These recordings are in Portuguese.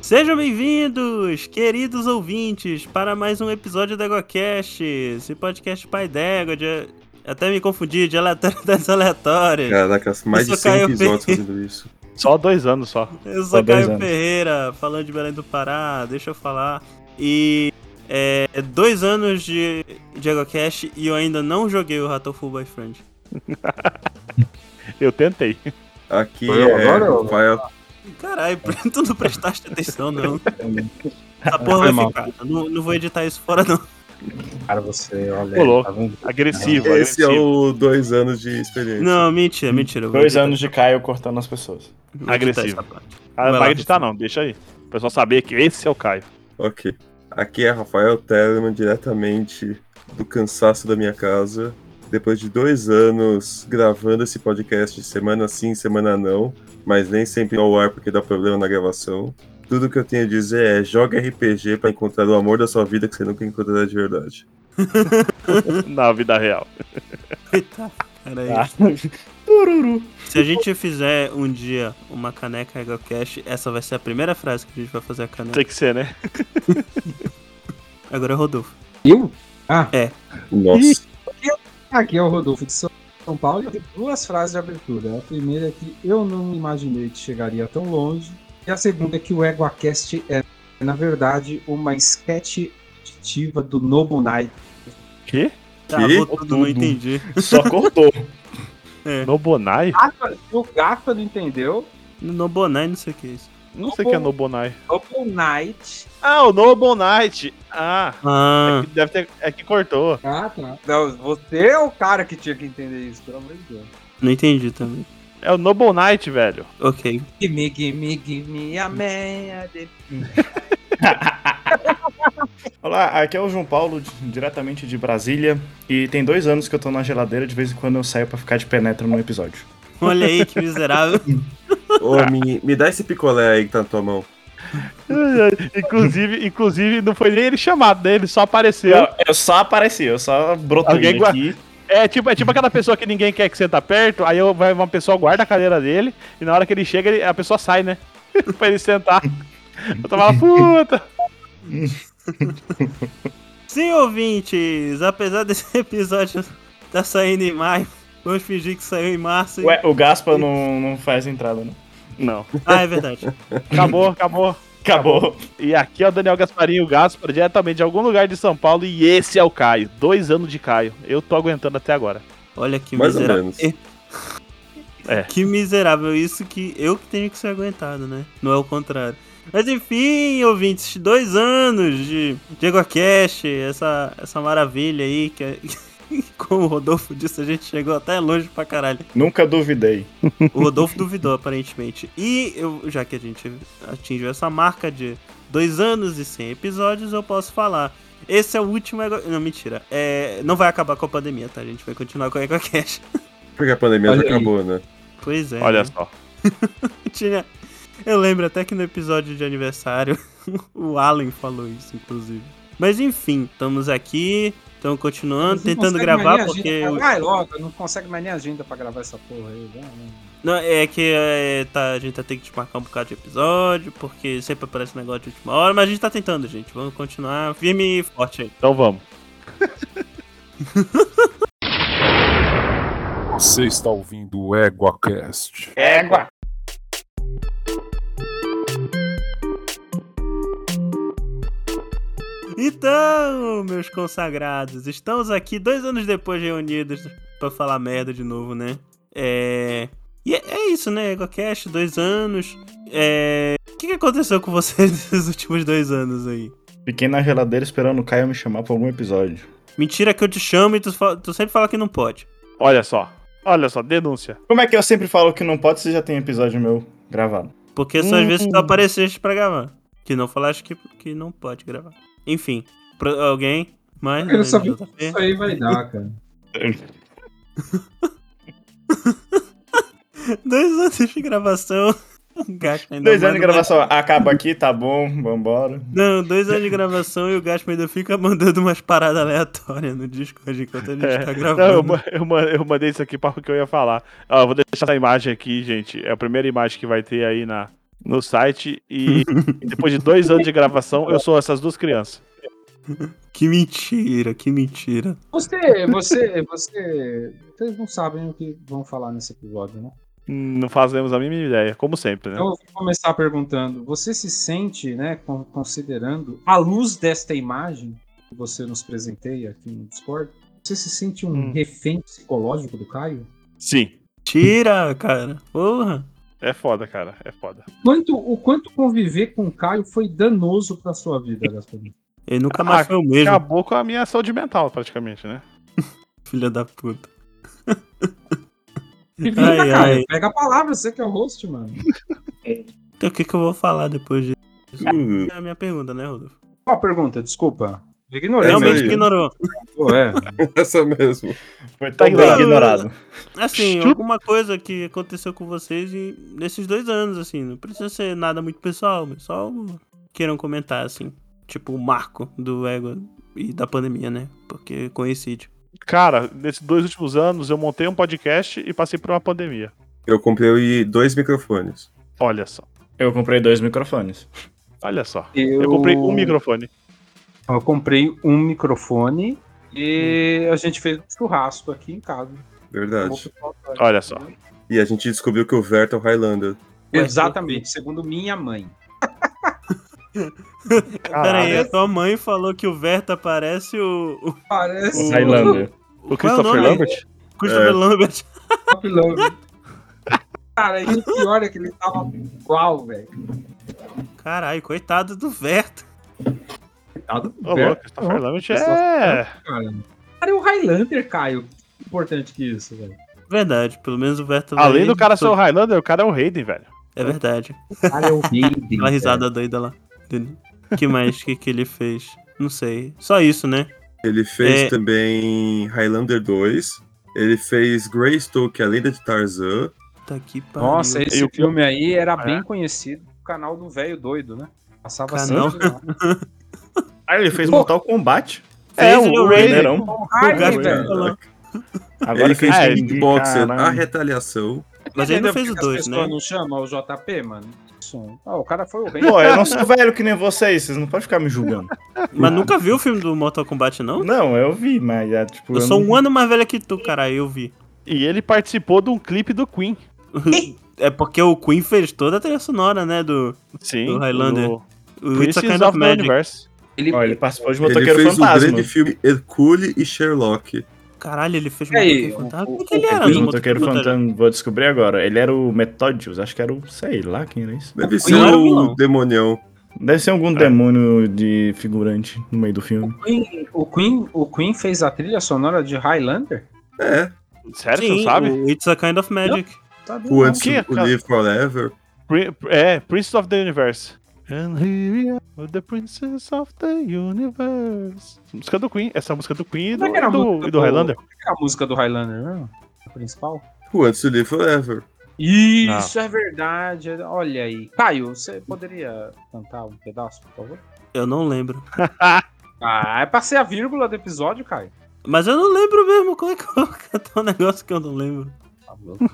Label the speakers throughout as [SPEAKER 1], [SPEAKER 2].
[SPEAKER 1] Sejam bem-vindos, queridos ouvintes, para mais um episódio da EgoCast, esse podcast pai d'égua, de... até me confundi, de aleatório das aleatórias.
[SPEAKER 2] É,
[SPEAKER 3] Caraca, É, mais
[SPEAKER 1] Isso
[SPEAKER 3] de 100
[SPEAKER 1] caiu
[SPEAKER 3] episódios
[SPEAKER 1] bem.
[SPEAKER 3] fazendo isso.
[SPEAKER 2] Só dois anos só.
[SPEAKER 1] Eu sou
[SPEAKER 2] Há dois
[SPEAKER 1] Caio
[SPEAKER 2] anos.
[SPEAKER 1] Ferreira, falando de Belém do Pará, deixa eu falar. E é, dois anos de Diego Cash e eu ainda não joguei o Rattleful Boyfriend.
[SPEAKER 2] Eu tentei.
[SPEAKER 3] Aqui
[SPEAKER 4] Foi eu
[SPEAKER 3] é
[SPEAKER 4] agora, ou-
[SPEAKER 3] Rafael.
[SPEAKER 1] Ah, Caralho, tu não prestaste atenção, não. Essa porra
[SPEAKER 4] Foi
[SPEAKER 1] vai
[SPEAKER 4] mal.
[SPEAKER 1] ficar. Eu Não, não vou editar isso fora, não.
[SPEAKER 4] Cara, você olha.
[SPEAKER 2] Pulou.
[SPEAKER 4] Tá vendo?
[SPEAKER 2] Agressivo,
[SPEAKER 3] Esse é
[SPEAKER 2] agressivo.
[SPEAKER 3] o dois anos de experiência.
[SPEAKER 1] Não, mentira, mentira. eu vou
[SPEAKER 5] Dois
[SPEAKER 1] editar-
[SPEAKER 5] anos de Caio cortando as pessoas.
[SPEAKER 1] vou editar essa
[SPEAKER 2] agressivo.
[SPEAKER 1] parte.
[SPEAKER 2] Ah,
[SPEAKER 1] Vai
[SPEAKER 2] não
[SPEAKER 1] lá,
[SPEAKER 2] vai editar não, deixa aí. O pessoal saber que esse é o Caio.
[SPEAKER 3] Ok. Aqui é Rafael Tellerman, diretamente do cansaço da minha casa. Depois de dois anos gravando esse podcast semana sim, semana não, mas nem sempre ao ar porque dá problema na gravação. Tudo que eu tenho a dizer é joga RPG pra encontrar o amor da sua vida que você nunca encontrará de verdade.
[SPEAKER 2] Na vida real.
[SPEAKER 1] Eita, peraí.
[SPEAKER 4] Ah.
[SPEAKER 5] Tá? Tururu.
[SPEAKER 1] Se a gente fizer um dia uma caneca EgoCast, essa vai ser a primeira frase que a gente vai fazer a caneca.
[SPEAKER 2] Tem que ser, né?
[SPEAKER 1] Agora é Rodolfo.
[SPEAKER 4] Eu? Ah,
[SPEAKER 3] Nossa.
[SPEAKER 4] aqui é o Rodolfo de São São Paulo e eu tenho duas frases de abertura. A primeira é que eu não imaginei que chegaria tão longe. E a segunda é que o EguaCast é, na verdade, uma esquete auditiva do Nobunai.
[SPEAKER 2] Que?
[SPEAKER 1] Tá,
[SPEAKER 3] Que?
[SPEAKER 1] voltou, não
[SPEAKER 5] Tudo.
[SPEAKER 1] entendi.
[SPEAKER 5] Só cortou.
[SPEAKER 3] É.
[SPEAKER 2] Nobonai?
[SPEAKER 4] Ah, O Gafa não entendeu.
[SPEAKER 1] No Bonai, não sei o que é isso.
[SPEAKER 2] Não sei o que é Nobonai.
[SPEAKER 4] Nobunai.
[SPEAKER 2] Ah, o Nobonite! Ah,
[SPEAKER 1] Ah,
[SPEAKER 2] é que deve ter. É que cortou.
[SPEAKER 4] Ah, tá. Não, você é o cara que tinha que entender isso, pelo amor de Deus.
[SPEAKER 1] não entendi também.
[SPEAKER 2] É o Nobonite, velho.
[SPEAKER 1] Ok.
[SPEAKER 4] Gimme, gimme, gimme a meia de...
[SPEAKER 5] Olá, aqui é o João Paulo, di- diretamente de Brasília. E tem dois anos que eu tô na geladeira, de vez em quando eu saio pra ficar de penetra num episódio.
[SPEAKER 1] Olha aí que miserável.
[SPEAKER 3] Ô, me, me dá esse picolé aí que tá na tua mão.
[SPEAKER 2] Inclusive, inclusive, não foi nem ele chamado, né? Ele só apareceu.
[SPEAKER 5] Eu, eu só apareci, eu só brotei
[SPEAKER 2] Alguém gua-
[SPEAKER 5] aqui.
[SPEAKER 2] É tipo, é tipo aquela pessoa que ninguém quer que senta perto, aí eu- vai uma pessoa guarda a cadeira dele, e na hora que ele chega, ele- a pessoa sai, né? pra ele sentar. Eu tava lá, puta!
[SPEAKER 1] Sim, ouvintes, apesar desse episódio tá saindo em maio, vamos fingir que saiu em março. e-
[SPEAKER 5] Ué, o Gaspa não, não faz entrada, né?
[SPEAKER 2] Não.
[SPEAKER 1] Ah, é verdade.
[SPEAKER 2] Acabou, acabou.
[SPEAKER 5] Acabou.
[SPEAKER 2] E aqui é o Daniel Gasparinho Gaspar, diretamente de algum lugar de São Paulo, e esse é o Caio. Dois anos de Caio. Eu tô aguentando até agora.
[SPEAKER 1] Olha que
[SPEAKER 3] Mais ou
[SPEAKER 1] miserável.
[SPEAKER 3] menos.
[SPEAKER 2] É.
[SPEAKER 1] Que miserável isso que eu que tenho que ser aguentado, né? Não é o contrário. Mas enfim, ouvintes, dois anos de Diego Cash, essa, essa maravilha aí que é- Como o Rodolfo disse, a gente chegou até longe pra caralho.
[SPEAKER 5] Nunca duvidei.
[SPEAKER 1] O Rodolfo duvidou, aparentemente. E eu, já que a gente atingiu essa marca de dois anos e 100 episódios, eu posso falar. Esse é o último. Ego- Não, mentira. É, não vai acabar com a pandemia, tá? A gente vai continuar com a EgoCast.
[SPEAKER 3] Porque a pandemia
[SPEAKER 4] Olha
[SPEAKER 3] já
[SPEAKER 4] aí.
[SPEAKER 3] acabou, né?
[SPEAKER 1] Pois é.
[SPEAKER 2] Olha
[SPEAKER 1] né?
[SPEAKER 2] só.
[SPEAKER 1] Tinha- Eu lembro até que no episódio de aniversário o Alan falou isso, inclusive. Mas enfim, estamos aqui, estamos continuando,
[SPEAKER 4] Você não
[SPEAKER 1] tentando
[SPEAKER 4] consegue mais
[SPEAKER 1] gravar,
[SPEAKER 4] nem
[SPEAKER 1] porque.
[SPEAKER 4] agenda
[SPEAKER 1] o-
[SPEAKER 4] pra- Vai logo, não consegue mais nem agenda pra gravar essa porra aí. vai, né? vai.
[SPEAKER 1] Não, é que é, tá, a gente tá tendo que desmarcar um bocado de episódio, porque sempre aparece um negócio de última hora, mas a gente tá tentando, gente. Vamos continuar firme e forte aí.
[SPEAKER 2] Então vamos.
[SPEAKER 6] Você está ouvindo o EguaCast.
[SPEAKER 5] Égua!
[SPEAKER 1] Então, meus consagrados, estamos aqui dois anos depois reunidos pra falar merda de novo, né? É. E é- é isso, né? EgoCast, dois anos. É. O que que aconteceu com vocês nesses últimos dois anos aí?
[SPEAKER 5] Fiquei na geladeira esperando o Caio me chamar pra algum episódio.
[SPEAKER 1] Mentira que eu te chamo e tu, fa- tu sempre fala que não pode.
[SPEAKER 2] Olha só. Olha só, denúncia.
[SPEAKER 5] Como é que eu sempre falo que não pode se já tem episódio meu gravado?
[SPEAKER 1] Porque são as
[SPEAKER 5] Hum.
[SPEAKER 1] vezes que tu apareceste pra gravar. Que não falaste que, que não pode gravar. Enfim, pro- alguém? Mais?
[SPEAKER 4] Eu quero saber o
[SPEAKER 1] JP?
[SPEAKER 4] que isso aí vai dar, cara.
[SPEAKER 1] Dois anos de gravação. O Gaspa ainda um
[SPEAKER 5] Dois anos de
[SPEAKER 2] é.
[SPEAKER 1] manda-
[SPEAKER 5] gravação, acaba aqui, tá bom, vambora.
[SPEAKER 1] Não, dois anos de gravação e o Gaspa ainda fica mandando umas paradas aleatórias no Discord enquanto a gente
[SPEAKER 2] É,
[SPEAKER 1] tá
[SPEAKER 2] Não, eu,
[SPEAKER 1] gravando.
[SPEAKER 2] ma- eu ma- eu mandei isso aqui para o que eu ia falar. Ó, eu vou deixar essa imagem aqui, gente. É a primeira imagem que vai ter aí na, no site e depois de dois anos de gravação, eu sou essas duas crianças.
[SPEAKER 1] Que mentira, que mentira.
[SPEAKER 4] Você, você, você. Vocês não sabem o que vão falar nesse episódio, né?
[SPEAKER 2] Não fazemos a mínima ideia, como sempre, né?
[SPEAKER 4] Então eu vou começar perguntando: você se sente, né, con- considerando à luz desta imagem que você nos presenteia aqui no Discord, você se sente um
[SPEAKER 2] Hum.
[SPEAKER 4] refém psicológico do Caio?
[SPEAKER 2] Sim.
[SPEAKER 1] Tira, cara. Porra.
[SPEAKER 2] É foda, cara. É foda.
[SPEAKER 4] Quanto, o quanto conviver com o Caio foi danoso pra sua vida, Gasparinho?
[SPEAKER 1] Ele nunca mais
[SPEAKER 2] Ah,
[SPEAKER 1] foi o mesmo,
[SPEAKER 2] Acabou com a minha saúde mental, praticamente, né?
[SPEAKER 1] filha da puta.
[SPEAKER 4] Se vira,
[SPEAKER 1] Ai,
[SPEAKER 4] Caio,
[SPEAKER 1] ai.
[SPEAKER 4] Pega a palavra, você que é o host, mano.
[SPEAKER 1] Então o que, que eu vou falar depois disso?
[SPEAKER 3] Hum,
[SPEAKER 1] É a minha pergunta, né, Rodolfo?
[SPEAKER 4] Qual a pergunta? Desculpa.
[SPEAKER 2] É
[SPEAKER 4] Ignorei.
[SPEAKER 1] Realmente
[SPEAKER 3] mesmo.
[SPEAKER 1] ignorou.
[SPEAKER 4] Pô, é.
[SPEAKER 3] essa mesmo.
[SPEAKER 5] Foi
[SPEAKER 2] tá
[SPEAKER 5] tão bem
[SPEAKER 1] Ignorado.
[SPEAKER 5] ignorado.
[SPEAKER 1] Assim,
[SPEAKER 2] Chupa.
[SPEAKER 1] alguma coisa que aconteceu com vocês e- nesses dois anos, assim. Não precisa ser nada muito pessoal, mas só algo queiram comentar, assim. Tipo o marco do ego e da pandemia, né? Porque coincide.
[SPEAKER 2] Cara, nesses dois últimos anos eu montei um podcast e passei por uma pandemia.
[SPEAKER 3] Eu comprei dois microfones.
[SPEAKER 2] Olha só.
[SPEAKER 5] Eu comprei dois microfones.
[SPEAKER 2] Olha só. Eu comprei um microfone.
[SPEAKER 4] Eu comprei um microfone e
[SPEAKER 2] Hum.
[SPEAKER 4] a gente fez um churrasco aqui em casa. Um
[SPEAKER 3] Verdade.
[SPEAKER 4] tá
[SPEAKER 2] Olha só.
[SPEAKER 4] né?
[SPEAKER 3] E a gente descobriu que o Verta é o Highlander.
[SPEAKER 4] Exatamente, segundo minha mãe.
[SPEAKER 1] Pera aí,
[SPEAKER 2] Caralho.
[SPEAKER 1] a tua mãe falou que o Verta parece o, o
[SPEAKER 4] Parece
[SPEAKER 2] Uhum.
[SPEAKER 5] O Highlander.
[SPEAKER 2] O
[SPEAKER 1] Qual é o
[SPEAKER 2] Christopher
[SPEAKER 1] nome?
[SPEAKER 2] Lambert?
[SPEAKER 1] Christopher
[SPEAKER 3] É.
[SPEAKER 1] Lambert.
[SPEAKER 4] Top Love. um Cara, e o pior é que ele tava igual, velho.
[SPEAKER 1] Caralho, coitado do Verta.
[SPEAKER 4] Coitado do
[SPEAKER 2] Ô, louco,
[SPEAKER 4] Beto,
[SPEAKER 2] Christopher Lambert
[SPEAKER 4] Christopher
[SPEAKER 2] é.
[SPEAKER 4] cara. Cara, é o Highlander, Caio. Que Importante que isso, velho.
[SPEAKER 1] Verdade, pelo menos o Verta vai-
[SPEAKER 2] Além do cara ser o Highlander, o cara é o Hayden, velho.
[SPEAKER 1] É verdade.
[SPEAKER 4] Cara, é o Hayden.
[SPEAKER 1] Aquela
[SPEAKER 4] velho.
[SPEAKER 1] risada doida lá. dele. que mais que, que ele fez? Não sei. Só isso, né?
[SPEAKER 3] Ele fez
[SPEAKER 1] É.
[SPEAKER 3] também Highlander 2. Ele fez Greystoke, a lenda de Tarzan.
[SPEAKER 1] Tá que pariu.
[SPEAKER 4] Nossa,
[SPEAKER 2] E
[SPEAKER 4] esse
[SPEAKER 2] o-
[SPEAKER 4] filme aí era
[SPEAKER 2] É.
[SPEAKER 4] bem conhecido no canal do velho doido, né? Passava
[SPEAKER 1] Canal-
[SPEAKER 4] sempre lá.
[SPEAKER 5] Ah, ele fez
[SPEAKER 4] Pô.
[SPEAKER 5] Mortal Kombat.
[SPEAKER 1] Fez
[SPEAKER 2] é, o
[SPEAKER 1] ele o
[SPEAKER 2] Raiden.
[SPEAKER 1] Raiden.
[SPEAKER 5] Primeirão.
[SPEAKER 4] O
[SPEAKER 1] O
[SPEAKER 4] Hayden,
[SPEAKER 1] Gato
[SPEAKER 4] velho.
[SPEAKER 1] falou.
[SPEAKER 5] Agora
[SPEAKER 3] ele fez
[SPEAKER 2] é,
[SPEAKER 3] Kickboxer,
[SPEAKER 5] caralho.
[SPEAKER 3] A Retaliação.
[SPEAKER 1] Mas ele não fez
[SPEAKER 4] o
[SPEAKER 1] o dois, né?
[SPEAKER 4] não chama o JP, mano? Isso. Ah, o cara foi o rei.
[SPEAKER 5] Pô, eu não sou velho que nem vocês, vocês não podem ficar me julgando.
[SPEAKER 1] Mas nunca viu o filme do Mortal Kombat, não?
[SPEAKER 5] Não, eu vi, mas é tipo.
[SPEAKER 1] Eu sou
[SPEAKER 5] não-
[SPEAKER 1] um ano mais velho que tu, cara. Eu vi.
[SPEAKER 2] E ele participou de um clipe do Queen.
[SPEAKER 1] É porque o Queen fez toda a trilha sonora, né? Do
[SPEAKER 2] Sim.
[SPEAKER 1] Do Highlander.
[SPEAKER 2] do
[SPEAKER 1] o It's a
[SPEAKER 2] Princes
[SPEAKER 1] Kind
[SPEAKER 2] of
[SPEAKER 1] of
[SPEAKER 2] the
[SPEAKER 1] Magic.
[SPEAKER 2] Universe.
[SPEAKER 4] Ele,
[SPEAKER 5] Ó, ele participou de
[SPEAKER 3] Ele
[SPEAKER 5] Motoqueiro
[SPEAKER 3] fez o
[SPEAKER 5] Fantasma.
[SPEAKER 3] grande filme Hercule e Sherlock.
[SPEAKER 1] Caralho, ele fez
[SPEAKER 4] E aí,
[SPEAKER 1] Motoqueiro Fantasma.
[SPEAKER 4] o-
[SPEAKER 1] Como é que ele
[SPEAKER 4] o-
[SPEAKER 1] era
[SPEAKER 4] o
[SPEAKER 1] no
[SPEAKER 5] O Motoqueiro
[SPEAKER 1] Motoqueiro Fantasma?
[SPEAKER 5] Fantasma, vou descobrir agora. Ele era o Metódios, acho que era o. sei lá quem era isso.
[SPEAKER 3] Deve ser
[SPEAKER 1] era
[SPEAKER 3] o
[SPEAKER 1] vilão.
[SPEAKER 3] demonião.
[SPEAKER 5] Deve ser algum demônio de figurante no meio do filme.
[SPEAKER 4] Queen, o, Queen, o Queen fez a trilha sonora de Highlander?
[SPEAKER 3] É,
[SPEAKER 2] Sério, você
[SPEAKER 1] Sim,
[SPEAKER 2] não sabe?
[SPEAKER 1] o It's a Kind of Magic.
[SPEAKER 4] Sabe?
[SPEAKER 3] o antes
[SPEAKER 2] que,
[SPEAKER 3] o
[SPEAKER 2] cara?
[SPEAKER 3] Live Forever.
[SPEAKER 2] Pri- É, Princess of the Universe. And here we are, with the Princess of the Universe. Música do Queen. Essa é a música do Queen e do,
[SPEAKER 4] Como é que era a
[SPEAKER 2] e do,
[SPEAKER 4] música
[SPEAKER 2] e do
[SPEAKER 4] do-
[SPEAKER 2] Highlander.
[SPEAKER 4] Qual que é a música do Highlander mesmo? A principal?
[SPEAKER 3] O antes o Live Forever.
[SPEAKER 1] Ah.
[SPEAKER 4] Isso é verdade. Olha aí. Caio, você poderia cantar um pedaço, por favor?
[SPEAKER 1] Eu não lembro.
[SPEAKER 4] Ah, é pra ser a vírgula do episódio, Caio.
[SPEAKER 1] Mas eu não lembro mesmo. Como é que eu vou cantar um negócio que eu não lembro?
[SPEAKER 4] Tá louco.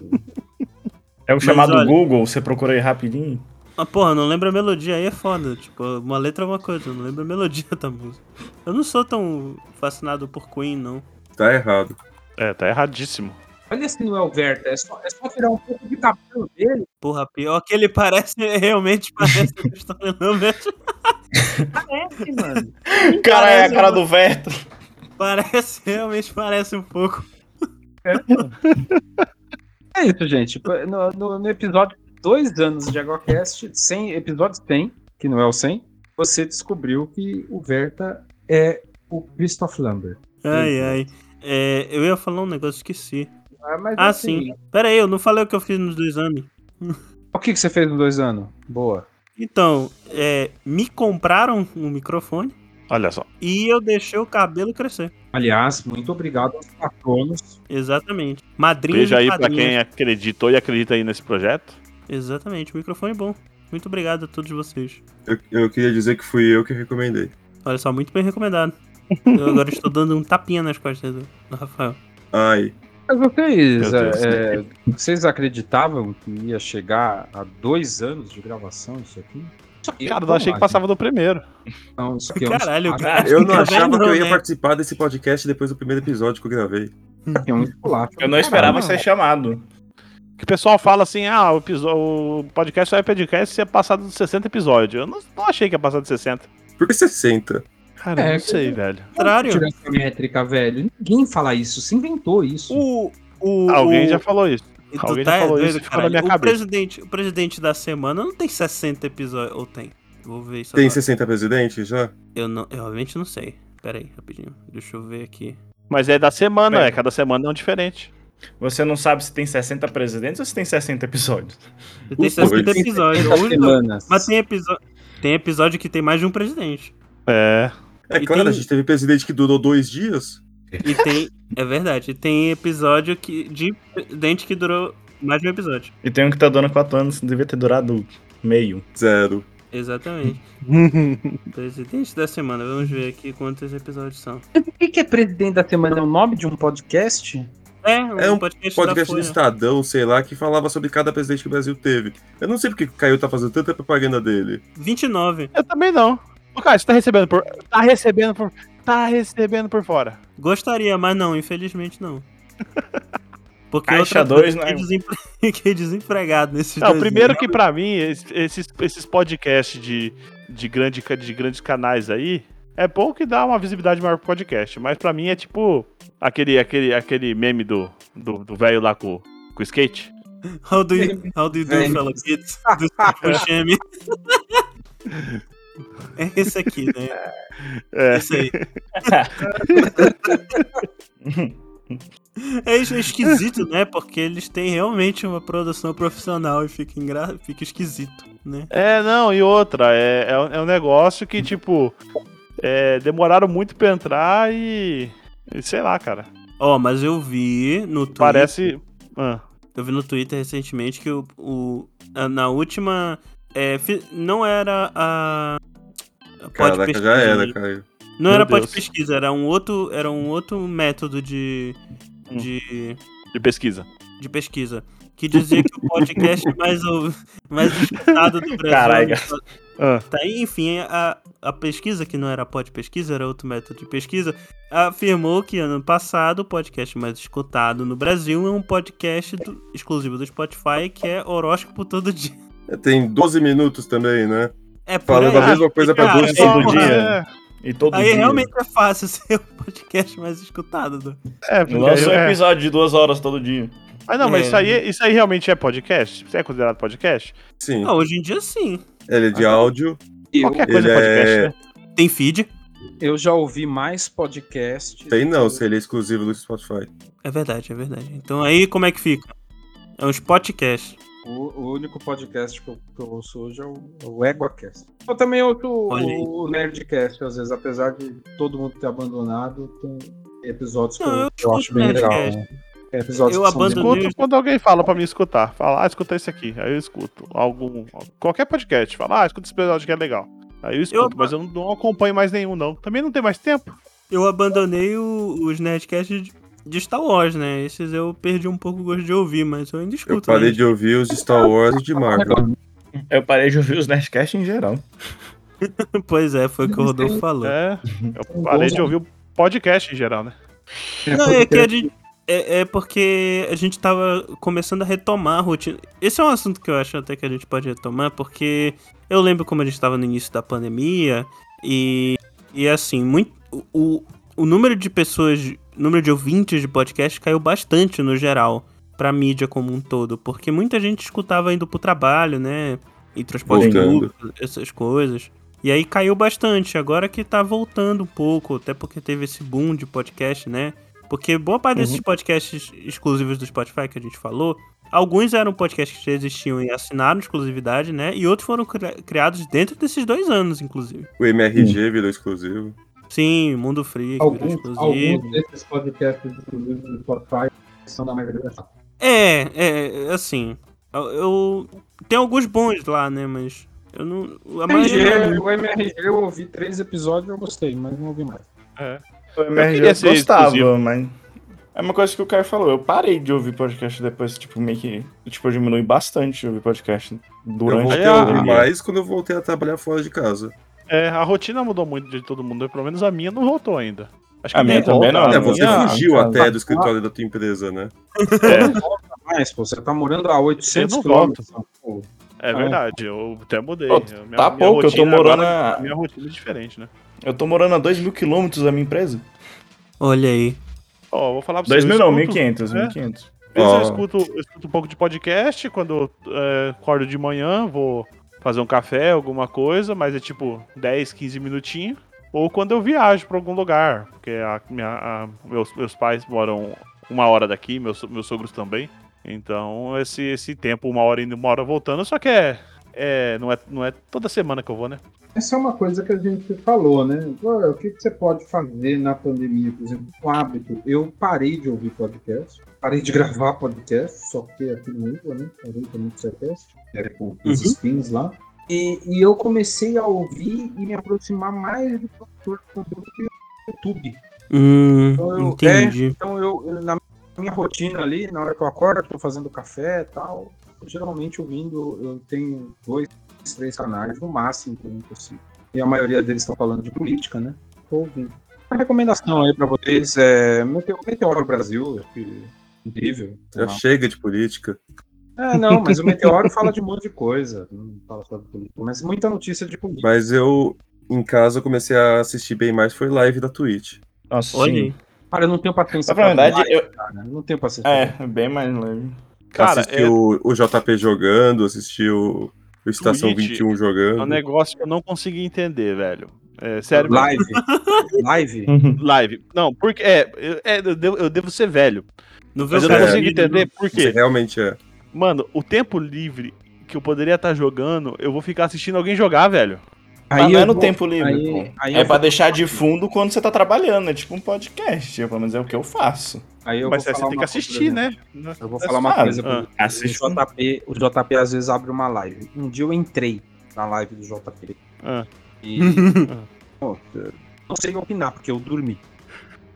[SPEAKER 5] É o
[SPEAKER 1] Mas
[SPEAKER 5] chamado
[SPEAKER 1] olha-
[SPEAKER 5] Google, você procura aí rapidinho.
[SPEAKER 1] Mas porra, não lembro a melodia, aí é foda. Tipo, uma letra é uma coisa, eu não lembro a melodia da música. Eu não sou tão fascinado por Queen, não.
[SPEAKER 3] Tá errado.
[SPEAKER 2] É, tá erradíssimo.
[SPEAKER 4] Olha se não é o Verta, é só, é só tirar um pouco de cabelo dele.
[SPEAKER 1] Porra, pior que ele parece, realmente parece o Christopher Lambert.
[SPEAKER 4] Parece, mano.
[SPEAKER 5] Caralho, é a
[SPEAKER 1] Parece
[SPEAKER 5] cara
[SPEAKER 1] um-
[SPEAKER 5] do Verto.
[SPEAKER 1] Parece, realmente parece um pouco.
[SPEAKER 4] É isso, gente. No, no- no episódio dois anos de AgoCast, 100, episódio 100, que não é o 100, você descobriu que o Verta é o Christoph Lambert.
[SPEAKER 1] Ai,
[SPEAKER 2] Uhum.
[SPEAKER 1] ai. É, eu ia falar um negócio, esqueci.
[SPEAKER 4] Ah, mas
[SPEAKER 1] Ah,
[SPEAKER 4] assim,
[SPEAKER 1] sim. Pera aí, eu não falei o que eu fiz nos dois anos.
[SPEAKER 4] O que, que você fez nos dois anos? Boa.
[SPEAKER 1] Então, é, me compraram um microfone
[SPEAKER 2] Olha só.
[SPEAKER 1] e eu deixei o cabelo crescer.
[SPEAKER 4] Aliás, muito obrigado aos patronos.
[SPEAKER 1] Exatamente. Madrinha
[SPEAKER 2] Beijo
[SPEAKER 1] e
[SPEAKER 2] aí pra
[SPEAKER 1] padrinhos.
[SPEAKER 2] quem é. acreditou e acredita aí nesse projeto.
[SPEAKER 1] Exatamente, microfone é bom. Muito obrigado a todos vocês.
[SPEAKER 3] Eu, eu queria dizer que fui eu que recomendei.
[SPEAKER 1] Olha só, muito bem recomendado. Eu agora estou dando um tapinha nas costas do, do Rafael.
[SPEAKER 3] Ai,
[SPEAKER 4] Mas
[SPEAKER 5] Meu
[SPEAKER 4] vocês,
[SPEAKER 5] Deus.
[SPEAKER 4] é, vocês acreditavam que ia chegar a dois anos de gravação isso aqui? Isso aqui é
[SPEAKER 2] Cara, eu
[SPEAKER 4] bom,
[SPEAKER 2] achei que passava do primeiro.
[SPEAKER 4] Não, isso aqui é um
[SPEAKER 1] Caralho,
[SPEAKER 4] esculacho,
[SPEAKER 1] cara.
[SPEAKER 3] Eu não
[SPEAKER 1] Tá vendo,
[SPEAKER 3] achava que eu ia
[SPEAKER 1] né?
[SPEAKER 3] participar desse podcast depois do primeiro episódio que eu gravei.
[SPEAKER 4] é um esculacho.
[SPEAKER 5] Eu não esperava ser é chamado.
[SPEAKER 2] Que o pessoal fala assim, ah, o, episo- o podcast só é podcast se é passado de 60 episódios. Eu não, não achei que ia passar de 60.
[SPEAKER 3] Por que 60?
[SPEAKER 2] Cara, eu
[SPEAKER 4] É,
[SPEAKER 2] não
[SPEAKER 4] que-
[SPEAKER 2] sei, velho.
[SPEAKER 1] Contrário.
[SPEAKER 4] Tirar essa métrica, velho. Ninguém fala isso, se inventou isso.
[SPEAKER 1] O, o,
[SPEAKER 2] Alguém
[SPEAKER 1] o-
[SPEAKER 2] já falou isso.
[SPEAKER 1] E tu
[SPEAKER 2] Alguém
[SPEAKER 1] tá
[SPEAKER 2] já falou
[SPEAKER 1] doido,
[SPEAKER 2] isso, ficou
[SPEAKER 1] caralho.
[SPEAKER 2] na minha
[SPEAKER 1] o
[SPEAKER 2] cabeça.
[SPEAKER 1] Presidente, o presidente da semana não tem 60 episódios. Ou tem? Vou ver isso
[SPEAKER 3] Tem
[SPEAKER 1] agora.
[SPEAKER 3] 60 presidentes já?
[SPEAKER 1] Eu, não, eu realmente não sei. Pera aí, rapidinho. Deixa eu ver aqui.
[SPEAKER 2] Mas é da semana,
[SPEAKER 5] Pera.
[SPEAKER 2] é. Cada semana é um diferente.
[SPEAKER 5] Você não sabe se tem 60 presidentes ou se tem 60 episódios.
[SPEAKER 1] Tem
[SPEAKER 3] Os
[SPEAKER 1] 60
[SPEAKER 3] dois.
[SPEAKER 1] episódios. é
[SPEAKER 4] Trinta
[SPEAKER 1] O único-
[SPEAKER 4] semanas.
[SPEAKER 1] Mas tem episódio. Tem episódio que tem mais de um presidente.
[SPEAKER 2] É.
[SPEAKER 3] É
[SPEAKER 1] E
[SPEAKER 3] claro,
[SPEAKER 1] tem-
[SPEAKER 3] a gente teve presidente que durou dois dias.
[SPEAKER 1] E tem. é verdade. E tem episódio que, de presidente que durou mais de um episódio.
[SPEAKER 5] E tem um que tá dando 4 anos, devia ter durado meio.
[SPEAKER 3] Zero.
[SPEAKER 1] Exatamente. presidente da semana. Vamos ver aqui quantos episódios são.
[SPEAKER 4] Por que, que é presidente da semana? É o nome de um podcast?
[SPEAKER 1] É,
[SPEAKER 3] É um
[SPEAKER 1] podcast,
[SPEAKER 3] Podcast do
[SPEAKER 1] da Folha.
[SPEAKER 3] Estadão, sei lá, que falava sobre cada presidente que o Brasil teve. Eu não sei porque o Caio tá fazendo tanta propaganda dele.
[SPEAKER 1] 29.
[SPEAKER 2] Eu também não. Ô, cara, você tá recebendo por. Tá recebendo por. Tá recebendo por fora.
[SPEAKER 1] Gostaria, mas não, infelizmente não. Porque
[SPEAKER 5] Caixa
[SPEAKER 1] outra coisa
[SPEAKER 5] dois,
[SPEAKER 1] fiquei
[SPEAKER 5] né?
[SPEAKER 1] desempre- Fiquei desempregado nesses
[SPEAKER 2] é Não,
[SPEAKER 1] dois
[SPEAKER 2] primeiro
[SPEAKER 1] anos.
[SPEAKER 2] que pra mim, es- esses, esses podcasts de, de, grande, ca- de grandes canais aí, é bom que dá uma visibilidade maior pro podcast. Mas pra mim é tipo aquele, aquele, aquele meme do do do velho lá com, com o skate.
[SPEAKER 1] How do you, how do, you do
[SPEAKER 4] É.
[SPEAKER 1] fellow kids? Do Chame. É esse aqui, né?
[SPEAKER 2] É.
[SPEAKER 1] Esse aí. É es- esquisito, né? Porque eles têm realmente uma produção profissional e fica, engra... fica esquisito, né?
[SPEAKER 2] É, não, e outra, é, é, um- é um negócio que, tipo, é, demoraram muito pra entrar e. e sei lá, cara.
[SPEAKER 1] Ó, mas eu vi no Twitter.
[SPEAKER 2] Parece. Ah,
[SPEAKER 1] Eu vi no Twitter recentemente que o, o- a- na última é, fi- não era a a pod
[SPEAKER 3] Caraca, já era,
[SPEAKER 1] né?
[SPEAKER 3] Caio.
[SPEAKER 1] Não era
[SPEAKER 2] Meu
[SPEAKER 1] pod
[SPEAKER 2] Deus.
[SPEAKER 1] pesquisa, era um outro, era um outro método de de,
[SPEAKER 2] de pesquisa.
[SPEAKER 1] de pesquisa que dizia que o podcast mais ou- mais escutado do Brasil.
[SPEAKER 5] Caralho.
[SPEAKER 2] Ah,
[SPEAKER 1] Tá, e, enfim, a, a pesquisa, que não era pod pesquisa, era outro método de pesquisa, afirmou que ano passado o podcast mais escutado no Brasil é um podcast do- exclusivo do Spotify, que é Horóscopo Todo Dia.
[SPEAKER 3] É, Tem 12 minutos também, né?
[SPEAKER 1] É por
[SPEAKER 3] Falando a
[SPEAKER 1] aí.
[SPEAKER 3] mesma coisa pra
[SPEAKER 1] cara,
[SPEAKER 3] 12
[SPEAKER 1] é-
[SPEAKER 3] segundos.
[SPEAKER 5] todo dia.
[SPEAKER 2] Ah, é,
[SPEAKER 5] E todo
[SPEAKER 1] Aí
[SPEAKER 5] dia.
[SPEAKER 1] realmente é fácil ser o podcast mais escutado. do-
[SPEAKER 2] É, porque-
[SPEAKER 5] Lança um
[SPEAKER 2] é.
[SPEAKER 5] episódio de duas horas todo dia.
[SPEAKER 2] Mas não, mas
[SPEAKER 1] É.
[SPEAKER 2] isso aí, isso aí realmente é podcast? Isso é considerado podcast?
[SPEAKER 3] Sim.
[SPEAKER 1] Ah, hoje em dia, sim.
[SPEAKER 3] Ele é de áudio.
[SPEAKER 4] Eu,
[SPEAKER 2] Qualquer coisa é
[SPEAKER 3] Ele
[SPEAKER 2] podcast,
[SPEAKER 3] é-
[SPEAKER 2] né?
[SPEAKER 1] Tem feed,
[SPEAKER 4] eu já ouvi mais podcasts.
[SPEAKER 3] Tem não, se ele é exclusivo do Spotify.
[SPEAKER 1] é verdade, é verdade. Então aí como é que fica? É uns podcasts.
[SPEAKER 4] O, o único podcast que eu, que eu ouço hoje é o, é o EgoCast. Eu também ouço o-
[SPEAKER 1] Olha aí.
[SPEAKER 4] o Nerdcast, às vezes, apesar de todo mundo ter abandonado, tem episódios que
[SPEAKER 1] Não,
[SPEAKER 4] eu,
[SPEAKER 1] eu
[SPEAKER 4] eu
[SPEAKER 1] escuto
[SPEAKER 4] acho bem legal.
[SPEAKER 1] Nerdcast.
[SPEAKER 4] né? Tem Episódios
[SPEAKER 1] Eu
[SPEAKER 4] que são bem-
[SPEAKER 1] abandonei.
[SPEAKER 2] Escuto quando alguém fala pra mim escutar. Fala, ah, escuta esse aqui. Aí eu escuto. Algum. Qualquer podcast. Fala, ah, escuta esse episódio que é legal. Aí eu escuto,
[SPEAKER 1] Eu-
[SPEAKER 2] mas eu não, não acompanho mais nenhum, não. Também não tem mais tempo.
[SPEAKER 1] Eu abandonei o- os Nerdcasts de- de Star Wars, né? Esses eu perdi um pouco o gosto de ouvir, mas eu ainda
[SPEAKER 3] Eu
[SPEAKER 1] escuto. né?
[SPEAKER 3] parei de ouvir os de Star Wars e de Marvel.
[SPEAKER 5] Eu parei de ouvir os Nerdcast em geral.
[SPEAKER 1] Pois é, foi o que o Rodolfo falou.
[SPEAKER 2] É. Eu parei de ouvir o podcast em geral, né?
[SPEAKER 1] Não, é que a gente. É, é porque a gente tava começando a retomar a rotina. Esse é um assunto que eu acho até que a gente pode retomar, porque eu lembro como a gente tava no início da pandemia e. E assim, muito. o- O, o número de pessoas. número de ouvintes de podcast caiu bastante no geral. Pra mídia como um todo. Porque muita gente escutava indo pro trabalho, né? Em transporte
[SPEAKER 3] Voltando.
[SPEAKER 1] público, essas coisas. E aí caiu bastante. Agora que tá voltando um pouco, até porque teve esse boom de podcast, né? Porque boa parte desses podcasts exclusivos do Spotify que a gente falou, alguns eram podcasts que já existiam e assinaram exclusividade, né? E outros foram cri- criados dentro desses dois anos, inclusive.
[SPEAKER 3] O MRG virou exclusivo.
[SPEAKER 1] Sim, Mundo Freak, virou
[SPEAKER 4] Alguns,
[SPEAKER 1] exclusivo.
[SPEAKER 4] alguns desses podcasts, inclusive, do Spotify, são da maioria das
[SPEAKER 1] É, é, assim. Eu, eu- Tem alguns bons lá, né? Mas. Eu não. A maioria.
[SPEAKER 4] MRG, o MRG eu ouvi três episódios e eu gostei, mas não ouvi mais.
[SPEAKER 2] É.
[SPEAKER 5] O
[SPEAKER 2] queria
[SPEAKER 5] MRG eu
[SPEAKER 2] ser
[SPEAKER 5] gostava,
[SPEAKER 2] exclusivo.
[SPEAKER 5] mas É uma coisa que o Caio falou, eu parei de ouvir podcast depois, tipo, meio que. Tipo, eu diminui bastante de ouvir podcast
[SPEAKER 3] Eu
[SPEAKER 5] durante
[SPEAKER 3] voltei
[SPEAKER 2] Aí,
[SPEAKER 3] a
[SPEAKER 2] ó,
[SPEAKER 3] ouvir
[SPEAKER 5] pandemia.
[SPEAKER 3] mais quando eu voltei a trabalhar fora de casa.
[SPEAKER 2] É, a rotina mudou muito de todo mundo, pelo menos a minha não voltou ainda. Acho
[SPEAKER 5] A minha
[SPEAKER 2] deve
[SPEAKER 5] também
[SPEAKER 2] voltar,
[SPEAKER 5] não,
[SPEAKER 3] é,
[SPEAKER 2] né?
[SPEAKER 5] Ah,
[SPEAKER 3] você
[SPEAKER 5] minha-
[SPEAKER 3] fugiu
[SPEAKER 5] ah,
[SPEAKER 3] até do escritório da tua empresa, né?
[SPEAKER 4] Mas, pô, você tá morando a 800
[SPEAKER 2] Eu não
[SPEAKER 4] quilômetros. Pô,
[SPEAKER 2] É verdade, eu até mudei.
[SPEAKER 5] Pô,
[SPEAKER 2] Eu- minha- minha
[SPEAKER 5] Tá pouco, eu tô
[SPEAKER 2] rotina
[SPEAKER 5] morando
[SPEAKER 2] agora-
[SPEAKER 5] a.
[SPEAKER 2] Minha rotina é diferente, né?
[SPEAKER 5] Eu tô morando a 2 mil quilômetros da minha empresa.
[SPEAKER 1] Olha aí.
[SPEAKER 2] Ó, eu vou falar pra vocês.
[SPEAKER 5] 2 mil né?
[SPEAKER 2] eu
[SPEAKER 5] não,
[SPEAKER 2] escuto-
[SPEAKER 5] 1.500,
[SPEAKER 2] É.
[SPEAKER 5] 1.500.
[SPEAKER 2] Às vezes
[SPEAKER 3] Ó.
[SPEAKER 2] eu, escuto, eu escuto um pouco de podcast quando eu é, acordo de manhã, vou fazer um café, alguma coisa, mas é tipo 10, 15 minutinhos. Ou quando eu viajo pra algum lugar, porque a minha- a- meus, meus pais moram uma hora daqui, meus, so- meus sogros também. Então esse, esse tempo, uma hora indo, uma hora voltando, só que é, é, não, é, não é toda semana que eu vou, né?
[SPEAKER 4] Essa é uma coisa que a gente falou, né? Agora, o que, que você pode fazer na pandemia? Por exemplo, um hábito. Eu parei de ouvir podcast, parei de gravar podcast, só que aqui no Igor, né? Parei também de ser teste, é, com os
[SPEAKER 1] Uhum.
[SPEAKER 4] spins lá. E, e eu comecei a ouvir e me aproximar mais do produtor de conteúdo que do YouTube.
[SPEAKER 1] Hum,
[SPEAKER 4] Eu- eu-
[SPEAKER 1] entendi.
[SPEAKER 4] Então, eu, eu- na minha rotina ali, na hora que eu acordo, que eu tô fazendo café e tal, geralmente ouvindo, eu tenho dois, três canais, no máximo, que eu consigo. E a maioria deles estão falando de política, né? Tô ouvindo. Uma recomendação aí pra vocês é Meteoro, Meteoro Brasil, acho que é incrível.
[SPEAKER 3] Já chega de política.
[SPEAKER 4] É, não, mas o Meteoro fala de um monte de coisa, não fala só de política, mas muita notícia de política.
[SPEAKER 3] Mas eu, em casa, eu comecei a assistir bem mais, foi live da Twitch.
[SPEAKER 5] Nossa,
[SPEAKER 1] Olha
[SPEAKER 5] sim.
[SPEAKER 1] aí.
[SPEAKER 4] Cara, eu não tenho paciência
[SPEAKER 5] Mas, na verdade,
[SPEAKER 4] live,
[SPEAKER 5] eu-
[SPEAKER 4] cara, eu não tenho paciência.
[SPEAKER 5] É, bem mais leve.
[SPEAKER 2] Cara,
[SPEAKER 3] assisti
[SPEAKER 2] é-
[SPEAKER 3] o, o JP jogando, assisti o, o Estação
[SPEAKER 2] Twitch
[SPEAKER 3] 21
[SPEAKER 2] É
[SPEAKER 3] jogando.
[SPEAKER 2] um negócio que eu não consegui entender, velho. É, sério, mesmo.
[SPEAKER 4] Live. Live?
[SPEAKER 2] live. Não, porque. É, eu- é, eu, devo, eu devo ser velho.
[SPEAKER 1] Não vê
[SPEAKER 2] Mas
[SPEAKER 1] o
[SPEAKER 2] eu
[SPEAKER 3] É.
[SPEAKER 2] não
[SPEAKER 1] cara
[SPEAKER 2] consigo
[SPEAKER 1] vindo,
[SPEAKER 2] entender por
[SPEAKER 3] Você
[SPEAKER 2] quê.
[SPEAKER 3] realmente é.
[SPEAKER 2] Mano, o tempo livre que eu poderia estar jogando, eu vou ficar assistindo alguém jogar, velho.
[SPEAKER 5] Mas não
[SPEAKER 4] eu
[SPEAKER 5] é no
[SPEAKER 4] vou-
[SPEAKER 5] tempo livre,
[SPEAKER 4] aí-
[SPEAKER 5] pô.
[SPEAKER 4] aí
[SPEAKER 5] é
[SPEAKER 4] eu
[SPEAKER 5] pra
[SPEAKER 4] vou-
[SPEAKER 5] deixar de fundo quando você tá trabalhando, é tipo um podcast, pelo menos é o que eu faço.
[SPEAKER 4] Aí eu
[SPEAKER 2] Mas
[SPEAKER 4] vou
[SPEAKER 2] aí você
[SPEAKER 4] falar
[SPEAKER 2] tem que
[SPEAKER 4] uma
[SPEAKER 2] assistir,
[SPEAKER 4] coisa,
[SPEAKER 2] né?
[SPEAKER 4] Eu vou
[SPEAKER 5] Mas,
[SPEAKER 4] falar uma
[SPEAKER 5] cara,
[SPEAKER 4] coisa.
[SPEAKER 2] ah,
[SPEAKER 4] pra você.
[SPEAKER 5] assiste
[SPEAKER 4] o, JP, o JP às vezes abre uma live. Um dia eu entrei na live do JP.
[SPEAKER 2] Ah.
[SPEAKER 4] E. Pô, eu não sei opinar, porque eu dormi.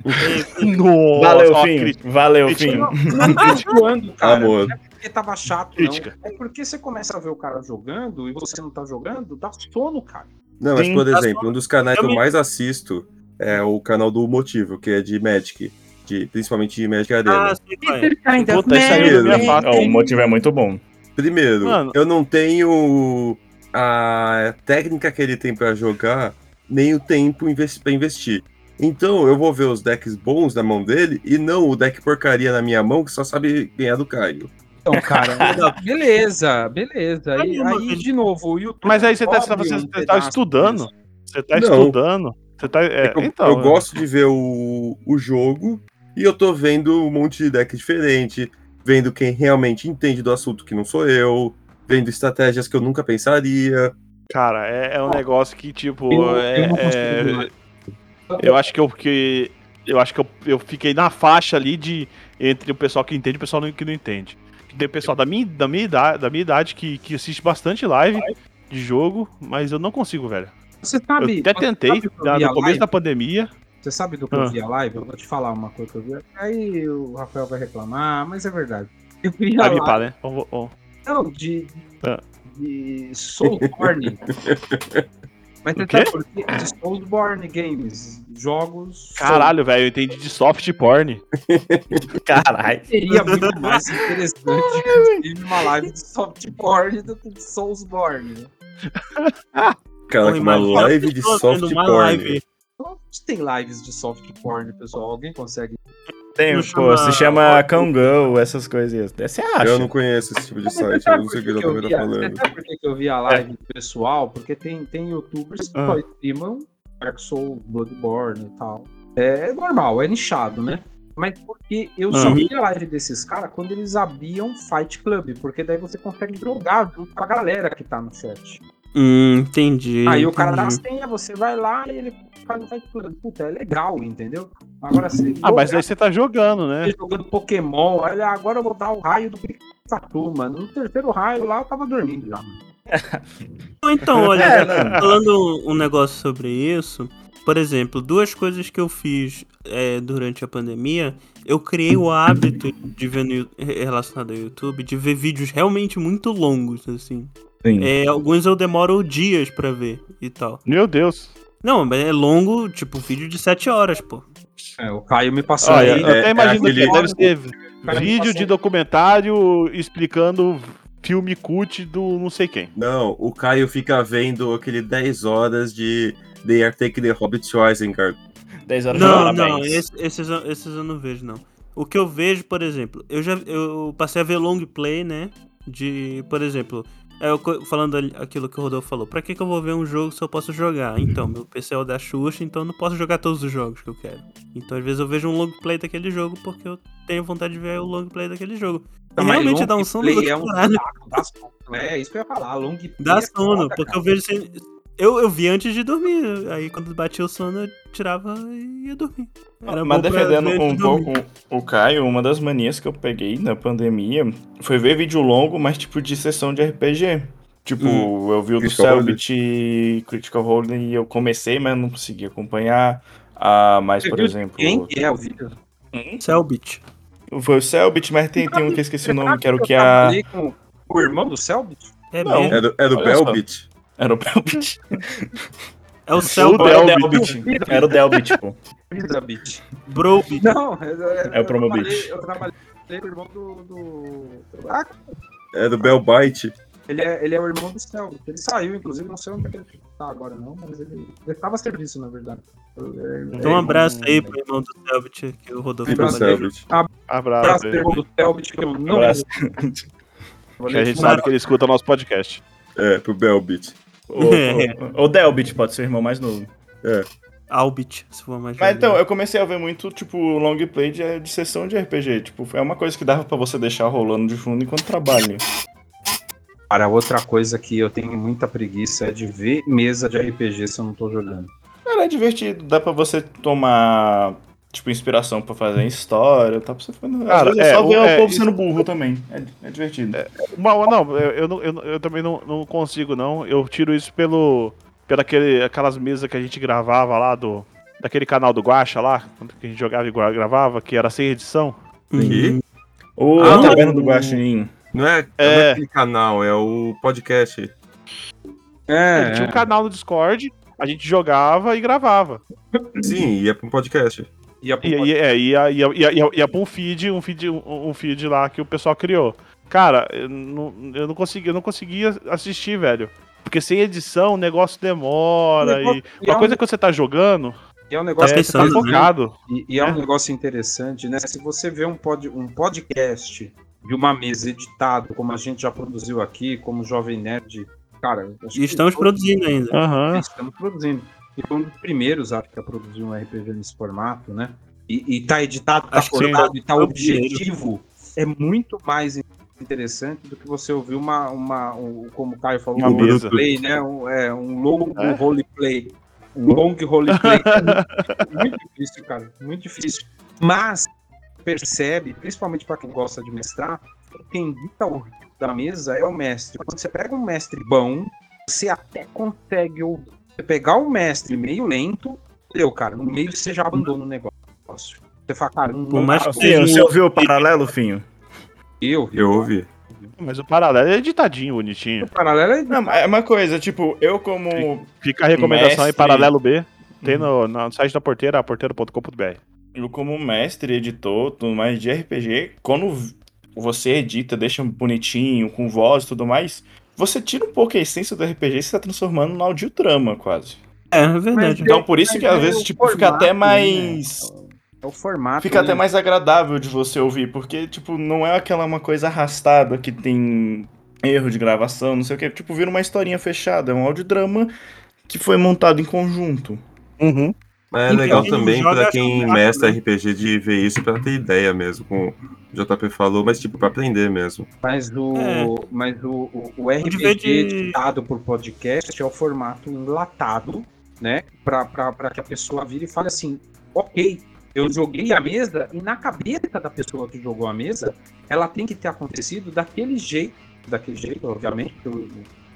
[SPEAKER 2] Nossa,
[SPEAKER 5] Valeu,
[SPEAKER 2] ó,
[SPEAKER 5] Fim.
[SPEAKER 2] crítica,
[SPEAKER 5] Valeu,
[SPEAKER 2] Crítica.
[SPEAKER 5] Fim.
[SPEAKER 4] Não, não critiquando, cara.
[SPEAKER 3] Amor.
[SPEAKER 4] Não é porque tava chato,
[SPEAKER 2] tá Crítica.
[SPEAKER 4] não. É porque você começa a ver o cara jogando e você não tá jogando, dá sono, cara.
[SPEAKER 3] Não, mas,
[SPEAKER 5] Sim,
[SPEAKER 3] por
[SPEAKER 1] tá
[SPEAKER 3] exemplo, um dos canais
[SPEAKER 1] Eu
[SPEAKER 3] que eu
[SPEAKER 1] me-
[SPEAKER 3] mais assisto é o canal do Motivo, que é de Magic. De, principalmente de Magic Arena.
[SPEAKER 1] Ah, sei qual é.
[SPEAKER 4] Então,
[SPEAKER 2] Puta, isso aí
[SPEAKER 3] Meu
[SPEAKER 2] eu minha
[SPEAKER 3] Deus.
[SPEAKER 2] pata.
[SPEAKER 5] Ó, o motivo é muito bom.
[SPEAKER 3] Primeiro,
[SPEAKER 2] Mano.
[SPEAKER 3] eu não tenho a técnica que ele tem pra jogar, nem o tempo inves- pra investir. Então eu vou ver os decks bons na mão dele e não o deck porcaria na minha mão que só sabe ganhar do Caio.
[SPEAKER 4] Então, cara, beleza, beleza. Aí,
[SPEAKER 1] Ah, não,
[SPEAKER 4] aí,
[SPEAKER 1] mas-
[SPEAKER 4] de novo, o YouTube.
[SPEAKER 2] Mas aí você tá,
[SPEAKER 4] cobre
[SPEAKER 2] você
[SPEAKER 4] um
[SPEAKER 2] tá
[SPEAKER 4] pedaço
[SPEAKER 2] estudando.
[SPEAKER 4] disso.
[SPEAKER 2] Você tá
[SPEAKER 3] Não.
[SPEAKER 2] estudando. Você tá. é,
[SPEAKER 3] eu,
[SPEAKER 2] então.
[SPEAKER 3] eu gosto de ver o, o jogo e eu tô vendo um monte de deck diferente, vendo quem realmente entende do assunto que não sou eu, vendo estratégias que eu nunca pensaria.
[SPEAKER 2] Cara, é, é um negócio que, tipo.
[SPEAKER 4] Eu- eu
[SPEAKER 2] é-
[SPEAKER 4] não consigo
[SPEAKER 2] é-
[SPEAKER 4] jogar.
[SPEAKER 2] eu acho que eu. Que, eu acho que eu, eu fiquei na faixa ali de. Entre o pessoal que entende e o pessoal que não entende. Tem o pessoal da minha, da minha idade, da minha idade que, que assiste bastante live de jogo, mas eu não consigo, velho.
[SPEAKER 4] Você sabe.
[SPEAKER 2] eu até
[SPEAKER 4] você
[SPEAKER 2] tentei
[SPEAKER 4] sabe que eu
[SPEAKER 2] na-
[SPEAKER 4] vi a
[SPEAKER 2] no começo
[SPEAKER 4] live?
[SPEAKER 2] da pandemia.
[SPEAKER 4] Você sabe do que eu
[SPEAKER 2] Ah.
[SPEAKER 4] vi a live? Eu vou te falar uma coisa que eu vi. Aí o Rafael vai reclamar, mas é verdade. Eu vi a
[SPEAKER 2] Vai me
[SPEAKER 4] live
[SPEAKER 2] pá, né? Ó, ó, ó.
[SPEAKER 4] não, de,
[SPEAKER 2] Ah.
[SPEAKER 4] de Soulborne. mas você
[SPEAKER 2] O quê?
[SPEAKER 4] sabe por quê? De Soulborne Games. Jogos.
[SPEAKER 2] Caralho, velho, eu entendi de soft porn.
[SPEAKER 5] Caralho.
[SPEAKER 4] Soul- Seria muito mais interessante inclusive, uma live de Softborne do que de Soulsborne. né?
[SPEAKER 3] Cara,
[SPEAKER 1] Pô,
[SPEAKER 3] uma
[SPEAKER 1] imagina a
[SPEAKER 3] live de
[SPEAKER 1] pessoa
[SPEAKER 3] soft
[SPEAKER 1] vendo uma
[SPEAKER 3] porn.
[SPEAKER 1] live.
[SPEAKER 4] Onde Então, tem lives de Softborne, pessoal? Alguém consegue?
[SPEAKER 5] Tem,
[SPEAKER 1] Não
[SPEAKER 5] pô,
[SPEAKER 1] chama-
[SPEAKER 5] se chama Kangol, essas coisas. Você acha?
[SPEAKER 3] Eu não conheço esse tipo de site, eu
[SPEAKER 4] sabe
[SPEAKER 3] não sei o que
[SPEAKER 4] por
[SPEAKER 3] eu
[SPEAKER 4] eu
[SPEAKER 3] tava
[SPEAKER 4] vi a-
[SPEAKER 3] falando. É.
[SPEAKER 4] Você sabe por que que eu vi a live do pessoal? Porque tem, tem youtubers que
[SPEAKER 2] Ah.
[SPEAKER 4] só streamam Dark Souls, Bloodborne e tal. É normal, é nichado, né? Mas porque
[SPEAKER 3] Ah.
[SPEAKER 4] eu só
[SPEAKER 2] Uhum.
[SPEAKER 4] vi a live desses caras quando eles abriam Fight Club, porque daí você consegue jogar junto com a galera que tá no chat.
[SPEAKER 1] Hum, entendi.
[SPEAKER 4] Aí o cara dá a
[SPEAKER 1] entendi.
[SPEAKER 4] senha, você vai lá e ele faz o Fight Club. Puta, é legal, entendeu? Agora você.
[SPEAKER 2] Ah, mas aí você tá jogando, né?
[SPEAKER 4] Fiquei jogando Pokémon. Olha, agora eu vou dar o raio do Pikachu, mano. No terceiro raio lá eu tava dormindo já. mano.
[SPEAKER 1] Ou Então, olha,
[SPEAKER 5] É, né?
[SPEAKER 1] falando um- um negócio sobre isso, Por exemplo, duas coisas que eu fiz é, durante a pandemia, eu criei o hábito de ver no, Yu- relacionado ao YouTube, de ver vídeos realmente muito longos, assim.
[SPEAKER 5] Sim.
[SPEAKER 1] É, alguns eu demoro dias pra ver e tal.
[SPEAKER 2] Meu Deus.
[SPEAKER 1] Não, mas é longo, tipo, vídeo de 7 horas, pô.
[SPEAKER 4] É, o Caio me passou
[SPEAKER 2] Olha,
[SPEAKER 4] aí. né?
[SPEAKER 2] eu
[SPEAKER 3] é-
[SPEAKER 2] até
[SPEAKER 3] é
[SPEAKER 2] imagino
[SPEAKER 3] aquele-
[SPEAKER 2] que deve ter
[SPEAKER 4] Cara,
[SPEAKER 2] Ah, vídeo de
[SPEAKER 4] passou.
[SPEAKER 2] documentário explicando filme cult do não sei quem.
[SPEAKER 3] Não, o Caio fica vendo aquele 10 horas de The Arctic The Hobbit to Isengard.
[SPEAKER 5] 10 horas de
[SPEAKER 1] É, Não,
[SPEAKER 5] parabéns.
[SPEAKER 1] não, esse- esses, eu- esses eu não vejo, não. O que eu vejo, por exemplo, eu já eu passei a ver long play, né? De, por exemplo, é, eu co- falando ali- aquilo que o Rodolfo falou, pra que, que eu vou ver um jogo se eu posso jogar? Então, meu PC é o da Xuxa, então eu não posso jogar todos os jogos que eu quero. Então, às vezes eu vejo um long play daquele jogo porque eu tenho vontade de ver o long play daquele jogo.
[SPEAKER 4] Tá,
[SPEAKER 1] E
[SPEAKER 4] mas
[SPEAKER 1] realmente
[SPEAKER 4] long
[SPEAKER 1] dá um sono
[SPEAKER 4] play
[SPEAKER 1] do
[SPEAKER 4] é um
[SPEAKER 1] caralho.
[SPEAKER 4] saco, dá sono. É, isso que eu ia falar. Long play
[SPEAKER 1] Dá
[SPEAKER 4] é
[SPEAKER 1] sono,
[SPEAKER 4] foda,
[SPEAKER 1] porque
[SPEAKER 4] cara.
[SPEAKER 1] eu vejo assim, eu, eu vi antes de dormir, aí quando batia o sono eu tirava e ia dormir. Era
[SPEAKER 5] Mas
[SPEAKER 1] bom pra
[SPEAKER 5] defendendo
[SPEAKER 1] ver antes
[SPEAKER 5] um
[SPEAKER 1] de dormir.
[SPEAKER 5] pouco o Caio, uma das manias que eu peguei na pandemia foi ver vídeo longo, mas tipo de sessão de RPG. Tipo, eu vi o do
[SPEAKER 3] Hum. Critical Role.
[SPEAKER 5] Selbit Critical Role e eu comecei, mas não consegui acompanhar. Ah, mas,
[SPEAKER 4] Você
[SPEAKER 5] por
[SPEAKER 4] viu
[SPEAKER 5] exemplo. Hum?
[SPEAKER 4] Quem que é o vídeo?
[SPEAKER 1] Selbit.
[SPEAKER 5] Foi o Selbit, mas tem, tem um que eu esqueci o nome, que era o que
[SPEAKER 4] Eu
[SPEAKER 5] a.
[SPEAKER 4] trabalhei com o irmão do Selbit?
[SPEAKER 1] É
[SPEAKER 5] Não.
[SPEAKER 1] mesmo.
[SPEAKER 3] É do, é do
[SPEAKER 5] Olha só.
[SPEAKER 3] Belbit?
[SPEAKER 5] Era o Delbit.
[SPEAKER 1] É o
[SPEAKER 2] Ou
[SPEAKER 1] Selbit
[SPEAKER 5] Era o
[SPEAKER 2] Delbit.
[SPEAKER 5] Delbit. Era o tipo. Delbit, pô.
[SPEAKER 4] Vida, bitch.
[SPEAKER 1] Brobit.
[SPEAKER 4] Não, é,
[SPEAKER 5] É o Promo
[SPEAKER 4] trabalhei-
[SPEAKER 5] Beach.
[SPEAKER 4] Eu trabalhei com o irmão do. do- Ah,
[SPEAKER 3] É do Belbite?
[SPEAKER 4] ele é, ele é o irmão do céu. Ele saiu, inclusive, não sei onde é que ele tá agora, não, mas ele prestava serviço, na verdade. é,
[SPEAKER 1] Então um abraço aí pro irmão do Selbit, que o Rodolfo
[SPEAKER 3] E do
[SPEAKER 4] Abraço.
[SPEAKER 1] trabalha.
[SPEAKER 3] Selbit.
[SPEAKER 2] Abraço.
[SPEAKER 4] Abraço, pro irmão do Selbit, que eu não
[SPEAKER 5] Abraço.
[SPEAKER 4] lembro.
[SPEAKER 2] Que a gente sabe que ele escuta nosso podcast.
[SPEAKER 3] É, pro Belbit.
[SPEAKER 5] Ou, ou, ou Delbit, pode ser o irmão mais novo.
[SPEAKER 1] Albit, se for mais
[SPEAKER 5] Mas
[SPEAKER 1] velho.
[SPEAKER 5] então, eu comecei a ver muito, tipo, long play de, de sessão de RPG. Tipo, é uma coisa que dava pra você deixar rolando de fundo enquanto trabalha.
[SPEAKER 4] Cara, outra coisa que eu tenho muita preguiça é de ver mesa de RPG se eu não tô jogando.
[SPEAKER 5] Cara, é divertido. Dá pra você tomar, tipo, inspiração pra fazer história. Tá pra você ficar...
[SPEAKER 2] Cara,
[SPEAKER 5] Às vezes é,
[SPEAKER 2] é,
[SPEAKER 5] só ver
[SPEAKER 2] o-
[SPEAKER 5] o
[SPEAKER 2] é,
[SPEAKER 5] povo
[SPEAKER 2] isso-
[SPEAKER 5] sendo burro também. É, é divertido.
[SPEAKER 2] Uma, não, eu, eu não- eu não- eu também não, não consigo, não. Eu tiro isso pelo. Pela aquele, aquelas mesas que a gente gravava lá do. Daquele canal do Guacha lá, quando que a gente jogava e gra- gravava, que era sem edição.
[SPEAKER 1] Hum.
[SPEAKER 3] E?
[SPEAKER 5] Ô,
[SPEAKER 1] Ah,
[SPEAKER 5] Taverna do
[SPEAKER 3] o-
[SPEAKER 5] Guaxinim.
[SPEAKER 3] Não é, não é aquele canal, é o podcast.
[SPEAKER 4] É,
[SPEAKER 2] Ele tinha um canal no Discord, a gente jogava e gravava.
[SPEAKER 3] Sim, e é pro podcast.
[SPEAKER 4] E a
[SPEAKER 2] E, e, é, e, ia- ia- ia- ia- ia pra um feed, um feed, um um feed lá que o pessoal criou. Cara, eu não, eu não consegui, eu não conseguia assistir, velho. Porque sem edição o negócio demora.
[SPEAKER 4] Negócio-
[SPEAKER 2] E
[SPEAKER 4] é
[SPEAKER 2] uma
[SPEAKER 4] um-
[SPEAKER 2] coisa que você tá jogando,
[SPEAKER 4] e é um
[SPEAKER 1] Tá
[SPEAKER 4] negócio
[SPEAKER 2] é,
[SPEAKER 4] que
[SPEAKER 2] você tá
[SPEAKER 1] pensando, né?
[SPEAKER 2] focado.
[SPEAKER 4] E, e é,
[SPEAKER 2] É.
[SPEAKER 4] um negócio interessante, né? Se você vê um, pod, um podcast de uma mesa editado, como a gente já produziu aqui, como Jovem Nerd, cara, eu acho
[SPEAKER 1] E estamos
[SPEAKER 4] todos
[SPEAKER 1] produzindo ainda.
[SPEAKER 2] Aham.
[SPEAKER 4] estamos produzindo. E foi um dos primeiros, acho que, a produzir um RPG nesse formato, né? E, e tá editado, tá
[SPEAKER 1] Acho que sim.
[SPEAKER 4] formado e tá
[SPEAKER 1] Foi o
[SPEAKER 4] objetivo. É muito mais interessante do que você ouvir uma, uma um, como o Caio falou,
[SPEAKER 2] Uma
[SPEAKER 4] um
[SPEAKER 2] mesa.
[SPEAKER 4] roleplay, né? Um, é, um longo
[SPEAKER 2] É.
[SPEAKER 4] roleplay. Um long roleplay. muito difícil, cara. Muito difícil. Mas percebe, principalmente para quem gosta de mestrar, quem dita o ritmo da mesa é o mestre. Quando você pega um mestre bom, você até consegue ouvir. Você pegar um mestre meio lento, deu, cara. No meio você já abandona o negócio. Você fala, cara, não,
[SPEAKER 1] Por mais que
[SPEAKER 5] Finho,
[SPEAKER 1] seja
[SPEAKER 5] você ouviu o paralelo, Finho?
[SPEAKER 4] eu,
[SPEAKER 3] Eu ouvi.
[SPEAKER 2] Mas o paralelo é editadinho, bonitinho.
[SPEAKER 4] O paralelo é
[SPEAKER 5] Não, mas é uma coisa, tipo, eu como...
[SPEAKER 2] Fica a recomendação aí,
[SPEAKER 5] Mestre.
[SPEAKER 2] paralelo B. Tem no, no site da porteira, porteira.com.br.
[SPEAKER 5] Eu, como mestre, editor, tudo mais de RPG, quando v- você edita, deixa bonitinho, com voz e tudo mais, você tira um pouco a essência do RPG e se tá transformando num audiodrama, quase.
[SPEAKER 1] É, é verdade.
[SPEAKER 5] Então, por isso que às
[SPEAKER 4] Mas é
[SPEAKER 5] vezes,
[SPEAKER 4] o
[SPEAKER 5] tipo, fica até
[SPEAKER 4] formato, né?
[SPEAKER 5] mais.
[SPEAKER 4] É o formato.
[SPEAKER 5] Fica até
[SPEAKER 4] né?
[SPEAKER 5] mais agradável de você ouvir, porque, tipo, não é aquela uma coisa arrastada que tem erro de gravação, não sei o quê. Tipo, vira uma historinha fechada, é um audiodrama que foi montado em conjunto.
[SPEAKER 2] Uhum.
[SPEAKER 3] Mas é
[SPEAKER 1] Então,
[SPEAKER 3] legal
[SPEAKER 1] quem
[SPEAKER 3] também
[SPEAKER 1] joga,
[SPEAKER 3] pra
[SPEAKER 1] acho que
[SPEAKER 3] quem
[SPEAKER 1] joga
[SPEAKER 3] mestra
[SPEAKER 1] também.
[SPEAKER 3] RPG de ver isso pra ter ideia mesmo, como o JP falou, mas tipo, pra aprender mesmo.
[SPEAKER 4] Mas o,
[SPEAKER 1] É.
[SPEAKER 4] mas o, o, o
[SPEAKER 1] ver
[SPEAKER 4] RPG
[SPEAKER 1] de-
[SPEAKER 4] editado por podcast é o formato enlatado, né? Pra, pra, pra que a pessoa vire e fale assim: ok, eu joguei a mesa, e na cabeça da pessoa que jogou a mesa, ela tem que ter acontecido daquele jeito. Daquele jeito, obviamente, que o o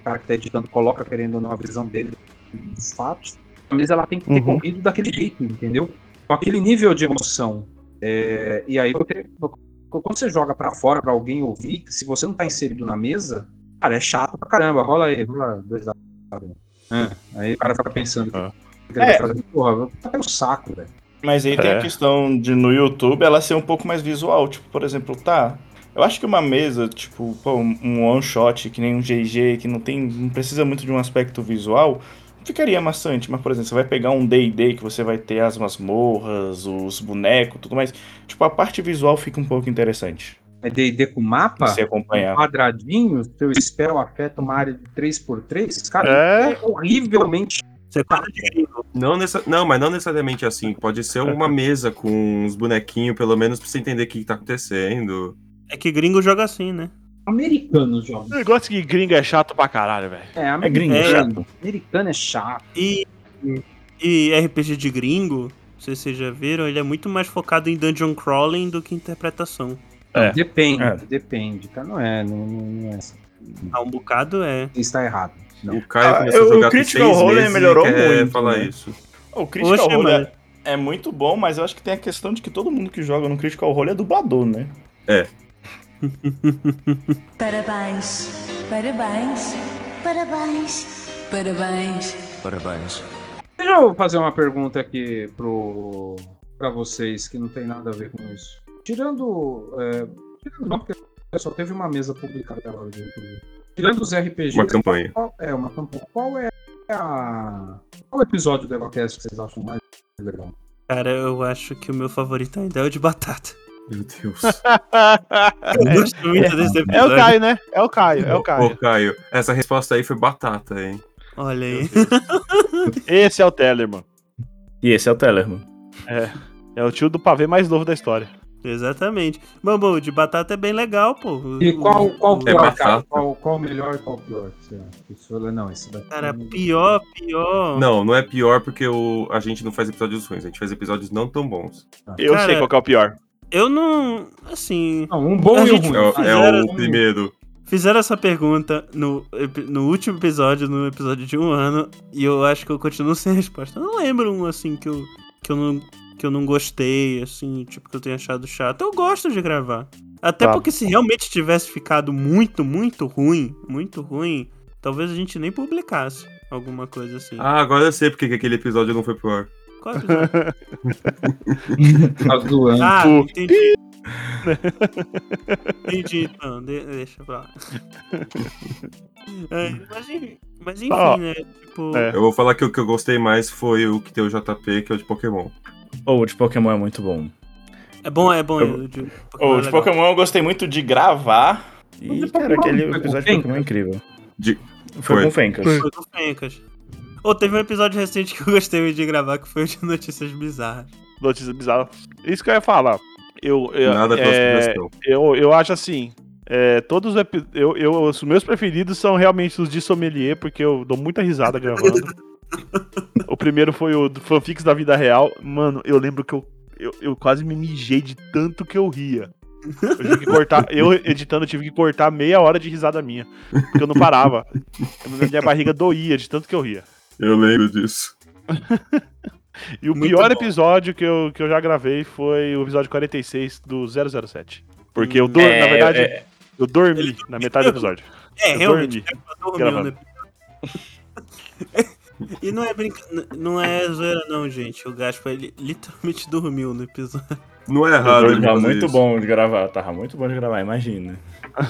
[SPEAKER 4] cara que tá editando coloca, querendo ou não, a visão dele dos fatos. mesa ela tem que ter
[SPEAKER 2] Uhum.
[SPEAKER 4] corrido daquele jeito, entendeu? Com aquele nível de emoção. É, e aí, você- quando você joga pra fora pra alguém ouvir, se você não tá inserido na mesa, cara, é chato pra caramba. Rola aí, rola dois dados. Ah, aí o cara fica pensando.
[SPEAKER 2] Ah.
[SPEAKER 4] que ele vai
[SPEAKER 5] É.
[SPEAKER 4] fazer. Porra, tá pelo saco, velho.
[SPEAKER 5] Mas aí tem
[SPEAKER 2] É.
[SPEAKER 5] a questão de no YouTube ela ser um pouco mais visual. Tipo, por exemplo, tá. Eu acho que uma mesa, tipo, pô, um- um one shot, que nem um GG, que não tem. não precisa muito de um aspecto visual, ficaria maçante. Mas, por exemplo, você vai pegar um DD que você vai ter as masmorras, os bonecos tudo mais. Tipo, a parte visual fica um pouco interessante.
[SPEAKER 4] É D&D com mapa? um
[SPEAKER 5] pra Você acompanhar.
[SPEAKER 4] quadradinho, seu spell afeta uma área de 3x3, cara,
[SPEAKER 2] É.
[SPEAKER 4] é, horrivelmente.
[SPEAKER 1] Você fala de gringo.
[SPEAKER 3] Não, necessa- não, mas não necessariamente assim. Pode ser uma mesa com uns bonequinhos, pelo menos pra você entender o que, que tá acontecendo.
[SPEAKER 1] É que gringo joga assim, né?
[SPEAKER 4] Americano, jovem.
[SPEAKER 2] O negócio que gringo é chato pra caralho, velho.
[SPEAKER 4] É,
[SPEAKER 5] É gringo,
[SPEAKER 1] É.
[SPEAKER 5] chato.
[SPEAKER 4] Americano é chato.
[SPEAKER 1] E, e RPG de gringo, não sei se vocês já viram, ele é muito mais focado em dungeon crawling do que interpretação.
[SPEAKER 2] É.
[SPEAKER 4] Depende,
[SPEAKER 5] É.
[SPEAKER 4] depende, tá? Não é, não, não, não é. assim.
[SPEAKER 1] Ah, um bocado é.
[SPEAKER 4] Você está errado. Não.
[SPEAKER 3] O Caio
[SPEAKER 5] Ah,
[SPEAKER 3] começou a
[SPEAKER 5] eu- o
[SPEAKER 3] jogar com
[SPEAKER 5] Critical
[SPEAKER 3] seis
[SPEAKER 5] Role
[SPEAKER 3] meses
[SPEAKER 5] melhorou
[SPEAKER 3] e quer
[SPEAKER 5] muito,
[SPEAKER 3] falar
[SPEAKER 5] né?
[SPEAKER 3] isso.
[SPEAKER 5] O Critical
[SPEAKER 1] Oxe,
[SPEAKER 5] Role
[SPEAKER 2] né?
[SPEAKER 1] mano.
[SPEAKER 5] é, é muito bom, mas eu acho que tem a questão de que todo mundo que joga no Critical Role é dublador, né?
[SPEAKER 7] Parabéns, parabéns, parabéns, parabéns.
[SPEAKER 4] Deixa eu fazer uma pergunta aqui pro, pra vocês que não tem nada a ver com isso. Tirando. É, tirando não, porque só teve uma mesa publicada agora de RPG. Tirando os RPGs.
[SPEAKER 3] Uma campanha.
[SPEAKER 4] Qual, é, uma campanha. Qual é a. Qual episódio do Evacast que vocês acham mais legal?
[SPEAKER 1] Cara, eu acho que o meu favorito ainda é o de batata.
[SPEAKER 3] Meu Deus.
[SPEAKER 1] Eu gosto muito desse episódio.
[SPEAKER 2] É o Caio, né? É o Caio, é o
[SPEAKER 3] Ô,
[SPEAKER 2] Caio.
[SPEAKER 3] Caio, essa resposta aí foi batata, hein?
[SPEAKER 1] Olha aí.
[SPEAKER 2] Esse é o Teller, mano.
[SPEAKER 5] E esse é o Tellerman.
[SPEAKER 2] É o tio do pavê mais novo da história.
[SPEAKER 1] Exatamente. Bambu, o de batata é bem legal, pô.
[SPEAKER 4] E qual, qual
[SPEAKER 1] o-
[SPEAKER 3] É
[SPEAKER 4] pior, cara?
[SPEAKER 3] batata.
[SPEAKER 4] Qual, qual o melhor e qual o pior? que Você acha? Você fala, não, esse daqui. é um-
[SPEAKER 1] Cara, pior, pior.
[SPEAKER 3] Não, não é pior porque o... a gente não faz episódios ruins, a gente faz episódios não tão bons.
[SPEAKER 2] Eu
[SPEAKER 1] Cara,
[SPEAKER 2] sei qual que é o pior.
[SPEAKER 1] Eu não. Assim.
[SPEAKER 4] Não, um bom
[SPEAKER 1] A
[SPEAKER 4] e um
[SPEAKER 1] gente-
[SPEAKER 3] É,
[SPEAKER 4] ruim.
[SPEAKER 3] o- é
[SPEAKER 1] Fizeram-
[SPEAKER 3] o primeiro.
[SPEAKER 1] Fizeram essa pergunta no, epi- no último episódio, no episódio de um ano, e eu acho que eu continuo sem resposta. Eu não lembro um assim que eu, que eu não que eu não gostei, assim, tipo, que eu tenha achado chato. Eu gosto de gravar. Até
[SPEAKER 2] Tá.
[SPEAKER 1] porque se realmente tivesse ficado muito, muito ruim, muito ruim, talvez a gente nem publicasse alguma coisa assim.
[SPEAKER 3] Ah, agora eu sei porque que aquele episódio não foi pro ar.
[SPEAKER 1] Qual episódio?
[SPEAKER 4] Tá zoando.
[SPEAKER 1] Ah,
[SPEAKER 2] Pô.
[SPEAKER 1] entendi. entendi, então, de- deixa pra lá. É, mas, en- mas enfim,
[SPEAKER 2] Ó.
[SPEAKER 1] né? Tipo,
[SPEAKER 2] É.
[SPEAKER 3] Eu vou falar que o que eu gostei mais foi o que tem o JP, que é o de Pokémon.
[SPEAKER 5] Ou o de Pokémon é muito bom.
[SPEAKER 1] é bom, é bom.
[SPEAKER 5] Eu-
[SPEAKER 1] eu digo, Pokémon
[SPEAKER 5] Ou
[SPEAKER 1] é
[SPEAKER 5] de
[SPEAKER 1] legal.
[SPEAKER 5] Pokémon eu gostei muito de gravar.
[SPEAKER 4] Mas
[SPEAKER 5] E,
[SPEAKER 4] de
[SPEAKER 5] cara,
[SPEAKER 4] Pokémon
[SPEAKER 5] aquele
[SPEAKER 4] foi com
[SPEAKER 5] episódio de
[SPEAKER 4] Fencas?
[SPEAKER 5] Pokémon é incrível.
[SPEAKER 3] De-
[SPEAKER 5] Foi,
[SPEAKER 3] foi.
[SPEAKER 5] com o Fencas.
[SPEAKER 1] Foi do Fencas. Ou teve um episódio recente que eu gostei muito de gravar, que foi o de notícias bizarras.
[SPEAKER 2] Notícia bizarra. Isso que eu ia falar. Eu, eu,
[SPEAKER 3] Nada pela
[SPEAKER 2] é,
[SPEAKER 3] sugestão.
[SPEAKER 2] eu, eu acho assim. é, todos os, epi- eu, eu, os meus preferidos são realmente os de sommelier, porque eu dou muita risada gravando. o primeiro foi o do fanfics da vida real. Mano, eu lembro que eu, eu, eu quase me mijei de tanto que eu ria. Eu, tive que cortar, eu editando, eu tive que cortar meia hora de risada minha. Porque eu não parava. Minha barriga doía de tanto que eu ria.
[SPEAKER 3] Eu lembro disso.
[SPEAKER 2] E o
[SPEAKER 1] Muito
[SPEAKER 2] pior
[SPEAKER 1] bom.
[SPEAKER 2] episódio que eu, que eu já gravei foi o episódio 46 do 007. Porque eu, dor,
[SPEAKER 5] É,
[SPEAKER 2] na verdade,
[SPEAKER 5] é,
[SPEAKER 2] eu dormi na metade do episódio.
[SPEAKER 1] É,
[SPEAKER 2] Eu
[SPEAKER 1] realmente,
[SPEAKER 2] dormi.
[SPEAKER 1] eu dormi
[SPEAKER 2] Gravando.
[SPEAKER 1] no episódio. E não é brinca... não é zoeira não, gente. O Gaspar, ele literalmente dormiu no episódio.
[SPEAKER 3] Não é errado. ele
[SPEAKER 5] tava
[SPEAKER 3] fazer
[SPEAKER 5] muito
[SPEAKER 3] isso.
[SPEAKER 5] bom de gravar, tava muito bom de gravar, imagina.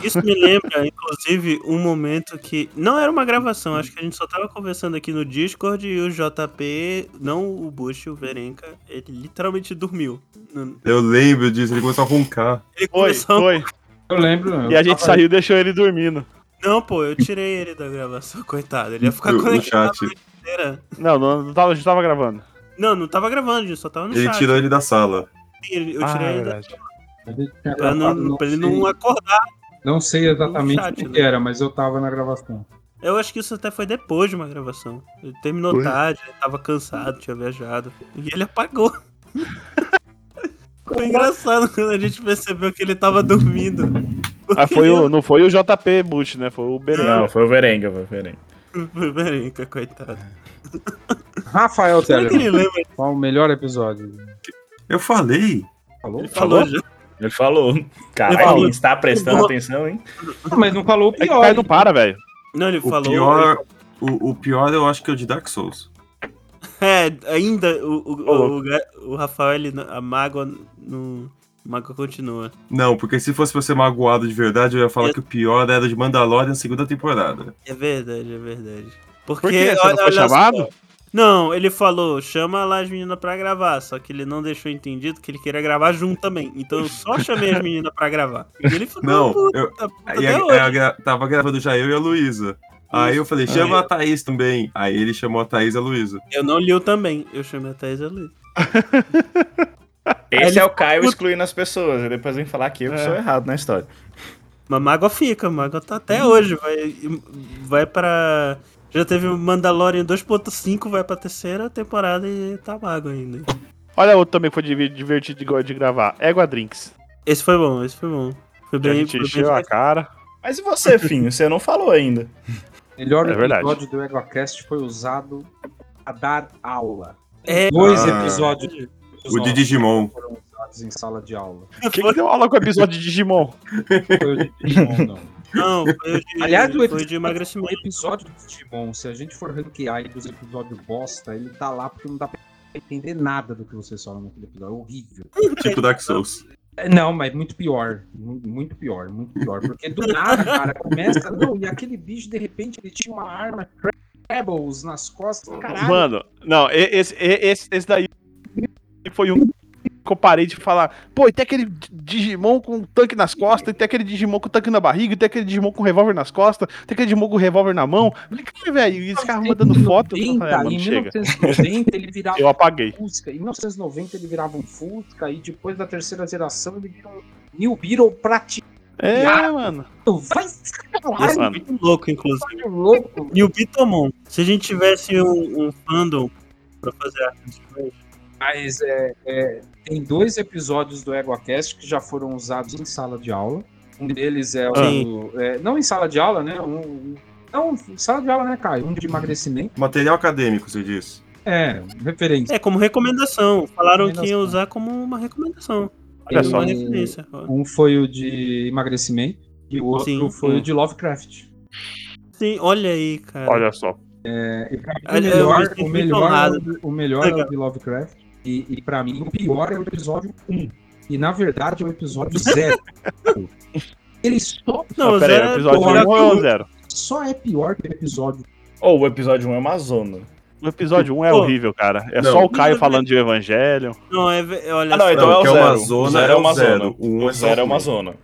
[SPEAKER 1] Isso me lembra, inclusive, um momento que. Não era uma gravação, acho que a gente só tava conversando aqui no Discord e o JP, não o Bush, o Verenka, ele literalmente dormiu.
[SPEAKER 3] Eu lembro disso, ele começou a roncar.
[SPEAKER 1] Ele
[SPEAKER 2] Foi,
[SPEAKER 1] começou.
[SPEAKER 2] foi.
[SPEAKER 4] Eu lembro. eu
[SPEAKER 2] E a gente
[SPEAKER 4] tava-
[SPEAKER 2] saiu e deixou ele dormindo.
[SPEAKER 1] Não, pô, eu tirei ele da gravação, coitado. Ele ia ficar
[SPEAKER 3] No- no
[SPEAKER 1] conectado
[SPEAKER 3] chat.
[SPEAKER 1] noite inteira.
[SPEAKER 2] Não, não, não tava, a gente tava gravando.
[SPEAKER 1] Não, não tava gravando, gente, só tava no
[SPEAKER 3] Ele
[SPEAKER 1] chat.
[SPEAKER 3] tirou ele da sala.
[SPEAKER 1] Ele- Eu
[SPEAKER 2] Ah,
[SPEAKER 1] tirei
[SPEAKER 2] é
[SPEAKER 1] ele da...
[SPEAKER 2] verdade.
[SPEAKER 1] pra, não,
[SPEAKER 4] Ah,
[SPEAKER 1] pra ele não acordar.
[SPEAKER 4] Não sei exatamente
[SPEAKER 1] No chat,
[SPEAKER 4] o que
[SPEAKER 1] né?
[SPEAKER 4] era, mas eu tava na gravação.
[SPEAKER 1] Eu acho que isso até foi depois de uma gravação. Ele terminou tarde, ele tava cansado, tinha viajado. E ele apagou. Foi engraçado quando a gente percebeu que ele tava dormindo.
[SPEAKER 2] Ah, foi o, não foi o JP Bush,
[SPEAKER 1] Hum.
[SPEAKER 2] né? Foi o Berenga.
[SPEAKER 5] Não, foi o Verenga, foi o Verenga.
[SPEAKER 1] Verenca, coitado.
[SPEAKER 4] Rafael
[SPEAKER 1] Será que ele
[SPEAKER 4] Telemann,
[SPEAKER 1] lembra?
[SPEAKER 4] qual o melhor episódio?
[SPEAKER 3] Eu falei.
[SPEAKER 4] Falou?
[SPEAKER 1] Falou?
[SPEAKER 5] Ele falou.
[SPEAKER 1] Ele
[SPEAKER 5] Caralho,
[SPEAKER 1] falou.
[SPEAKER 5] está prestando
[SPEAKER 1] Ele falou.
[SPEAKER 5] atenção, hein?
[SPEAKER 4] Ah, mas não falou o
[SPEAKER 2] É que o
[SPEAKER 4] pior.
[SPEAKER 2] Caio não para, velho.
[SPEAKER 1] Não, ele
[SPEAKER 3] O
[SPEAKER 1] falou.
[SPEAKER 3] pior. O, o pior eu acho que é o de Dark Souls.
[SPEAKER 1] É, ainda o, o,
[SPEAKER 2] Ô,
[SPEAKER 1] o, o, o Rafael, ele, a mágoa não. A mágoa continua.
[SPEAKER 3] Não, porque se fosse pra ser magoado de verdade, eu ia falar
[SPEAKER 1] Eu-
[SPEAKER 3] que o pior era de Mandalorian segunda temporada.
[SPEAKER 1] É verdade, é verdade. Porque.
[SPEAKER 2] Por quê? Você
[SPEAKER 1] olha-
[SPEAKER 2] não foi
[SPEAKER 1] olha só.
[SPEAKER 2] chamado?
[SPEAKER 1] Não, ele falou, chama lá as meninas pra gravar, só que ele não deixou entendido que ele queria gravar junto também. Então eu só chamei as meninas pra gravar. E ele ficou
[SPEAKER 3] Não,
[SPEAKER 1] puta,
[SPEAKER 3] eu,
[SPEAKER 1] puta
[SPEAKER 3] E
[SPEAKER 1] até
[SPEAKER 3] a-
[SPEAKER 1] hoje.
[SPEAKER 3] a gra- tava gravando já eu e a Luísa. Aí eu falei, chama a Thaís também. Aí ele chamou a Thaís e a Luísa.
[SPEAKER 1] Eu não li o também, eu chamei a Thaís e a Luiz.
[SPEAKER 5] Esse
[SPEAKER 1] Ele
[SPEAKER 5] é o Caio
[SPEAKER 1] ficou-
[SPEAKER 5] excluindo as pessoas. E depois vem falar que eu que
[SPEAKER 2] É.
[SPEAKER 5] sou errado na história.
[SPEAKER 1] Mas mágoa fica, mágoa tá até hoje, vai, vai pra... Já teve o Mandalorian 2.5, vai pra terceira temporada e tá mago ainda.
[SPEAKER 2] Olha outro também que foi divi- divertido igual de gravar. Égua Drinks.
[SPEAKER 1] Esse foi bom, esse foi bom. Foi
[SPEAKER 2] Que a
[SPEAKER 1] bem...
[SPEAKER 2] gente
[SPEAKER 1] foi bem
[SPEAKER 2] encheu a cara.
[SPEAKER 5] Mas e você, Finho? Você não falou ainda.
[SPEAKER 4] Melhor
[SPEAKER 2] É verdade.
[SPEAKER 4] episódio do EgoCast foi usado a dar aula.
[SPEAKER 1] É,
[SPEAKER 4] Dois
[SPEAKER 3] Ah.
[SPEAKER 4] episódios
[SPEAKER 3] O de Digimon.
[SPEAKER 4] foram usados em sala de aula.
[SPEAKER 2] Quem que deu aula com o episódio de Digimon?
[SPEAKER 4] Foi o de Digimon, não.
[SPEAKER 1] não, foi o de,
[SPEAKER 4] Aliás, o
[SPEAKER 1] foi o de
[SPEAKER 4] episódio, o
[SPEAKER 1] emagrecimento.
[SPEAKER 4] episódio do Digimon, se a gente for ranquear aí dos episódios bosta, ele tá lá porque não dá pra entender nada do que vocês falam naquele episódio. É horrível.
[SPEAKER 3] Tipo Dark Souls.
[SPEAKER 4] É, Não, mas muito pior. mu- Muito pior, muito pior. Porque do nada, cara, começa. Não, e aquele bicho, de repente, ele tinha uma arma Trebles nas costas. Caralho.
[SPEAKER 2] Mano, não, e- esse, e- esse, esse daí foi um que eu parei de falar. Pô, e tem aquele di- Digimon com um tanque nas costas, e tem aquele Digimon com tanque na barriga, e tem aquele Digimon com revólver nas costas, tem aquele Digimon com revólver na mão. Falei, caralho, velho, e esse cara mandando foto. Eu falei, ah,
[SPEAKER 4] Em
[SPEAKER 2] mano, chega.
[SPEAKER 4] 1990, ele virava
[SPEAKER 2] Eu apaguei.
[SPEAKER 4] Fusca. Em 1990 ele virava um Fusca e depois da terceira geração ele vira um New Beetle prateado.
[SPEAKER 2] É,
[SPEAKER 4] Ah.
[SPEAKER 2] mano.
[SPEAKER 4] Vai se
[SPEAKER 1] Esse é
[SPEAKER 4] caralho,
[SPEAKER 2] mano.
[SPEAKER 1] muito louco, inclusive.
[SPEAKER 4] que louco.
[SPEAKER 1] E o Bitomon. Se a gente tivesse um, um fandom pra fazer arte dos dois,
[SPEAKER 4] Mas é, é, tem dois episódios do EgoCast que já foram usados em sala de aula. Um deles é
[SPEAKER 1] Ah.
[SPEAKER 4] o.
[SPEAKER 1] Sim.
[SPEAKER 4] é, não em sala de aula, né? Um, um- não, em sala de aula, né, Caio? Um de emagrecimento.
[SPEAKER 3] Material acadêmico, você disse.
[SPEAKER 4] É, referência.
[SPEAKER 1] é como recomendação. Falaram que ia
[SPEAKER 4] Recomendação.
[SPEAKER 1] usar como uma recomendação.
[SPEAKER 2] Olha
[SPEAKER 5] É
[SPEAKER 1] Como
[SPEAKER 2] só.
[SPEAKER 1] Uma referência. ó.
[SPEAKER 4] Um foi o de emagrecimento e o outro
[SPEAKER 1] Sim,
[SPEAKER 4] foi
[SPEAKER 1] sim.
[SPEAKER 4] o de Lovecraft.
[SPEAKER 1] Sim, olha aí, cara.
[SPEAKER 2] Olha só.
[SPEAKER 4] É, E pra mim,
[SPEAKER 1] Olha,
[SPEAKER 4] o melhor,
[SPEAKER 1] eu me sinto
[SPEAKER 4] o melhor, é
[SPEAKER 1] honrado.
[SPEAKER 4] o de- o melhor é o de Lovecraft. E, e pra mim, o pior é o episódio 1. E na verdade é o episódio 0. Ele só,
[SPEAKER 1] Não,
[SPEAKER 2] Ah, pera aí,
[SPEAKER 1] Zé,
[SPEAKER 2] o episódio é 1
[SPEAKER 4] porra,
[SPEAKER 5] é
[SPEAKER 2] ou
[SPEAKER 4] tudo.
[SPEAKER 2] o 0?
[SPEAKER 4] só é pior que o episódio.
[SPEAKER 5] Ou o episódio 1 é uma zona.
[SPEAKER 2] O episódio 1 é
[SPEAKER 1] Pô.
[SPEAKER 2] horrível, cara. É
[SPEAKER 3] Não.
[SPEAKER 2] só o Caio falando de evangelho.
[SPEAKER 1] não, é, ve- olha
[SPEAKER 5] Ah, não,
[SPEAKER 1] só.
[SPEAKER 5] então
[SPEAKER 3] Não,
[SPEAKER 5] é o
[SPEAKER 3] que é uma
[SPEAKER 5] zero.
[SPEAKER 3] zona,
[SPEAKER 5] o zero é uma
[SPEAKER 3] é o zero.
[SPEAKER 5] zona.
[SPEAKER 3] Um
[SPEAKER 5] o
[SPEAKER 3] é só
[SPEAKER 5] zero é uma
[SPEAKER 3] um.
[SPEAKER 5] zona.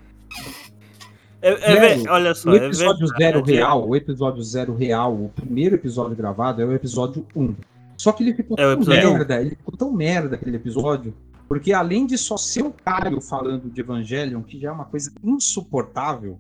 [SPEAKER 1] É, é ve-
[SPEAKER 4] Velho,
[SPEAKER 1] olha só,
[SPEAKER 4] O
[SPEAKER 1] é
[SPEAKER 4] episódio
[SPEAKER 1] verdade.
[SPEAKER 4] 0 real, o episódio 0 real, o primeiro episódio gravado é o episódio 1. Só que ele ficou
[SPEAKER 1] É o
[SPEAKER 4] tão
[SPEAKER 1] episódio um.
[SPEAKER 4] merda, ele ficou tão merda aquele episódio, porque além de só ser o Caio falando de Evangelion, que já é uma coisa insuportável,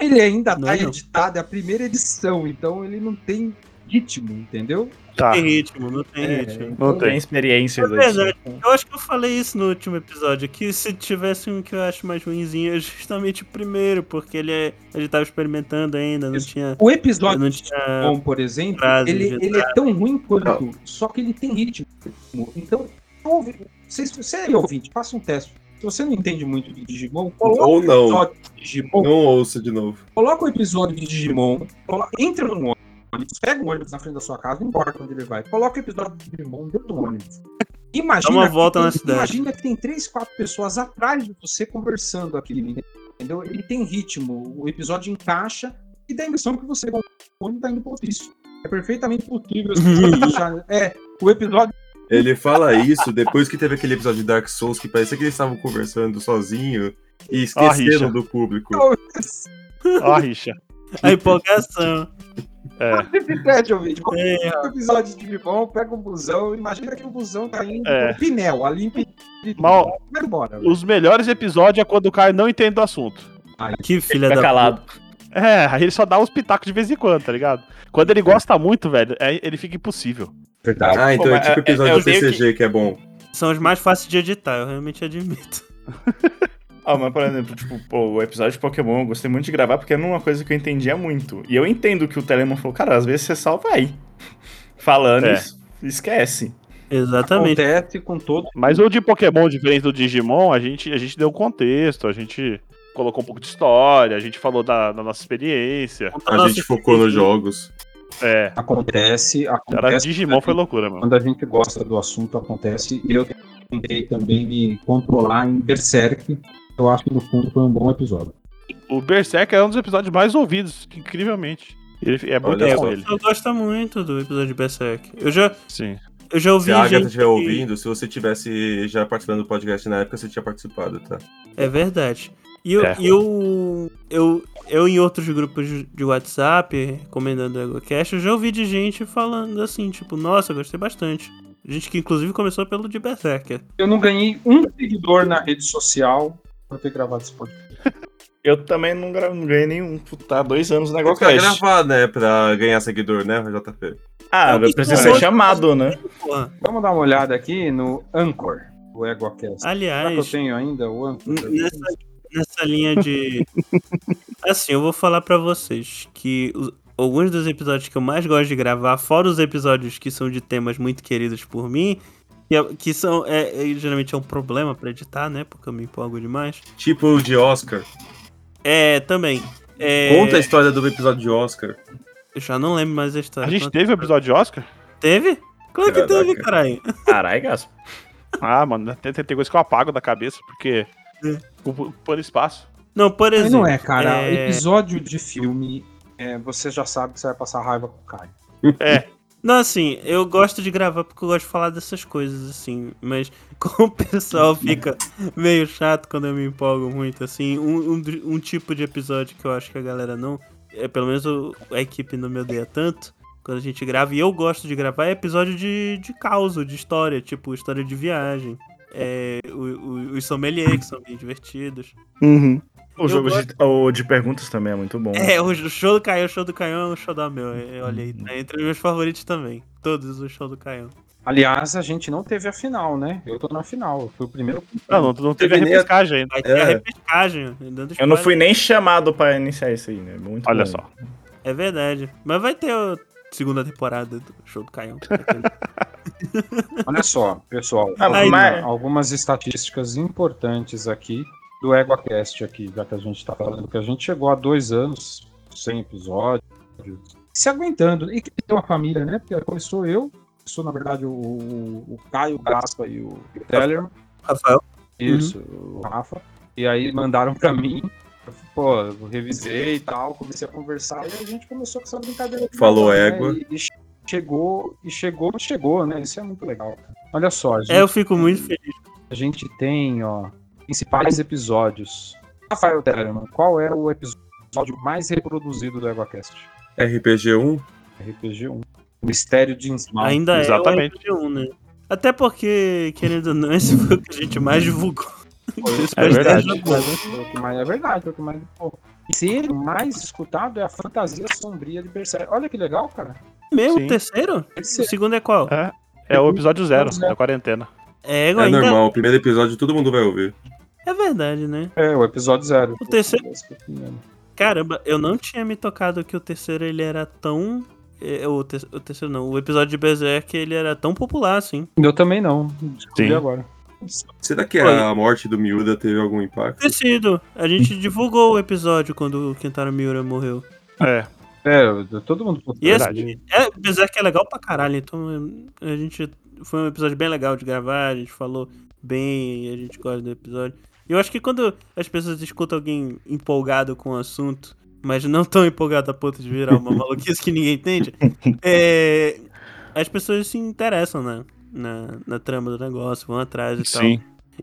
[SPEAKER 4] ele ainda
[SPEAKER 1] Não
[SPEAKER 4] tá
[SPEAKER 1] é não.
[SPEAKER 4] editado, é a primeira edição, então ele não tem ritmo, entendeu?
[SPEAKER 2] Tá.
[SPEAKER 5] Ah.
[SPEAKER 1] Não tem ritmo, não tem
[SPEAKER 4] É,
[SPEAKER 1] ritmo.
[SPEAKER 2] Não
[SPEAKER 5] Tem
[SPEAKER 2] tem.
[SPEAKER 5] experiência.
[SPEAKER 1] É verdade.
[SPEAKER 5] disso.
[SPEAKER 1] Eu acho que eu falei isso no último episódio, que se tivesse um que eu acho mais ruimzinho, é justamente o primeiro, porque ele, é, ele tava experimentando ainda, não tinha...
[SPEAKER 4] O episódio
[SPEAKER 1] Não tinha
[SPEAKER 4] bom, por exemplo,
[SPEAKER 1] Frase
[SPEAKER 4] ele,
[SPEAKER 1] de
[SPEAKER 4] ele é tão ruim quanto, só que ele tem ritmo. Então, ouve, se se você é ouvinte, faça um teste. Se você não entende muito de Digimon, coloca
[SPEAKER 3] Ou
[SPEAKER 4] o
[SPEAKER 3] não.
[SPEAKER 4] episódio de Digimon,
[SPEAKER 3] Não ouça de novo.
[SPEAKER 4] coloca o episódio de Digimon, colo- entra no ônibus, pega um ônibus na frente da sua casa, não importa onde ele vai, coloca o episódio de Digimon dentro do ônibus. Imagina
[SPEAKER 1] Dá uma
[SPEAKER 4] que
[SPEAKER 1] volta
[SPEAKER 4] tem-
[SPEAKER 1] na cidade.
[SPEAKER 4] Imagina que tem três, quatro pessoas atrás de você conversando aqui, entendeu? Ele tem um ritmo, o episódio encaixa e dá a impressão que você está indo pro ofício. É perfeitamente possível as pessoas acharem- É, o episódio
[SPEAKER 3] Ele fala isso depois que teve aquele episódio de Dark Souls que parecia que eles estavam conversando sozinho
[SPEAKER 1] Ah,
[SPEAKER 3] e esqueceram
[SPEAKER 2] Richa.
[SPEAKER 3] do público.
[SPEAKER 2] Ó, a rixa.
[SPEAKER 1] a empolgação.
[SPEAKER 2] É.
[SPEAKER 4] se repete, ouvinte. Qual
[SPEAKER 1] É,
[SPEAKER 4] é o episódio de Digimon, pega um busão, imagina que o busão tá indo
[SPEAKER 2] É.
[SPEAKER 4] pro Pinel, ali em Pinel.
[SPEAKER 2] Mal,
[SPEAKER 4] Vai embora. velho.
[SPEAKER 2] os melhores episódios é quando o Caio não entende do assunto.
[SPEAKER 1] que filha
[SPEAKER 5] Fica
[SPEAKER 1] da
[SPEAKER 5] calado.
[SPEAKER 2] É, aí ele só dá uns pitacos de vez em quando, tá ligado? Quando ele gosta muito, velho, é- ele fica impossível.
[SPEAKER 4] Verdade.
[SPEAKER 3] Ah, então
[SPEAKER 5] Pô,
[SPEAKER 3] é
[SPEAKER 5] mas
[SPEAKER 3] tipo
[SPEAKER 5] é-
[SPEAKER 3] episódio
[SPEAKER 5] eu
[SPEAKER 3] do
[SPEAKER 5] tenho
[SPEAKER 3] CCG que... é bom.
[SPEAKER 1] São os mais fáceis de editar, eu realmente admito.
[SPEAKER 5] Ah, mas por exemplo, tipo, pô, o episódio de Pokémon eu gostei muito de gravar porque era uma coisa que eu entendia muito. E eu entendo que o Telemann falou, cara, às vezes você só vai falando
[SPEAKER 2] É.
[SPEAKER 5] isso, esquece.
[SPEAKER 1] Exatamente.
[SPEAKER 4] Acontece com todo.
[SPEAKER 2] Mas o de Pokémon, diferente do Digimon, a gente, a gente deu um contexto, a gente colocou um pouco de história, a gente falou da, da nossa experiência.
[SPEAKER 3] A gente focou nos jogos.
[SPEAKER 2] É.
[SPEAKER 4] Acontece,
[SPEAKER 2] Cara,
[SPEAKER 4] acontece.
[SPEAKER 2] Digimon
[SPEAKER 3] né?
[SPEAKER 2] foi loucura, mano.
[SPEAKER 4] Quando a gente gosta do assunto, acontece. E eu tentei também me controlar em Berserk. Eu acho que no fundo foi um bom episódio.
[SPEAKER 2] O Berserk é um dos episódios mais ouvidos, incrivelmente. Ele é muito
[SPEAKER 3] Olha
[SPEAKER 2] bom
[SPEAKER 3] só.
[SPEAKER 2] ele.
[SPEAKER 1] Eu gosto muito do episódio de Berserk. Eu já,
[SPEAKER 2] Sim.
[SPEAKER 1] eu já ouvi.
[SPEAKER 3] Se a Agatha
[SPEAKER 1] gente
[SPEAKER 3] estiver
[SPEAKER 1] que-
[SPEAKER 3] ouvindo, se você tivesse já participando do podcast na época, você tinha participado, tá?
[SPEAKER 1] É verdade. E eu,
[SPEAKER 2] É.
[SPEAKER 1] e eu, eu, eu em outros grupos de de WhatsApp, recomendando o EgoCast, eu já ouvi de gente falando assim, tipo, nossa, eu gostei bastante. Gente que inclusive começou pelo de Berserker.
[SPEAKER 4] Eu não ganhei um seguidor na rede social pra ter gravado esse podcast.
[SPEAKER 5] Eu também não, gra- não ganhei nenhum. Tá dois anos na
[SPEAKER 3] Tem que
[SPEAKER 5] GoCast.
[SPEAKER 3] gravar, né? Pra ganhar seguidor, né, JP?
[SPEAKER 5] Ah,
[SPEAKER 1] Eu
[SPEAKER 5] precisa
[SPEAKER 1] tô
[SPEAKER 5] ser
[SPEAKER 1] hoje-
[SPEAKER 5] chamado, né?
[SPEAKER 1] é Porra.
[SPEAKER 4] Vamos dar uma olhada aqui no Anchor, o EgoCast. Será que eu
[SPEAKER 1] Aliás,
[SPEAKER 4] tenho ainda o Anchor?
[SPEAKER 1] Ah, n- nessa, nessa linha de. assim, eu vou falar pra vocês que os- alguns dos episódios que eu mais gosto de gravar, fora os episódios que são de temas muito queridos por mim, que, é- que são. é- é- geralmente é um problema pra editar, né? Porque eu me empolgo demais.
[SPEAKER 3] Tipo o de Oscar.
[SPEAKER 1] É, também. É,
[SPEAKER 3] Conta a história do episódio de Oscar.
[SPEAKER 1] Eu já não lembro mais a história.
[SPEAKER 2] A gente
[SPEAKER 1] Quanto-
[SPEAKER 2] teve o episódio de Oscar?
[SPEAKER 1] Teve? Claro que
[SPEAKER 3] Caraca.
[SPEAKER 1] teve, caralho.
[SPEAKER 5] Caralho, Gaspo.
[SPEAKER 2] Ah, mano, tem, tem, tem coisa que eu apago da cabeça, porque. Por, por espaço.
[SPEAKER 1] Não, por
[SPEAKER 4] Mas
[SPEAKER 1] exemplo.
[SPEAKER 4] não é, cara.
[SPEAKER 1] é-
[SPEAKER 4] Episódio de filme, é, você já sabe que você vai passar raiva com o Caio.
[SPEAKER 1] Não, assim, eu gosto de gravar porque eu gosto de falar dessas coisas, assim. Mas como o pessoal fica meio chato quando eu me empolgo muito, assim, um, um dr- um tipo de episódio que eu acho que a galera não. É, pelo menos o- a equipe não me odeia tanto. Quando a gente grava, e eu gosto de gravar, é episódio de, de causa, de história, tipo, história de viagem. É, o- o- os sommeliers, que são bem divertidos.
[SPEAKER 5] O
[SPEAKER 1] Eu
[SPEAKER 5] jogo de, o de perguntas também é muito bom.
[SPEAKER 1] É, o show do Caião, o show do Caião é um show da meu. é, Olha aí, tá entre os meus favoritos também. Todos os show do Caião.
[SPEAKER 4] Aliás, a gente não teve a final, né? Eu tô na final. Eu fui o primeiro.
[SPEAKER 2] Ah, Não, não, não teve a
[SPEAKER 3] Teve nem a-
[SPEAKER 2] repescagem ainda.
[SPEAKER 1] Vai ter a
[SPEAKER 3] É.
[SPEAKER 1] repescagem. né? dando
[SPEAKER 5] Eu não
[SPEAKER 1] spoiler.
[SPEAKER 5] fui nem chamado pra iniciar isso aí, né? Muito
[SPEAKER 2] Olha
[SPEAKER 5] bom.
[SPEAKER 2] só.
[SPEAKER 1] É verdade. Mas vai ter a segunda temporada do show do Caião.
[SPEAKER 4] Olha só, pessoal.
[SPEAKER 5] Ah,
[SPEAKER 4] alguma-
[SPEAKER 5] mas-
[SPEAKER 4] Algumas estatísticas importantes aqui do EguaCast aqui, já que a gente tá falando que a gente chegou a dois anos sem episódios, se aguentando. E que tem uma família, né? Porque começou eu, sou na verdade o, o o Caio, o Gaspa e o Tellerman.
[SPEAKER 1] Rafael?
[SPEAKER 3] Uhum.
[SPEAKER 4] Isso, o Rafa. E aí mandaram pra mim. Eu falei, Pô, eu revisei e tal, comecei a conversar e a gente começou com essa brincadeira. de
[SPEAKER 3] Falou
[SPEAKER 4] volta, né?
[SPEAKER 3] égua.
[SPEAKER 4] E, e che- chegou, e chegou, chegou, né? Isso é muito legal. Olha só, a gente,
[SPEAKER 1] É, eu fico muito feliz.
[SPEAKER 4] a gente tem, ó, principais episódios. Rafael Tellerman, qual é o episódio mais reproduzido do EguaCast?
[SPEAKER 3] RPG 1?
[SPEAKER 4] RPG 1. O Mistério de Innsmouth.
[SPEAKER 1] Ainda é
[SPEAKER 2] Exatamente.
[SPEAKER 1] o RP1, né? Até porque, querendo ou não, esse foi o que a gente mais divulgou.
[SPEAKER 5] É verdade.
[SPEAKER 4] Foi o que mais- É verdade, foi o que mais. Pô. E se ele mais escutado é a fantasia sombria de Berserk. Olha que legal, cara.
[SPEAKER 1] um. Mesmo
[SPEAKER 2] Sim.
[SPEAKER 1] o terceiro? O
[SPEAKER 4] Esse
[SPEAKER 1] segundo é qual?
[SPEAKER 2] É o episódio zero
[SPEAKER 4] Zero.
[SPEAKER 2] da quarentena.
[SPEAKER 1] É,
[SPEAKER 3] É
[SPEAKER 1] ainda...
[SPEAKER 3] normal, o primeiro episódio todo mundo vai ouvir.
[SPEAKER 1] É verdade, né?
[SPEAKER 4] é o episódio zero.
[SPEAKER 1] O terceiro- Caramba, eu não tinha me tocado que o terceiro ele era tão. é, O, ter- o terceiro não, o episódio de Berserk ele era tão popular assim.
[SPEAKER 4] Eu também não. Descobri
[SPEAKER 2] Sim.
[SPEAKER 4] agora.
[SPEAKER 3] Será que a morte do Miúda teve algum impacto?
[SPEAKER 1] Tecido, a gente divulgou o episódio quando o Kentaro Miura morreu.
[SPEAKER 2] É.
[SPEAKER 4] É, eu- todo mundo.
[SPEAKER 1] E esse,
[SPEAKER 2] Verdade.
[SPEAKER 1] é, Berserk é legal pra caralho, então a gente. Foi um episódio bem legal de gravar, a gente falou bem, a gente gosta do episódio. E eu acho que quando as pessoas escutam alguém empolgado com o assunto, mas não tão empolgado a ponto de virar uma maluquice que ninguém entende, é, as pessoas se interessam na, na, na trama do negócio, vão atrás e tal.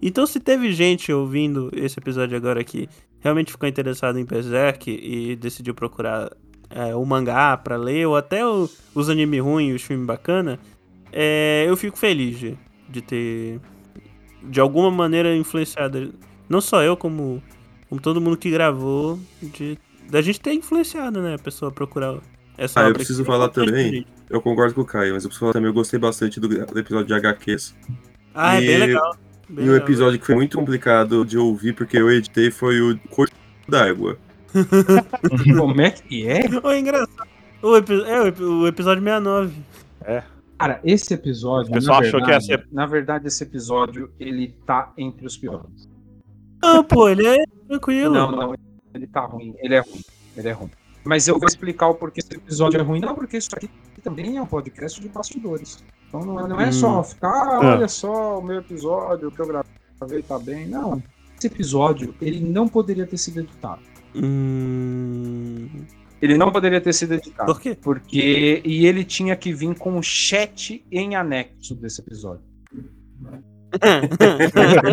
[SPEAKER 1] Então, se teve gente ouvindo esse episódio agora que realmente ficou interessado em Berserk e decidiu procurar é, o mangá pra ler, ou até o- os anime ruins e os filmes bacana, é, eu fico feliz de, de ter, de alguma maneira, influenciado. Não só eu, como, como todo mundo que gravou, de, da gente ter influenciado, né? A pessoa procurar essa
[SPEAKER 3] Ah, eu
[SPEAKER 1] obra
[SPEAKER 3] preciso
[SPEAKER 1] que- é
[SPEAKER 3] falar também. Eu concordo com o Caio, mas eu preciso falar também, eu gostei bastante do, do episódio de HQs.
[SPEAKER 1] Ah, é
[SPEAKER 3] E-
[SPEAKER 1] bem legal. bem
[SPEAKER 3] E o
[SPEAKER 1] legal.
[SPEAKER 3] episódio que foi muito complicado de ouvir, porque eu editei, foi o Corpo d'Água.
[SPEAKER 4] Como é que é?
[SPEAKER 1] é, Ô, engraçado. O, epi- é, o epi- o episódio 69.
[SPEAKER 4] Cara, esse episódio.
[SPEAKER 2] O pessoal
[SPEAKER 4] na
[SPEAKER 2] achou que
[SPEAKER 4] verdade-
[SPEAKER 2] ia ser-
[SPEAKER 4] Na verdade, esse episódio, ele tá entre os piores.
[SPEAKER 1] Não, pô, ele é tranquilo.
[SPEAKER 4] Não, não, ele tá ruim. Ele é ruim. Ele é ruim. Mas eu vou explicar o porquê esse episódio é ruim. Não, porque isso aqui também é um podcast de bastidores. Então não é, não
[SPEAKER 2] Hum.
[SPEAKER 4] é só ficar, ah,
[SPEAKER 2] Ah.
[SPEAKER 4] olha só o meu episódio, o que eu gravei tá bem. Não. Esse episódio, ele não poderia ter sido editado.
[SPEAKER 1] Hum,
[SPEAKER 4] Ele não poderia ter sido editado.
[SPEAKER 1] por quê?
[SPEAKER 4] Porque. E ele tinha que vir com o chat em anexo desse episódio.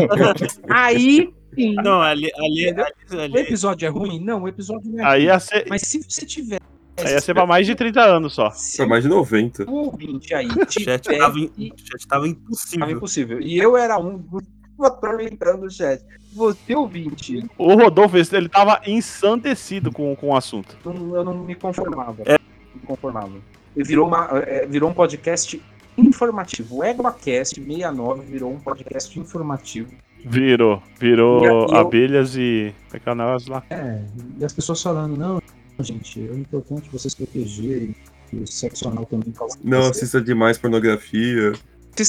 [SPEAKER 4] Aí. Sim.
[SPEAKER 1] não, ali, ali,
[SPEAKER 4] Entendeu?
[SPEAKER 1] ali,
[SPEAKER 4] O
[SPEAKER 1] ali-
[SPEAKER 4] episódio é ruim? Não, o episódio não é
[SPEAKER 2] Aí
[SPEAKER 4] ruim.
[SPEAKER 2] ia ser,
[SPEAKER 4] Mas se você tiver.
[SPEAKER 2] aí ia ser pra mais de 30 anos só.
[SPEAKER 4] Se
[SPEAKER 3] Foi é mais de 90.
[SPEAKER 4] o ouvinte aí
[SPEAKER 1] o chat
[SPEAKER 4] tiver.
[SPEAKER 1] tava, im-
[SPEAKER 4] e-
[SPEAKER 1] o chat tava
[SPEAKER 4] Tava
[SPEAKER 1] impossível.
[SPEAKER 4] impossível. E eu era um dos atormentando o chat. Você ouvinte,
[SPEAKER 2] O Rodolfo, ele tava ensandecido com, com o assunto.
[SPEAKER 4] não- eu não me conformava. Não me conformava. E Virou, uma, é, virou um podcast informativo. O EguaCast 69 virou um podcast informativo.
[SPEAKER 2] Virou,
[SPEAKER 4] E a-
[SPEAKER 2] virou
[SPEAKER 4] e eu-
[SPEAKER 2] abelhas e. Como é que é o negócio lá?
[SPEAKER 4] E as pessoas falando, não, gente, é importante você se proteger e o sexo anal também causa.
[SPEAKER 3] Não assista é demais pornografia.
[SPEAKER 4] Vocês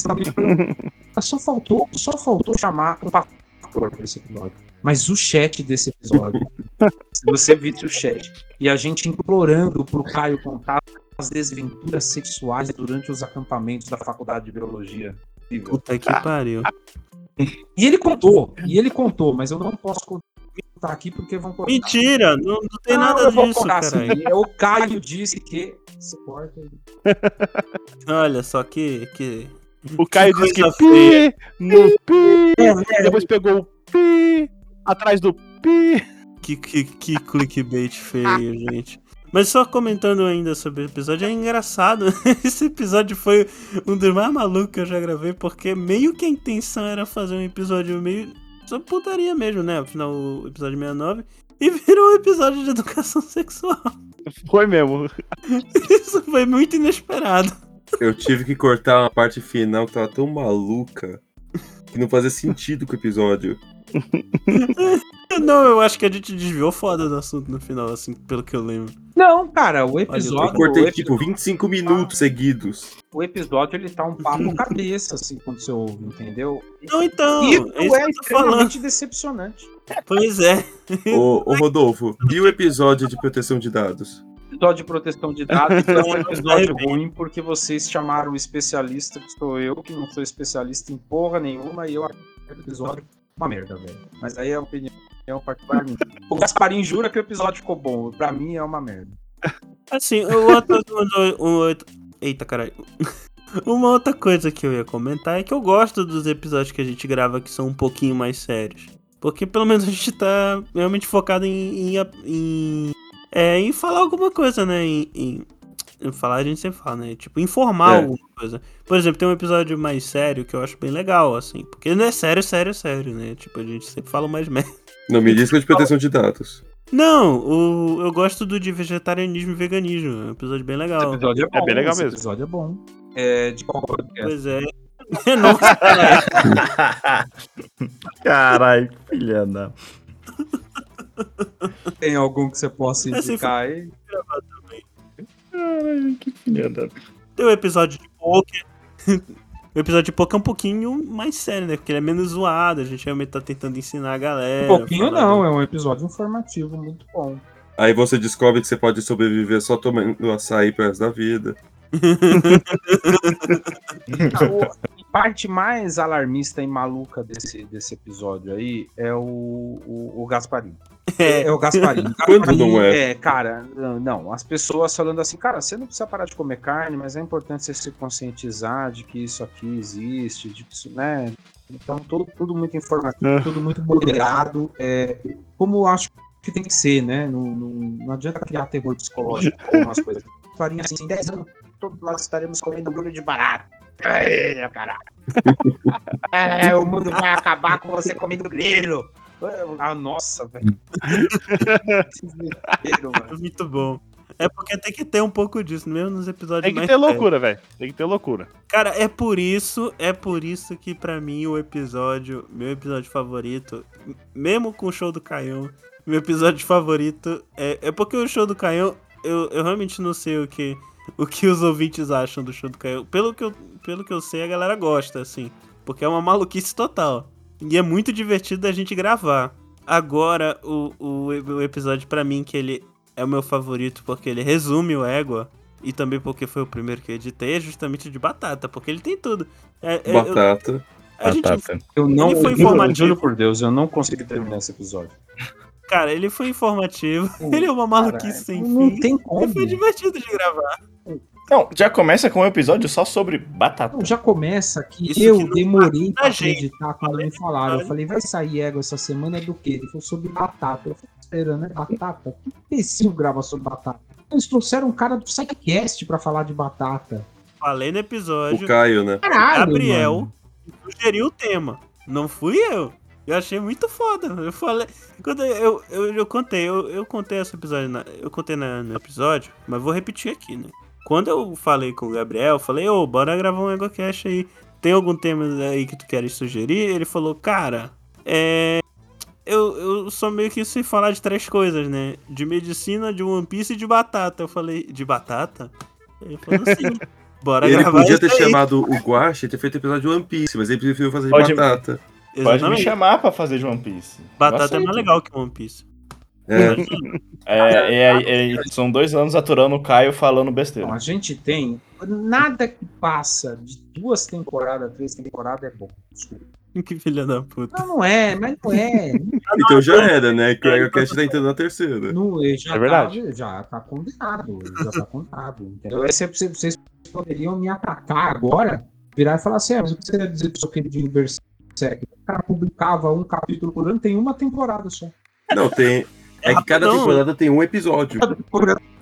[SPEAKER 4] sabem, só faltou, só faltou chamar um pastor pra esse episódio. Mas o chat desse episódio, se você visse o chat, e a gente implorando pro Caio contar as desventuras sexuais durante os acampamentos da faculdade de biologia. Incrível.
[SPEAKER 1] Puta que pariu.
[SPEAKER 4] E ele contou, e ele contou, mas eu não posso contar aqui porque vão cortar.
[SPEAKER 1] Mentira, não, não tem
[SPEAKER 4] Não,
[SPEAKER 1] nada
[SPEAKER 4] eu vou
[SPEAKER 1] disso,
[SPEAKER 4] contar
[SPEAKER 1] cara.
[SPEAKER 4] sim. É o Caio disse que se corta.
[SPEAKER 1] Olha só que. que...
[SPEAKER 2] O Caio disse que
[SPEAKER 1] coisa feia.
[SPEAKER 2] pi, no pi, depois pegou o pi, atrás do pi.
[SPEAKER 1] Que, que, que clickbait feio, gente. Mas só comentando ainda sobre o episódio, é engraçado. Esse episódio foi um dos mais malucos que eu já gravei, porque meio que a intenção era fazer um episódio meio. Só putaria mesmo, né? Afinal, o episódio 69. E virou um episódio de educação sexual.
[SPEAKER 2] Foi mesmo.
[SPEAKER 1] Isso foi muito inesperado.
[SPEAKER 3] Eu tive que cortar uma parte final que tava tão maluca que não fazia sentido com o episódio.
[SPEAKER 1] Não, eu acho que a gente desviou foda do assunto no final, assim, pelo que eu lembro.
[SPEAKER 4] Não, cara, o
[SPEAKER 1] tô
[SPEAKER 3] Eu
[SPEAKER 4] episódio. o
[SPEAKER 3] cortei
[SPEAKER 4] epi-
[SPEAKER 3] tipo 25 minutos seguidos.
[SPEAKER 4] o episódio ele tá um papo cabeça, assim, quando você ouve, entendeu?
[SPEAKER 1] Não, então,
[SPEAKER 4] E
[SPEAKER 1] é
[SPEAKER 4] isso
[SPEAKER 1] isso que
[SPEAKER 4] é
[SPEAKER 1] eu tô falando.
[SPEAKER 4] extremamente decepcionante.
[SPEAKER 1] Pois é.
[SPEAKER 3] Ô, ô Rodolfo, e o episódio de proteção de dados?
[SPEAKER 4] Episódio de proteção de dados é um episódio
[SPEAKER 1] Vai,
[SPEAKER 4] ruim porque vocês chamaram o especialista, que sou eu, que não sou especialista em porra nenhuma, e eu acho o episódio é uma merda, velho. Mas aí é opinião particular minha. O Gasparim jura que o episódio ficou bom. Pra mim é uma merda.
[SPEAKER 1] Assim, o outro. o- o- o- um eita, caralho. Uma outra coisa que eu ia comentar é que eu gosto dos episódios que a gente grava que são um pouquinho mais sérios. Porque pelo menos a gente tá realmente focado em. em, em- é, em falar alguma coisa, né? Em, em- em falar a gente sempre fala, né? Tipo, informar
[SPEAKER 3] É.
[SPEAKER 1] alguma coisa. Por exemplo, tem um episódio mais sério que eu acho bem legal, assim. Porque não é sério, sério, sério, né? Tipo, a gente sempre fala mais merda.
[SPEAKER 3] Não me diz que é de proteção de dados.
[SPEAKER 1] Não, o- eu gosto do de vegetarianismo e veganismo. É um episódio bem
[SPEAKER 4] Esse
[SPEAKER 1] legal.
[SPEAKER 4] episódio é bom.
[SPEAKER 2] bem legal
[SPEAKER 4] esse
[SPEAKER 2] mesmo.
[SPEAKER 4] episódio é bom. É, de qual podcast?
[SPEAKER 1] Pois é. Nossa, cara.
[SPEAKER 5] Caralho, filha da.
[SPEAKER 4] Tem algum que você possa
[SPEAKER 1] Esse foi-
[SPEAKER 4] indicar aí?
[SPEAKER 5] Caralho, que filha da.
[SPEAKER 1] tem o episódio de poker. O episódio de poker é um pouquinho mais sério, né? Porque ele é menos zoado, a gente realmente tá tentando ensinar a galera.
[SPEAKER 4] Um pouquinho
[SPEAKER 1] falar
[SPEAKER 4] não,
[SPEAKER 1] do-
[SPEAKER 4] é um episódio informativo muito bom.
[SPEAKER 3] Aí você descobre que você pode sobreviver só tomando açaí pro resto da vida.
[SPEAKER 4] A parte mais alarmista e maluca desse, desse episódio aí é o, o, o Gasparim.
[SPEAKER 1] É,
[SPEAKER 4] É o Gasparim. O
[SPEAKER 3] Quando
[SPEAKER 4] Gasparim,
[SPEAKER 3] não é?
[SPEAKER 4] Cara, não, não, as pessoas falando assim, cara, você não precisa parar de comer carne, mas é importante você se conscientizar de que isso aqui existe, de que isso, né? Então, tudo, tudo muito informativo,
[SPEAKER 2] É.
[SPEAKER 4] tudo muito moderado, é, como eu acho que tem que ser, né? Não, não, não adianta criar terror psicológico com umas coisas. Farinha assim, em 10 anos, todos nós estaremos comendo hambúrguer de barato. Ai, meu caralho. É, o mundo vai acabar com você comendo grilo. Ah, nossa, velho. Que desespero,
[SPEAKER 1] é
[SPEAKER 4] mano.
[SPEAKER 1] muito bom. É porque tem que ter um pouco disso, mesmo nos episódios
[SPEAKER 2] Tem que
[SPEAKER 1] mais
[SPEAKER 2] ter
[SPEAKER 1] sérios.
[SPEAKER 2] loucura, velho. Tem que ter loucura.
[SPEAKER 1] Cara, é por isso, é por isso que pra mim o episódio, meu episódio favorito, m- mesmo com o show do Caião, meu episódio favorito é, é porque o show do Caião, eu, eu realmente não sei o que o que os ouvintes acham do show do Caio. Pelo que eu, pelo que eu sei, a galera gosta, assim. Porque é uma maluquice total. E é muito divertido da gente gravar. Agora, o, o, o episódio, pra mim, que ele é o meu favorito porque ele resume o Égua. E também porque foi o primeiro que eu editei, é justamente o de batata, porque ele tem tudo. É, é, eu-
[SPEAKER 3] Batata.
[SPEAKER 1] a gente
[SPEAKER 8] Batata.
[SPEAKER 4] Eu não.
[SPEAKER 1] Ele foi
[SPEAKER 4] juro-
[SPEAKER 1] informativo.
[SPEAKER 4] Juro por Deus, eu não consegui terminar esse episódio.
[SPEAKER 1] Cara, ele foi informativo. ele é uma maluquice sem
[SPEAKER 4] Caralho, Não
[SPEAKER 1] fim.
[SPEAKER 4] tem
[SPEAKER 1] E
[SPEAKER 4] como.
[SPEAKER 1] foi divertido de gravar.
[SPEAKER 5] Não, já começa com um episódio só sobre batata.
[SPEAKER 4] Não, já começa que
[SPEAKER 1] Isso
[SPEAKER 4] eu
[SPEAKER 1] que não tá
[SPEAKER 4] demorei pra
[SPEAKER 1] a gente.
[SPEAKER 4] acreditar quando
[SPEAKER 1] assim,
[SPEAKER 4] me falaram. Eu falei, vai sair ego essa semana do quê? Ele falou sobre batata. Eu falei, esperando, é batata? Que imbecil grava sobre batata? Eles trouxeram um cara do Psycast pra falar de batata.
[SPEAKER 1] Falei no
[SPEAKER 3] O
[SPEAKER 1] episódio.
[SPEAKER 3] Caio, né?
[SPEAKER 4] Caralho,
[SPEAKER 1] Gabriel
[SPEAKER 4] mano.
[SPEAKER 1] sugeriu o tema. Não fui eu. Eu achei muito foda. Eu falei. Quando eu, eu, eu contei, eu, eu contei esse episódio. na- eu contei na- no episódio, mas vou repetir aqui, né? Quando eu falei com o Gabriel, eu falei, ô, bora gravar um EgoCast aí. Tem algum tema aí que tu queres sugerir? Ele falou, cara, é. Eu, eu sou meio que sem falar de três coisas, né? De medicina, de One Piece e de batata. Eu falei, de batata? Ele falou assim, bora
[SPEAKER 3] Ele
[SPEAKER 1] gravar
[SPEAKER 3] podia
[SPEAKER 1] isso
[SPEAKER 3] ter
[SPEAKER 1] aí.
[SPEAKER 3] chamado o Guache e ter feito episódio de One Piece, mas ele preferiu fazer de
[SPEAKER 5] Pode-
[SPEAKER 3] batata.
[SPEAKER 5] Pode me
[SPEAKER 1] Exatamente.
[SPEAKER 5] chamar pra fazer de One Piece.
[SPEAKER 1] Batata é
[SPEAKER 5] Aceito.
[SPEAKER 1] mais legal que One Piece.
[SPEAKER 3] É,
[SPEAKER 5] É, é, é, são dois anos aturando o Caio falando besteira.
[SPEAKER 4] Então, a gente tem. Nada que passa de duas temporadas, três temporadas é bom. Desculpa.
[SPEAKER 1] Que filha da puta.
[SPEAKER 4] Não, não é, mas não é.
[SPEAKER 3] então já era, né?
[SPEAKER 1] É,
[SPEAKER 3] Que o Ego Cast tá entrando na terceira.
[SPEAKER 4] Não, ele já
[SPEAKER 2] É verdade.
[SPEAKER 4] Tá, já tá condenado. ele Já tá condenado. Entendeu? Esse é pra você- vocês poderiam me atacar agora, virar e falar assim: é, mas o que você quer dizer do seu queridinho Berserk? O cara publicava um capítulo por ano, tem uma temporada só.
[SPEAKER 3] Não, tem. É que cada
[SPEAKER 1] Não.
[SPEAKER 3] temporada tem um episódio.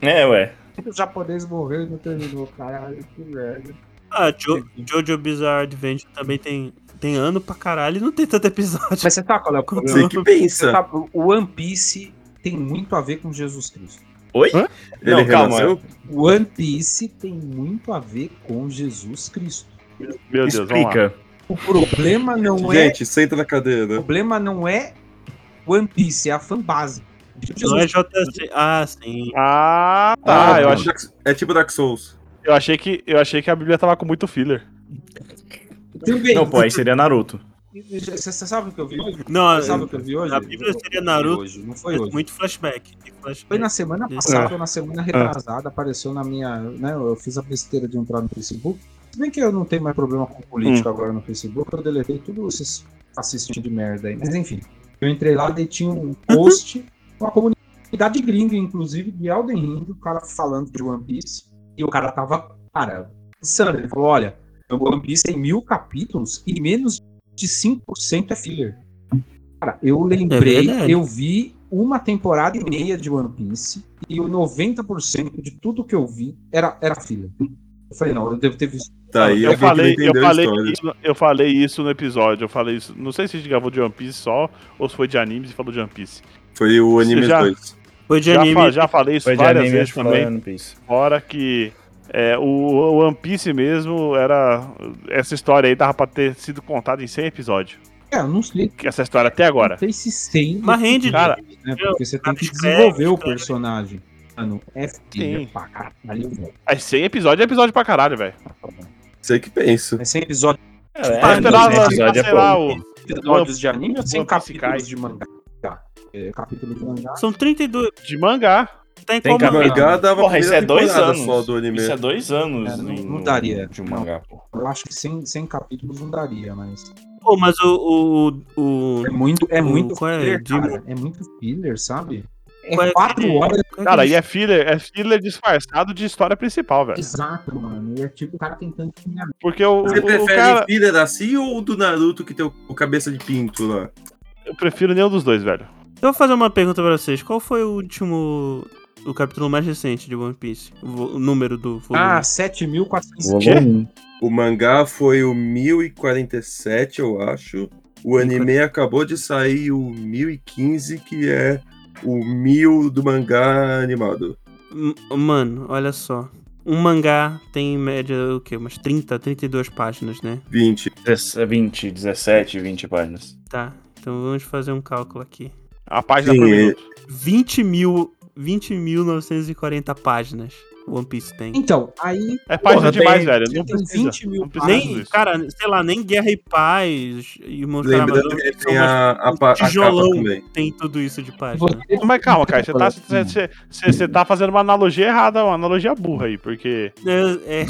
[SPEAKER 5] É, ué.
[SPEAKER 4] O japonês morreu e não terminou, caralho. Que merda.
[SPEAKER 1] Ah, jo Jojo Bizarre Adventure também tem, tem ano pra caralho e não tem tanto episódio.
[SPEAKER 4] Mas você tá qual é o problema?
[SPEAKER 3] Você que pensa.
[SPEAKER 4] sabe, o One Piece tem muito a ver com Jesus Cristo.
[SPEAKER 5] Oi?
[SPEAKER 2] Hã?
[SPEAKER 3] Ele
[SPEAKER 5] Não, calma.
[SPEAKER 3] renasceu?
[SPEAKER 4] O One Piece tem muito a ver com Jesus Cristo.
[SPEAKER 2] Meu Deus, vamos lá.
[SPEAKER 8] Explica.
[SPEAKER 4] O problema não é
[SPEAKER 3] Gente, senta na
[SPEAKER 4] O
[SPEAKER 3] cadeira.
[SPEAKER 4] problema não é One Piece, é a fanbase.
[SPEAKER 1] Não é JC. Ah, sim.
[SPEAKER 2] Ah, tá.
[SPEAKER 3] Ah,
[SPEAKER 2] eu,
[SPEAKER 3] é
[SPEAKER 2] achei,
[SPEAKER 3] Dark- É tipo Dark Souls.
[SPEAKER 2] eu, achei que, eu achei que a Bíblia tava com muito filler.
[SPEAKER 4] Também.
[SPEAKER 5] Não, pô, aí seria Naruto.
[SPEAKER 4] Você você sabe o que eu vi hoje?
[SPEAKER 1] Não,
[SPEAKER 4] Você sabe o que eu vi hoje?
[SPEAKER 1] a Bíblia seria
[SPEAKER 4] Não foi
[SPEAKER 1] Naruto.
[SPEAKER 4] Hoje, não foi hoje.
[SPEAKER 1] muito É. flashback. tem flashback.
[SPEAKER 4] Foi na semana passada ou na semana retrasada, apareceu na minha. Né, eu fiz a besteira de entrar no Facebook. Se bem que eu não tenho mais problema com política
[SPEAKER 1] Hum.
[SPEAKER 4] agora no Facebook, eu deletei tudo esses assistentes de merda aí. Mas enfim, eu entrei lá e tinha um post com a comunidade gringa, inclusive, de Elden Ring, o cara falando de One Piece. E o cara tava, cara, insano. Ele falou: olha, o One Piece tem mil capítulos e menos de 5% é filler. Cara, eu lembrei,
[SPEAKER 1] É verdade.
[SPEAKER 4] eu vi uma temporada e meia de One Piece e o 90% de tudo que eu vi era, era filler. Eu falei, não, eu devo ter visto.
[SPEAKER 3] Tá aí,
[SPEAKER 2] eu
[SPEAKER 3] alguém
[SPEAKER 2] falei,
[SPEAKER 3] que não
[SPEAKER 2] eu
[SPEAKER 3] entendeu a
[SPEAKER 2] falei,
[SPEAKER 3] história.
[SPEAKER 2] isso, eu falei isso no episódio. Eu falei isso. Não sei se a gente gravou de One Piece só ou se foi de animes e falou de One Piece.
[SPEAKER 3] Foi o
[SPEAKER 2] Você
[SPEAKER 3] anime
[SPEAKER 2] já-
[SPEAKER 3] 2.
[SPEAKER 1] Foi de
[SPEAKER 2] Já,
[SPEAKER 1] anime.
[SPEAKER 2] fa- já falei isso
[SPEAKER 5] Foi de
[SPEAKER 2] várias
[SPEAKER 5] anime é
[SPEAKER 2] vezes
[SPEAKER 5] acho que foi
[SPEAKER 2] também.
[SPEAKER 5] One Piece.
[SPEAKER 2] Fora que é, o o One Piece mesmo era. Essa história aí dava pra ter sido contada em 100 episódios.
[SPEAKER 4] É, eu não sei.
[SPEAKER 2] Que Essa história até agora.
[SPEAKER 4] Não sei se 100.
[SPEAKER 1] Mas rende,
[SPEAKER 2] Cara,
[SPEAKER 4] né? Porque você tem que
[SPEAKER 1] Escreve,
[SPEAKER 4] desenvolver o
[SPEAKER 1] escreve.
[SPEAKER 4] personagem. Mano, é filler pra caralho, velho.
[SPEAKER 2] Aí 100 episódios é episódio pra caralho, velho.
[SPEAKER 3] Você que pensa.
[SPEAKER 4] É 100 episódios
[SPEAKER 5] É, é,
[SPEAKER 2] Pra esperar,
[SPEAKER 5] esse episódio é
[SPEAKER 2] sei lá,
[SPEAKER 5] pouco.
[SPEAKER 2] o,
[SPEAKER 4] episódios de anime ou 100
[SPEAKER 2] One Piece
[SPEAKER 4] capítulos
[SPEAKER 2] cai.
[SPEAKER 4] de mangá? É, capítulo de mangá.
[SPEAKER 1] São 32.
[SPEAKER 2] de mangá.
[SPEAKER 1] Tá em
[SPEAKER 5] Tem
[SPEAKER 1] qual
[SPEAKER 3] O
[SPEAKER 5] capítulo.
[SPEAKER 1] momento?
[SPEAKER 3] mangá dava a
[SPEAKER 5] Porra, isso é
[SPEAKER 3] primeira
[SPEAKER 5] dois
[SPEAKER 3] temporada
[SPEAKER 5] anos.
[SPEAKER 3] só do anime.
[SPEAKER 5] Isso é dois anos.
[SPEAKER 4] É, não-
[SPEAKER 5] em-
[SPEAKER 4] não daria.
[SPEAKER 5] De um mangá, pô.
[SPEAKER 4] Eu acho que 100, 100 capítulos não daria, mas.
[SPEAKER 1] Pô, mas o. o, o...
[SPEAKER 4] É muito, é
[SPEAKER 1] O-
[SPEAKER 4] muito
[SPEAKER 1] qual é?
[SPEAKER 4] filler,
[SPEAKER 1] Demon?
[SPEAKER 4] cara. É muito filler, sabe? É
[SPEAKER 1] Qual é
[SPEAKER 4] quatro
[SPEAKER 1] aquele-
[SPEAKER 4] horas
[SPEAKER 1] qual é
[SPEAKER 2] Cara,
[SPEAKER 1] aquele-
[SPEAKER 2] e é filler, é filler disfarçado de história principal, velho.
[SPEAKER 4] exato, mano. E é tipo o cara tentando te enganar.
[SPEAKER 2] Porque o,
[SPEAKER 3] Você
[SPEAKER 2] o, o
[SPEAKER 3] prefere
[SPEAKER 2] cara.
[SPEAKER 3] filler assim ou o do Naruto que tem o o cabeça de pinto lá?
[SPEAKER 2] Eu prefiro nenhum dos dois, velho.
[SPEAKER 1] Eu vou fazer uma pergunta pra vocês. Qual foi o último. O capítulo mais recente de One Piece? O, vo- o número do volume?
[SPEAKER 4] Ah, 7.400.
[SPEAKER 8] Volume
[SPEAKER 3] O mangá foi o 1047, eu acho. O anime acabou de sair o 1015, que é o 1000 do mangá animado.
[SPEAKER 1] M- Mano, olha só. Um mangá tem em média o quê? Umas 30, 32 páginas, né?
[SPEAKER 3] 20.
[SPEAKER 5] 20, 17, 20 páginas.
[SPEAKER 1] Tá. Então vamos fazer um cálculo aqui.
[SPEAKER 2] A página
[SPEAKER 3] Sim,
[SPEAKER 2] por
[SPEAKER 3] é-
[SPEAKER 2] minuto.
[SPEAKER 1] 20 mil. 20.940 páginas. One Piece tem.
[SPEAKER 4] Então, aí
[SPEAKER 2] É página
[SPEAKER 5] Porra,
[SPEAKER 2] demais,
[SPEAKER 5] tem-
[SPEAKER 2] velho. Não
[SPEAKER 4] tem
[SPEAKER 2] precisa.
[SPEAKER 4] 20 mil
[SPEAKER 2] Não precisa
[SPEAKER 4] páginas.
[SPEAKER 2] tudo
[SPEAKER 1] Nem,
[SPEAKER 2] isso.
[SPEAKER 1] cara, sei lá, nem Guerra e Paz e
[SPEAKER 3] Lembrando que ele tem a, a, pa- a capa
[SPEAKER 1] tijolão.
[SPEAKER 3] também.
[SPEAKER 1] tem tudo isso de página.
[SPEAKER 4] você
[SPEAKER 2] Mas calma, cara, você tá, você- você- você- você tá fazendo uma analogia errada, uma analogia burra aí, porque
[SPEAKER 1] É, é.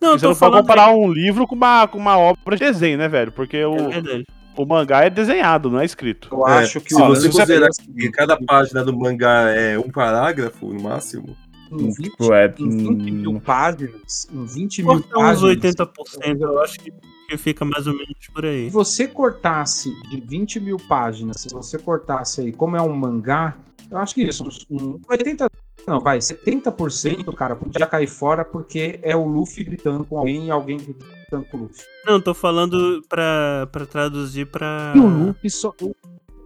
[SPEAKER 1] Não, eu
[SPEAKER 2] você
[SPEAKER 1] tô
[SPEAKER 2] não pode
[SPEAKER 1] falando. assim.
[SPEAKER 2] comparar um livro com uma, com uma obra de desenho, né, velho? Porque
[SPEAKER 1] É
[SPEAKER 2] o,
[SPEAKER 1] verdade.
[SPEAKER 2] o mangá é desenhado, não é escrito.
[SPEAKER 4] eu
[SPEAKER 3] É,
[SPEAKER 4] acho que
[SPEAKER 3] se
[SPEAKER 4] ó,
[SPEAKER 3] você
[SPEAKER 4] os
[SPEAKER 3] considerar
[SPEAKER 4] livros-
[SPEAKER 3] que cada página do mangá é um parágrafo, no máximo,
[SPEAKER 4] em 20,
[SPEAKER 5] Tipo, é,
[SPEAKER 4] em um. 20
[SPEAKER 5] hum,
[SPEAKER 4] mil páginas, em 20 mil
[SPEAKER 1] Corta uns
[SPEAKER 4] páginas,
[SPEAKER 1] 80%, eu acho que que fica mais ou menos por aí.
[SPEAKER 4] se você cortasse de 20 mil páginas, se você cortasse aí, como é um mangá, eu acho que isso, uns um 80, não, vai, 70%, cara, podia cair fora porque é o Luffy gritando com alguém e alguém gritando com o Luffy.
[SPEAKER 1] Não, tô falando pra, pra traduzir pra.
[SPEAKER 4] E o Luffy só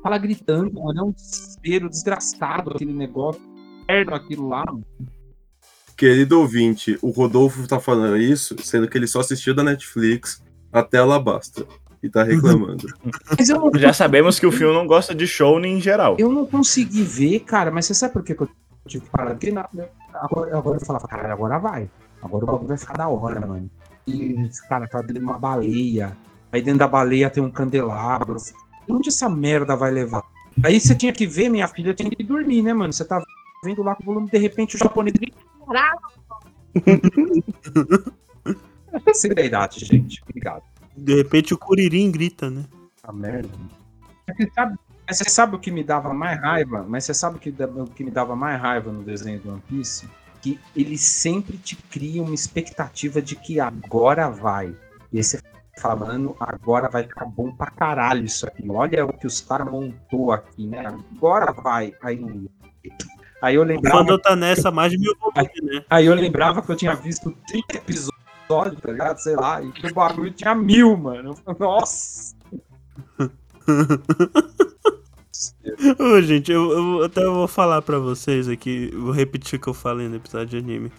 [SPEAKER 4] fala gritando, olha, é um desespero desgraçado aquele negócio, perto aquilo lá,
[SPEAKER 3] querido ouvinte, o Rodolfo tá falando isso, sendo que ele só assistiu da Netflix até Alabasta. E
[SPEAKER 2] Uhum.
[SPEAKER 3] tá reclamando.
[SPEAKER 4] mas eu não
[SPEAKER 5] Já sabemos que o filme não gosta de show nem em geral.
[SPEAKER 4] Eu não consegui ver, cara, mas você sabe por que que eu tive que parar? Porque na- agora, agora eu falava, cara, agora vai. Agora o bagulho vai ficar da hora, mano. E, cara, tá dentro de uma baleia. Aí dentro da baleia tem um candelabro. Onde essa merda vai levar? Aí você tinha que ver, minha filha tinha que dormir, né, mano? Você tá vendo lá com o volume, de repente o japonês grita, caralho! Sei da idade, gente. Obrigado.
[SPEAKER 1] De repente o Curirim grita, né?
[SPEAKER 4] A merda. Você É sabe, mas você sabe o que me dava mais raiva? Mas você sabe o que, da- o que me dava mais raiva no desenho do One Piece? Que ele sempre te cria uma expectativa de que agora vai. E aí você fala, mano, agora vai ficar bom pra caralho isso aqui. Olha o que os caras montou aqui, né? Agora vai. Aí, não ia. aí eu
[SPEAKER 1] O
[SPEAKER 4] lembrava.
[SPEAKER 1] Fandom tá nessa mais de mil volumes, né?
[SPEAKER 4] Aí eu lembrava que eu tinha visto 30 episódios, tá ligado? Sei lá, e que o bagulho tinha mil, mano. Eu falei, Nossa!
[SPEAKER 1] Ô, gente, eu, eu até vou falar pra vocês aqui, vou repetir o que eu falei no episódio de anime.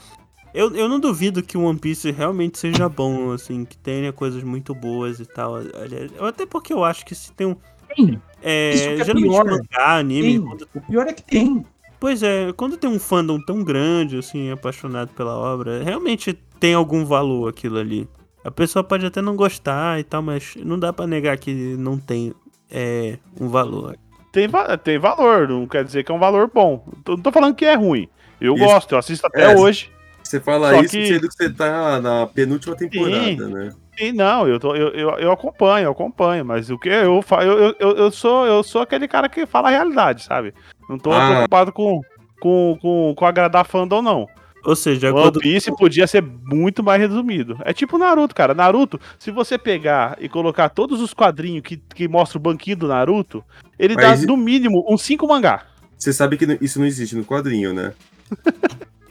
[SPEAKER 1] Eu, eu não duvido que One Piece realmente seja bom, assim, que tenha coisas muito boas e tal. Aliás, Até porque eu acho que se tem um.
[SPEAKER 4] Tem.
[SPEAKER 1] É,
[SPEAKER 4] Isso que é
[SPEAKER 1] geralmente
[SPEAKER 4] pior.
[SPEAKER 1] mangá, anime.
[SPEAKER 4] Tem.
[SPEAKER 1] quando-
[SPEAKER 4] O pior é que tem.
[SPEAKER 1] pois é, quando tem um fandom tão grande, assim, apaixonado pela obra, realmente tem algum valor aquilo ali. A pessoa pode até não gostar e tal, mas não dá pra negar que não tem é, um valor.
[SPEAKER 2] Tem, va- tem valor, não quer dizer que é um valor bom. Tô- Não tô falando que é ruim. Eu
[SPEAKER 3] Isso.
[SPEAKER 2] gosto, eu assisto até
[SPEAKER 3] É.
[SPEAKER 2] hoje.
[SPEAKER 3] Você fala
[SPEAKER 2] Só
[SPEAKER 3] isso
[SPEAKER 2] que-
[SPEAKER 3] sendo que você tá na penúltima temporada, né?
[SPEAKER 2] E não, eu, tô, eu, eu, eu acompanho, eu acompanho, mas o que eu falo, eu, eu- eu, eu, sou, eu sou aquele cara que fala a realidade, sabe? Não tô
[SPEAKER 3] Ah.
[SPEAKER 2] preocupado com, com, com, com agradar fandom, não.
[SPEAKER 1] Ou seja,
[SPEAKER 2] É, One
[SPEAKER 1] quando
[SPEAKER 2] Piece podia ser muito mais resumido. É tipo Naruto, cara. Naruto, se você pegar e colocar todos os quadrinhos que, que mostra o banquinho do Naruto, ele
[SPEAKER 3] Mas-
[SPEAKER 2] dá no mínimo uns 5 mangá.
[SPEAKER 3] Você sabe que isso não existe no quadrinho, né?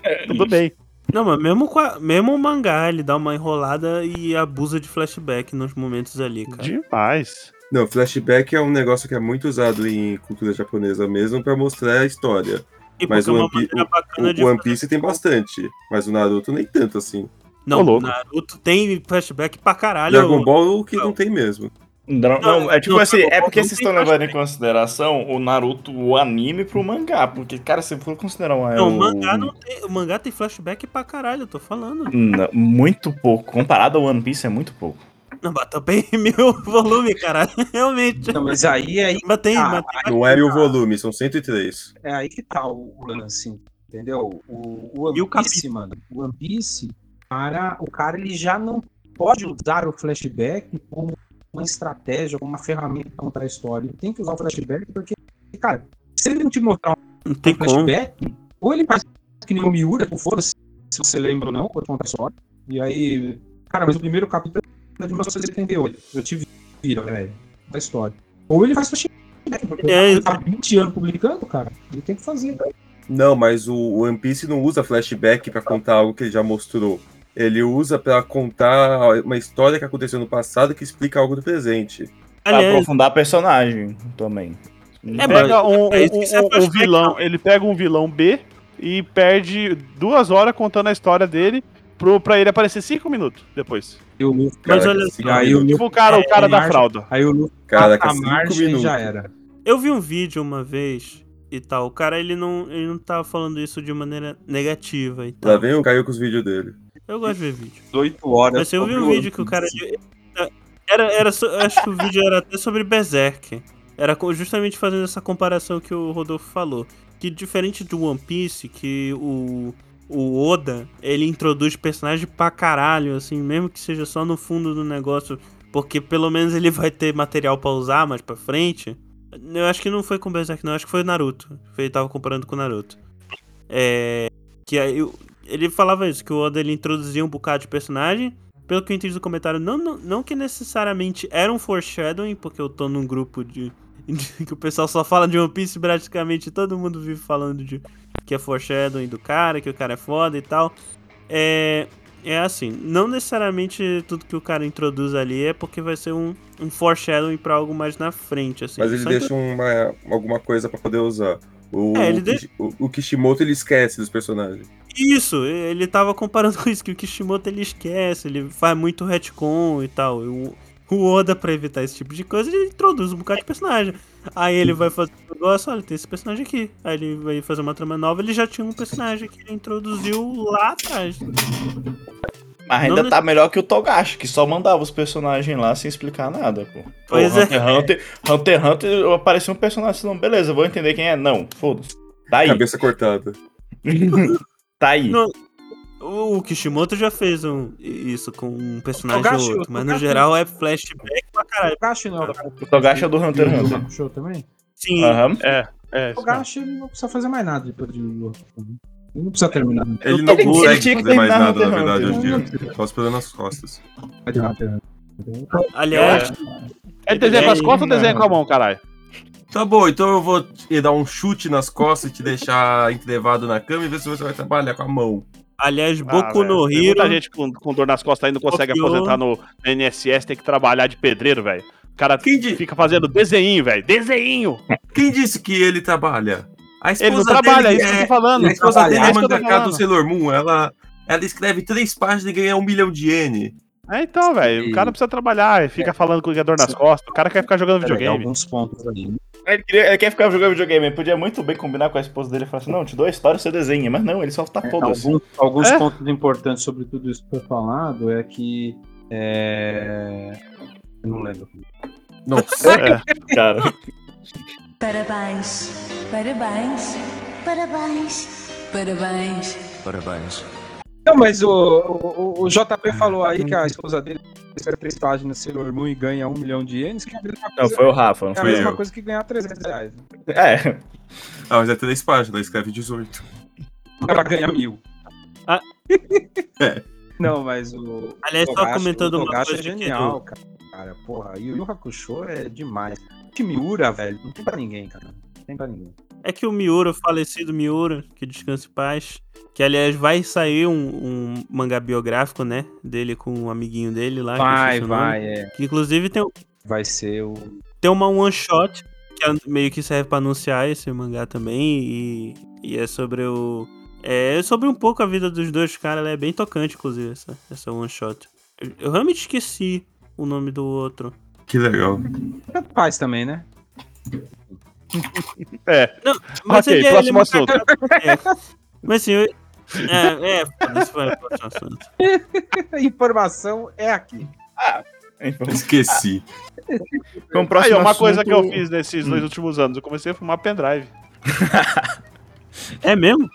[SPEAKER 5] É
[SPEAKER 2] Tudo bem.
[SPEAKER 1] Não, mas mesmo, com a- mesmo o mangá, ele dá uma enrolada e abusa de flashback nos momentos ali, cara.
[SPEAKER 2] Demais.
[SPEAKER 3] Não, flashback é um negócio que é muito usado em cultura japonesa mesmo pra mostrar a história.
[SPEAKER 1] E
[SPEAKER 3] mas
[SPEAKER 1] porque é
[SPEAKER 3] o
[SPEAKER 1] uma
[SPEAKER 3] One Pi-
[SPEAKER 1] maneira bacana de
[SPEAKER 3] O One
[SPEAKER 1] fazer-
[SPEAKER 3] Piece tem bastante, mas o Naruto nem tanto assim.
[SPEAKER 1] Não,
[SPEAKER 2] Ô, louco.
[SPEAKER 1] Naruto tem flashback pra caralho.
[SPEAKER 3] Dragon Ball é o que não tem mesmo.
[SPEAKER 5] Não, não, é tipo
[SPEAKER 1] Não,
[SPEAKER 5] assim,
[SPEAKER 1] não,
[SPEAKER 5] é porque
[SPEAKER 1] não
[SPEAKER 5] vocês
[SPEAKER 1] tem
[SPEAKER 5] estão levando em
[SPEAKER 1] flashback.
[SPEAKER 5] consideração o Naruto, o anime pro mangá. Porque, cara, se for considerar um.
[SPEAKER 1] Não, o
[SPEAKER 3] é
[SPEAKER 5] um-
[SPEAKER 1] mangá não tem. O mangá tem flashback pra caralho, eu tô falando.
[SPEAKER 5] Não, muito pouco. Comparado ao One Piece, é muito pouco.
[SPEAKER 1] Não, mas também mil volume, caralho. Realmente.
[SPEAKER 4] Não, mas aí é
[SPEAKER 1] Mas tem,
[SPEAKER 4] Ah,
[SPEAKER 1] mas tem-
[SPEAKER 3] Não é mil volume, são 103.
[SPEAKER 4] é aí que tá o o lance, entendeu? O, o
[SPEAKER 1] E
[SPEAKER 4] One
[SPEAKER 1] o
[SPEAKER 4] Piece, mano, o One Piece, cara, o cara ele já não pode usar o flashback como uma estratégia, como uma ferramenta pra contar a história. Ele tem que usar o flashback porque, cara, se ele não te mostrar
[SPEAKER 1] não tem
[SPEAKER 4] um
[SPEAKER 1] como.
[SPEAKER 4] flashback, ou ele faz que nem o Miura, que foda-se, se você lembra ou não, quando conta a história. E aí, cara, mas o primeiro capítulo é de 1978. Eu te viro, velho, da história. Ou ele faz flashback, porque
[SPEAKER 1] É,
[SPEAKER 4] ele tá 20 anos publicando, cara. Ele tem que fazer. né?
[SPEAKER 3] Não, mas o One Piece não usa flashback pra contar algo que ele já mostrou. Ele usa pra contar uma história que aconteceu no passado que explica algo do presente.
[SPEAKER 5] Pra
[SPEAKER 1] Aliás,
[SPEAKER 5] aprofundar personagem também.
[SPEAKER 1] É,
[SPEAKER 2] pega
[SPEAKER 1] mas-
[SPEAKER 2] um,
[SPEAKER 1] é isso que você
[SPEAKER 2] um- um
[SPEAKER 1] flashback,
[SPEAKER 2] vilão, ele pega um vilão B e perde duas horas contando a história dele pro, pra ele aparecer cinco minutos depois.
[SPEAKER 4] E o Luffy,
[SPEAKER 1] Mas
[SPEAKER 3] Caraca,
[SPEAKER 1] olha
[SPEAKER 3] cinco
[SPEAKER 4] só, aí
[SPEAKER 3] minutos.
[SPEAKER 4] o meu-
[SPEAKER 2] Tipo o cara, o cara da
[SPEAKER 4] Margem.
[SPEAKER 2] fralda.
[SPEAKER 4] aí o Luffy
[SPEAKER 3] Caraca,
[SPEAKER 4] passa a
[SPEAKER 3] cinco
[SPEAKER 4] margem e
[SPEAKER 3] minutos.
[SPEAKER 4] já era.
[SPEAKER 1] eu vi um vídeo uma vez e tal. O cara, ele não, ele não tá falando isso de maneira negativa e
[SPEAKER 3] Lá
[SPEAKER 1] tal.
[SPEAKER 3] vem o Caio com os vídeos dele.
[SPEAKER 1] Eu gosto de ver vídeo.
[SPEAKER 8] 8 horas.
[SPEAKER 1] Mas eu vi
[SPEAKER 8] sobre
[SPEAKER 1] um
[SPEAKER 8] o-
[SPEAKER 1] vídeo que o cara. Era, era, so- acho que o vídeo era até sobre Berserk. Era co- justamente fazendo essa comparação que o Rodolfo falou. Que diferente do One Piece, que o, o Oda, ele introduz personagem pra caralho, assim, mesmo que seja só no fundo do negócio, porque pelo menos ele vai ter material pra usar mais pra frente. Eu acho que não foi com Berserk, não, acho que foi Naruto. Ele tava comparando com Naruto. É. Que aí o- ele falava isso, que o Oda ele introduzia um bocado de personagem, pelo que eu entendi do comentário, não, não, não que necessariamente era um foreshadowing, porque eu tô num grupo de, de- que o pessoal só fala de One Piece, praticamente todo mundo vive falando de que é foreshadowing do cara, que o cara é foda e tal. É, é assim, não necessariamente tudo que o cara introduz ali é porque vai ser um, um foreshadowing pra algo mais na frente, assim.
[SPEAKER 3] Mas ele
[SPEAKER 1] Só
[SPEAKER 2] então.
[SPEAKER 3] deixa uma, alguma coisa pra poder usar. O,
[SPEAKER 1] É, ele
[SPEAKER 3] o Kishi- o- o Kishimoto ele esquece dos personagens.
[SPEAKER 1] Isso, ele tava comparando com isso, que o Kishimoto ele esquece, ele faz muito retcon e tal. E o, o Oda, pra evitar esse tipo de coisa, ele introduz um bocado de personagem. Aí ele vai fazer um negócio, olha, tem esse personagem aqui. Aí ele vai fazer uma trama nova, ele já tinha um personagem que ele introduziu lá atrás.
[SPEAKER 5] Mas
[SPEAKER 1] Não
[SPEAKER 5] ainda
[SPEAKER 1] ne-
[SPEAKER 5] tá melhor que o Togashi, que só mandava os personagens lá sem explicar nada, pô. Pô,
[SPEAKER 1] Pois é.
[SPEAKER 5] Hunter, x Hunter, Hunter, x Hunter, apareceu um personagem, não, beleza, vou entender quem é. Não, foda-se. Tá
[SPEAKER 2] É
[SPEAKER 5] aí.
[SPEAKER 3] Cabeça cortada.
[SPEAKER 5] tá aí.
[SPEAKER 1] Não, O o Kishimoto já fez um, isso com um personagem
[SPEAKER 4] Togashi,
[SPEAKER 1] ou
[SPEAKER 4] o
[SPEAKER 1] outro, mas no
[SPEAKER 4] Togashi-
[SPEAKER 1] geral é flashback pra caralho.
[SPEAKER 4] Togashi não é o cara
[SPEAKER 5] O Togashi é do Hunter x
[SPEAKER 4] do
[SPEAKER 5] Hunter.
[SPEAKER 4] Hakusho também?
[SPEAKER 1] Sim,
[SPEAKER 5] Aham.
[SPEAKER 2] É, isso mesmo.
[SPEAKER 4] Togashi não precisa fazer mais nada depois de Yu Yu Hakusho. Ele não precisa terminar. né?
[SPEAKER 3] Ele
[SPEAKER 5] Eu-
[SPEAKER 3] não
[SPEAKER 5] ele- ele
[SPEAKER 3] consegue
[SPEAKER 5] tinha que
[SPEAKER 3] fazer mais
[SPEAKER 5] terminar
[SPEAKER 3] nada, na
[SPEAKER 5] Hunter x
[SPEAKER 3] verdade, hoje
[SPEAKER 4] Hunter.
[SPEAKER 3] em dia. Só esperando as costas.
[SPEAKER 4] de Hunter x Hunter.
[SPEAKER 1] aliás,
[SPEAKER 2] É desenho com as costas ou desenho com
[SPEAKER 1] um-
[SPEAKER 2] a mão, caralho?
[SPEAKER 3] Tá bom, então eu vou te dar um chute nas costas e te deixar entrevado na cama e ver se você vai trabalhar com a mão.
[SPEAKER 1] aliás,
[SPEAKER 2] Ah,
[SPEAKER 1] Boku
[SPEAKER 2] velho,
[SPEAKER 1] no
[SPEAKER 2] tem
[SPEAKER 1] Hero.
[SPEAKER 2] Muita gente com, com dor nas costas aí não consegue
[SPEAKER 1] Copiou.
[SPEAKER 2] aposentar no NSS, tem que trabalhar de pedreiro, velho. O cara
[SPEAKER 3] Quem, di-
[SPEAKER 2] fica fazendo desenho, velho. Desenho!
[SPEAKER 3] quem disse que ele trabalha? A
[SPEAKER 2] Ele não
[SPEAKER 3] esposa
[SPEAKER 2] trabalha, é
[SPEAKER 3] dele
[SPEAKER 2] isso que eu
[SPEAKER 3] é-
[SPEAKER 2] tô falando.
[SPEAKER 3] A esposa dele
[SPEAKER 2] É
[SPEAKER 3] é
[SPEAKER 2] isso que eu tô
[SPEAKER 3] mangaká do
[SPEAKER 2] falando.
[SPEAKER 3] Sailor Moon. Ela, ela escreve três páginas e ganha um milhão de iene.
[SPEAKER 2] É, então, velho. O cara precisa trabalhar e fica falando com é dor nas costas. O cara quer ficar jogando
[SPEAKER 4] Peraí,
[SPEAKER 2] videogame.
[SPEAKER 4] alguns pontos ali.
[SPEAKER 5] Ele, queria- ele quer ficar jogando videogame, ele podia muito bem combinar com a esposa dele e falar assim, não, te dou a história, você desenha. Mas não, ele só
[SPEAKER 4] É,
[SPEAKER 5] tá foda-se.
[SPEAKER 4] Alguns, alguns
[SPEAKER 2] É?
[SPEAKER 4] pontos importantes sobre tudo isso que foi falado é que. É... Eu não lembro.
[SPEAKER 2] É.
[SPEAKER 3] Nossa.
[SPEAKER 5] cara.
[SPEAKER 7] Parabéns, parabéns, parabéns, parabéns.
[SPEAKER 9] Parabéns.
[SPEAKER 4] Não, mas o, o, o- o JP falou aí que a esposa dele escreve três páginas Sailor Moon e ganha um milhão de ienes, que é a mesma
[SPEAKER 5] Não,
[SPEAKER 4] coisa,
[SPEAKER 5] foi o Rafa, não
[SPEAKER 4] é a
[SPEAKER 5] foi
[SPEAKER 4] mesma
[SPEAKER 5] eu.
[SPEAKER 4] coisa que ganhar 300 reais.
[SPEAKER 5] É,
[SPEAKER 3] Ah, mas é três páginas, ela escreve 18.
[SPEAKER 4] Ela ganha mil.
[SPEAKER 1] Ah.
[SPEAKER 3] É.
[SPEAKER 4] Não, mas o.
[SPEAKER 1] Aliás,
[SPEAKER 4] o
[SPEAKER 1] só
[SPEAKER 4] Togashi-
[SPEAKER 1] comentando
[SPEAKER 4] o
[SPEAKER 1] uma
[SPEAKER 4] Togashi
[SPEAKER 1] coisa
[SPEAKER 4] é
[SPEAKER 1] aqui do-
[SPEAKER 4] genial, cara. Cara, porra, Yu Yu Hakusho é demais. Que Miura, velho, não tem pra ninguém, cara. Não tem pra ninguém.
[SPEAKER 1] É que o Miura, o falecido Miura, que descanse em paz, que aliás vai sair um, um mangá biográfico, né? Dele com um amiguinho dele lá. que eu
[SPEAKER 4] Vai,
[SPEAKER 1] esqueci o nome.
[SPEAKER 4] vai, é.
[SPEAKER 1] Que, inclusive tem,
[SPEAKER 4] Vai ser o.
[SPEAKER 1] tem uma one shot, que é meio que serve pra anunciar esse mangá também, e, e é sobre o. É sobre um pouco a vida dos dois caras, ela é bem tocante, inclusive, essa, essa one shot. Eu, eu realmente esqueci o nome do outro.
[SPEAKER 3] Que legal.
[SPEAKER 4] Tanto faz também, né?
[SPEAKER 1] ele é-
[SPEAKER 2] ok,
[SPEAKER 1] ele é
[SPEAKER 2] próximo
[SPEAKER 1] muito
[SPEAKER 2] assunto.
[SPEAKER 1] Mas assim, eu, é, é, foda-se, vai, próximo assunto.
[SPEAKER 4] Informação é aqui.
[SPEAKER 5] então,
[SPEAKER 3] Esqueci.
[SPEAKER 5] com o
[SPEAKER 2] Aí,
[SPEAKER 5] próximo
[SPEAKER 2] uma coisa
[SPEAKER 5] assunto-
[SPEAKER 2] que eu fiz nesses dois últimos anos, eu comecei a fumar pendrive.
[SPEAKER 1] É mesmo?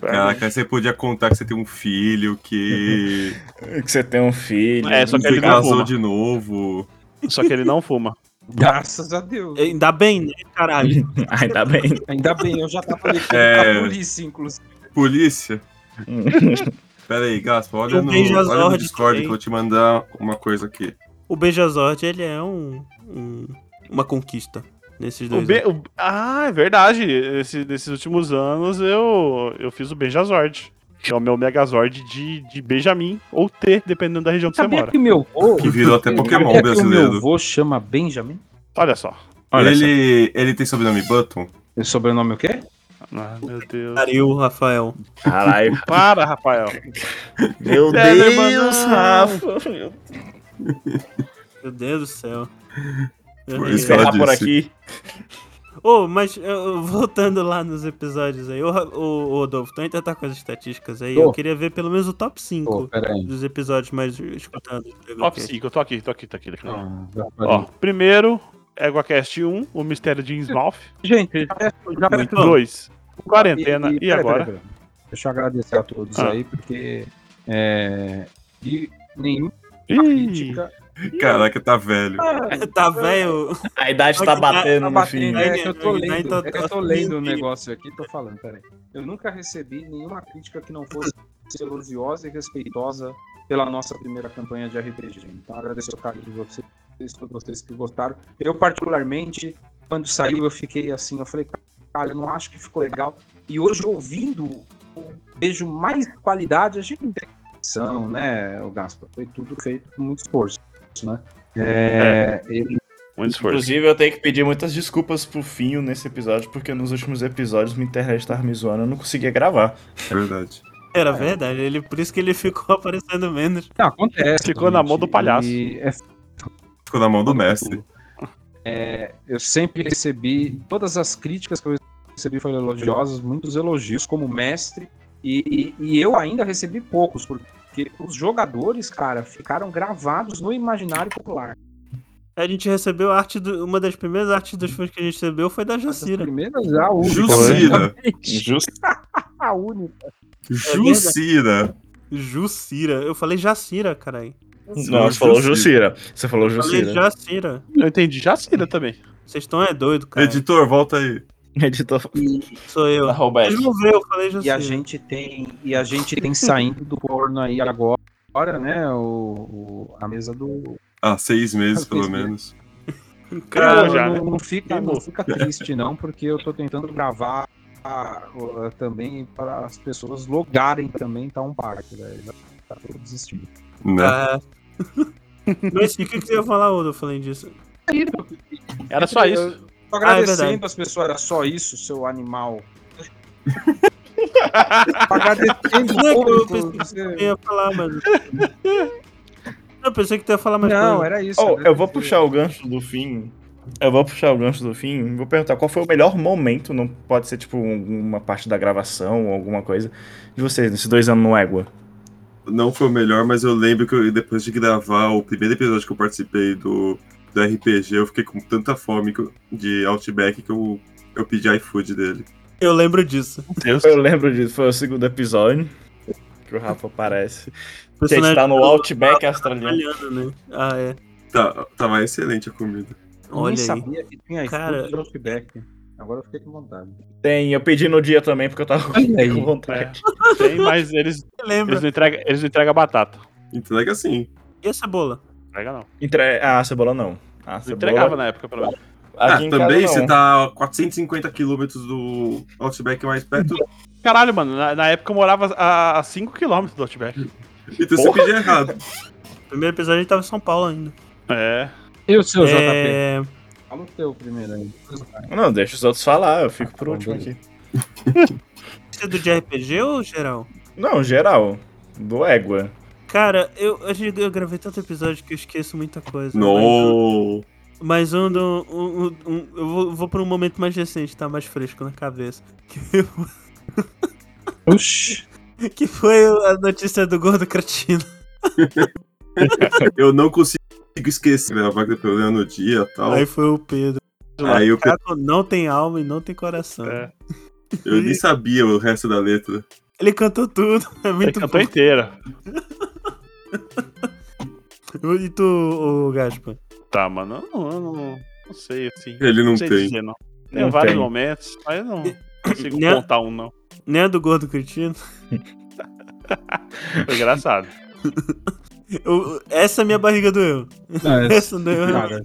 [SPEAKER 3] Caraca, você podia contar que você tem um filho, que.
[SPEAKER 5] Que você tem um filho.
[SPEAKER 2] É, só que
[SPEAKER 3] você
[SPEAKER 2] ele não
[SPEAKER 3] casou
[SPEAKER 2] fuma.
[SPEAKER 3] de novo.
[SPEAKER 2] Só que ele não fuma.
[SPEAKER 4] Graças a Deus.
[SPEAKER 1] Ainda bem, né, caralho?
[SPEAKER 5] Ainda tá bem.
[SPEAKER 4] Ainda bem, eu já tava ligando
[SPEAKER 3] É.
[SPEAKER 4] pra polícia, inclusive.
[SPEAKER 3] Polícia? Pera aí, Gaspa, olha
[SPEAKER 1] Eu
[SPEAKER 3] no,
[SPEAKER 1] vejo as
[SPEAKER 3] olha no
[SPEAKER 1] ordens
[SPEAKER 3] Discord
[SPEAKER 1] também.
[SPEAKER 3] que eu vou te mandar uma coisa aqui.
[SPEAKER 1] O Beijazord, ele é um, um- uma conquista nesses
[SPEAKER 2] O
[SPEAKER 1] dois.
[SPEAKER 2] be- o- Ah, é verdade. Esse- nesses últimos anos eu, eu fiz o Benjazord. Que é o meu Megazord de, de Benjamin ou T, dependendo da região que você
[SPEAKER 4] Sabia
[SPEAKER 2] mora.
[SPEAKER 4] que meu vô.
[SPEAKER 3] Que virou até Pokémon
[SPEAKER 4] Sabia que o Uhum. é meu
[SPEAKER 3] brasileiro.
[SPEAKER 4] vô chama Benjamin?
[SPEAKER 2] Olha só.
[SPEAKER 5] Olha
[SPEAKER 3] Ele, ele tem sobrenome Button?
[SPEAKER 4] O sobrenome é o quê?
[SPEAKER 2] Ah, meu Deus.
[SPEAKER 1] Pariu, Rafael.
[SPEAKER 5] Caralho.
[SPEAKER 2] Para, Rafael.
[SPEAKER 5] Meu
[SPEAKER 3] é
[SPEAKER 2] Telema,
[SPEAKER 5] Deus,
[SPEAKER 2] não.
[SPEAKER 5] Rafa.
[SPEAKER 1] Meu Deus do céu.
[SPEAKER 3] Por isso que
[SPEAKER 1] É.
[SPEAKER 3] ela
[SPEAKER 5] Encerrar por
[SPEAKER 3] disse.
[SPEAKER 5] aqui.
[SPEAKER 1] Oh, mas eh, voltando lá nos episódios aí, ô, Ra- ô, ô Rodolfo, tu ainda tá com as estatísticas aí?
[SPEAKER 4] Tô.
[SPEAKER 1] Eu queria ver pelo menos o top 5
[SPEAKER 4] Pô, peraí.
[SPEAKER 1] dos episódios mais escutados. do
[SPEAKER 2] Top
[SPEAKER 1] Egocast.
[SPEAKER 2] 5, eu tô aqui, tô aqui, tô aqui. Tô aqui.
[SPEAKER 4] Ah, já
[SPEAKER 2] Ó,
[SPEAKER 4] falei.
[SPEAKER 2] primeiro, EguaCast 1, o Mistério de Innsmouth.
[SPEAKER 4] Gente, já- já-
[SPEAKER 2] Tá
[SPEAKER 1] Muito bom.
[SPEAKER 2] 2, Quarentena. E
[SPEAKER 4] peraí,
[SPEAKER 2] agora?
[SPEAKER 4] peraí, peraí. Deixa eu agradecer a todos
[SPEAKER 2] Ah.
[SPEAKER 4] aí, porque é, de nenhuma
[SPEAKER 2] Tá Ih,
[SPEAKER 4] crítica.
[SPEAKER 3] Caraca, tá velho.
[SPEAKER 1] Tá velho.
[SPEAKER 5] A idade
[SPEAKER 1] Tá
[SPEAKER 5] tá
[SPEAKER 1] batendo
[SPEAKER 5] batendo,
[SPEAKER 4] Tá
[SPEAKER 5] no
[SPEAKER 4] batendo,
[SPEAKER 5] fim.
[SPEAKER 1] filho.
[SPEAKER 4] é que eu tô
[SPEAKER 1] Aí,
[SPEAKER 4] lendo,
[SPEAKER 1] aí,
[SPEAKER 4] é que eu tô
[SPEAKER 1] tá-
[SPEAKER 4] lendo o negócio aqui, tô falando, peraí. Eu nunca recebi nenhuma crítica que não fosse elogiosa e respeitosa pela nossa primeira campanha de RPG. Então agradeço o carinho de vocês, todos vocês que gostaram. Eu particularmente, quando saiu, eu fiquei assim, eu falei, cara, eu não acho que ficou legal. E hoje ouvindo, eu vejo mais qualidade, a gente não tem opção, né, o Gaspar? Foi tudo feito com muito esforço, né? É, e-
[SPEAKER 2] muito esforço.
[SPEAKER 5] Inclusive, eu tenho que pedir muitas desculpas pro Finho nesse episódio, porque nos últimos episódios minha internet tava me zoando, eu não conseguia gravar.
[SPEAKER 3] É verdade.
[SPEAKER 1] Era verdade, ele, por isso que ele ficou aparecendo menos.
[SPEAKER 4] Não, acontece.
[SPEAKER 2] Ficou na mão do palhaço.
[SPEAKER 4] E é
[SPEAKER 3] Ficou na mão do mestre.
[SPEAKER 4] eu sempre recebi todas as críticas que eu recebi foram elogiosas, muitos elogios como mestre e, e- e eu ainda recebi poucos porque os jogadores, cara, ficaram gravados no imaginário popular.
[SPEAKER 1] A gente recebeu a arte do, uma das primeiras artes
[SPEAKER 4] Hum.
[SPEAKER 1] dos fãs que a gente recebeu foi
[SPEAKER 4] Ah, tá
[SPEAKER 1] da Jacira.
[SPEAKER 4] Primeiro já o
[SPEAKER 3] Jucira!
[SPEAKER 5] Justo.
[SPEAKER 4] a única.
[SPEAKER 3] Jucira!
[SPEAKER 1] Jucira. Eu falei Jacira, caralho.
[SPEAKER 5] Não, você falou Jucira. Você falou
[SPEAKER 1] Falei
[SPEAKER 5] Jucira.
[SPEAKER 1] Jacira.
[SPEAKER 2] Eu entendi Jacira também.
[SPEAKER 1] Vocês estão é doido, cara.
[SPEAKER 3] Editor, volta aí.
[SPEAKER 5] Editor.
[SPEAKER 1] Sou eu.
[SPEAKER 5] da Roberto.
[SPEAKER 1] Vocês vão ver, eu falei
[SPEAKER 4] E
[SPEAKER 1] Jacira.
[SPEAKER 4] a gente tem e a gente tem saindo do forno aí agora, agora, né, o, o- a mesa do
[SPEAKER 3] Ah, seis meses, pelo
[SPEAKER 4] Seis meses.
[SPEAKER 3] menos.
[SPEAKER 2] Cara,
[SPEAKER 4] não,
[SPEAKER 2] já, né?
[SPEAKER 4] não, não fica, não
[SPEAKER 2] Queimou.
[SPEAKER 4] fica triste, não, porque eu tô tentando gravar ah, ó, também para as pessoas logarem também, tá um parque, velho. Tá tudo desistindo.
[SPEAKER 3] Né?
[SPEAKER 1] Ah. é. Mas o que, que você ia falar, Odo, falando disso?
[SPEAKER 2] Era só isso.
[SPEAKER 4] Tô
[SPEAKER 1] Ah, é
[SPEAKER 4] agradecendo
[SPEAKER 1] verdade.
[SPEAKER 4] as pessoas, era só isso, seu animal. Tô agradecendo
[SPEAKER 1] Não, eu
[SPEAKER 4] muito,
[SPEAKER 1] pensei que
[SPEAKER 4] você-
[SPEAKER 1] Eu ia falar, mas. Eu pensei que tu ia falar mais
[SPEAKER 4] Não,
[SPEAKER 1] coisa.
[SPEAKER 4] era isso.
[SPEAKER 5] Oh, eu vou
[SPEAKER 4] agradecer.
[SPEAKER 5] puxar o gancho do fim. Eu vou puxar o gancho do fim. Vou perguntar qual foi o melhor momento. Não pode ser tipo um- uma parte da gravação ou alguma coisa de vocês nesses dois anos no Égua.
[SPEAKER 3] Não foi o melhor, mas eu lembro que eu- depois de gravar o primeiro episódio que eu participei do, do RPG, eu fiquei com tanta fome que eu- de Outback que eu, eu pedi iFood dele.
[SPEAKER 4] é-
[SPEAKER 1] Eu lembro disso.
[SPEAKER 5] Eu lembro disso. Foi o segundo episódio que o Rafa aparece.
[SPEAKER 1] O
[SPEAKER 5] Que a gente tá no
[SPEAKER 1] personagem
[SPEAKER 5] Outback australiano.
[SPEAKER 1] australiano, né? Ah, é.
[SPEAKER 3] Tá, tava excelente a comida.
[SPEAKER 4] Eu
[SPEAKER 1] Olha aí.
[SPEAKER 4] Nem sabia que tinha
[SPEAKER 1] Cara-
[SPEAKER 4] iFood e Outback. Agora eu fiquei com vontade.
[SPEAKER 5] Tem, eu pedi no dia também porque eu tava
[SPEAKER 4] Olha aí.
[SPEAKER 5] com vontade.
[SPEAKER 2] Tem, mas eles,
[SPEAKER 1] Lembra.
[SPEAKER 2] eles, não entregam, eles não entregam batata.
[SPEAKER 3] Entrega assim.
[SPEAKER 1] E a cebola?
[SPEAKER 2] Entrega não.
[SPEAKER 5] Entre... Ah, a cebola não. A
[SPEAKER 2] Não
[SPEAKER 5] cebola...
[SPEAKER 2] entregava na época, pelo menos.
[SPEAKER 3] Ah,
[SPEAKER 5] Aqui em casa,
[SPEAKER 3] também
[SPEAKER 5] não.
[SPEAKER 3] você tá a 450 quilômetros do Outback mais perto.
[SPEAKER 2] Caralho, mano, na, na época eu morava a 5km do Outback.
[SPEAKER 3] Então você
[SPEAKER 5] Porra.
[SPEAKER 3] pediu errado.
[SPEAKER 1] Primeiro episódio a gente tava em São Paulo ainda.
[SPEAKER 2] É.
[SPEAKER 4] E o seu, JP?
[SPEAKER 1] É...
[SPEAKER 4] Fala o teu primeiro aí.
[SPEAKER 5] Não, deixa os outros falar, eu fico por
[SPEAKER 4] Tá bom,
[SPEAKER 5] último
[SPEAKER 4] beleza.
[SPEAKER 5] aqui.
[SPEAKER 1] Você é do de RPG ou geral?
[SPEAKER 5] Não, geral. Do Égua.
[SPEAKER 1] Cara, eu, a gente- eu gravei tanto episódio que eu esqueço muita coisa.
[SPEAKER 3] No.
[SPEAKER 1] Mas um, do- um, um- um- eu vou, vou pra um momento mais recente, tá? Mais fresco na cabeça. Que, eu-
[SPEAKER 4] Oxi.
[SPEAKER 1] que foi a notícia do gordo cretino.
[SPEAKER 3] Eu não consigo esquecer. Gravar que problema no dia e tal.
[SPEAKER 1] Aí foi o Pedro.
[SPEAKER 3] Aí eu,
[SPEAKER 1] Caco não tem alma e não Então, tem coração.
[SPEAKER 2] É.
[SPEAKER 3] eu nem sabia o resto da letra.
[SPEAKER 1] Ele cantou tudo. É
[SPEAKER 2] Ele
[SPEAKER 1] muito
[SPEAKER 2] cantou
[SPEAKER 1] bom.
[SPEAKER 2] inteira.
[SPEAKER 1] E tu, ô Gaspa?
[SPEAKER 2] Tá, mano, eu não, eu não, não sei, assim.
[SPEAKER 3] Ele não
[SPEAKER 2] sei
[SPEAKER 3] tem.
[SPEAKER 2] dizer, não. Tem
[SPEAKER 5] Não
[SPEAKER 2] vários
[SPEAKER 5] tem.
[SPEAKER 2] momentos, mas eu não consigo
[SPEAKER 1] Né?
[SPEAKER 2] contar um, não.
[SPEAKER 1] Né, do gordo cretino?
[SPEAKER 2] Foi engraçado.
[SPEAKER 1] Eu- essa é a minha barriga doeu.
[SPEAKER 4] é
[SPEAKER 1] Essa doeu.
[SPEAKER 4] Cara,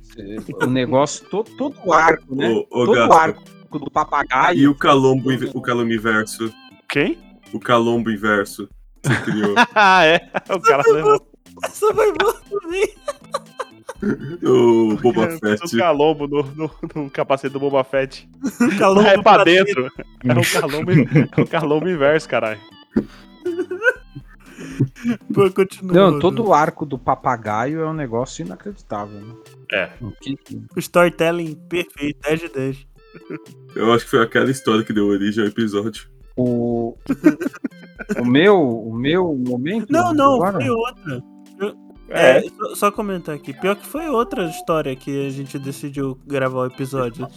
[SPEAKER 4] o negócio, todo, todo o arco, né?
[SPEAKER 3] Ô, ô,
[SPEAKER 4] todo o
[SPEAKER 3] Gato,
[SPEAKER 4] arco do papagaio.
[SPEAKER 3] E o calombo, inv- o calombo inverso.
[SPEAKER 2] Quem?
[SPEAKER 3] O calombo inverso. que Você criou.
[SPEAKER 2] ah, é. O cara levou
[SPEAKER 1] Essa foi boa também.
[SPEAKER 3] o Boba
[SPEAKER 2] o
[SPEAKER 3] Fett.
[SPEAKER 2] calombo no, no- no capacete do Boba Fett.
[SPEAKER 1] Calou
[SPEAKER 2] é pra dentro. É o calombo, é o calombo inverso, caralho.
[SPEAKER 1] Pô, continua.
[SPEAKER 4] Não,
[SPEAKER 1] Dudu.
[SPEAKER 4] todo o arco do papagaio é um negócio inacreditável. Né?
[SPEAKER 2] É.
[SPEAKER 4] O que-
[SPEAKER 1] O storytelling perfeito, 10 de 10.
[SPEAKER 3] Eu acho que foi aquela história que deu origem ao episódio.
[SPEAKER 4] O, o meu, o meu momento?
[SPEAKER 1] Não, não,
[SPEAKER 4] agora?
[SPEAKER 1] foi outra.
[SPEAKER 5] É,
[SPEAKER 1] É, só, só comentar aqui. Pior que foi outra história que a gente decidiu gravar o episódio.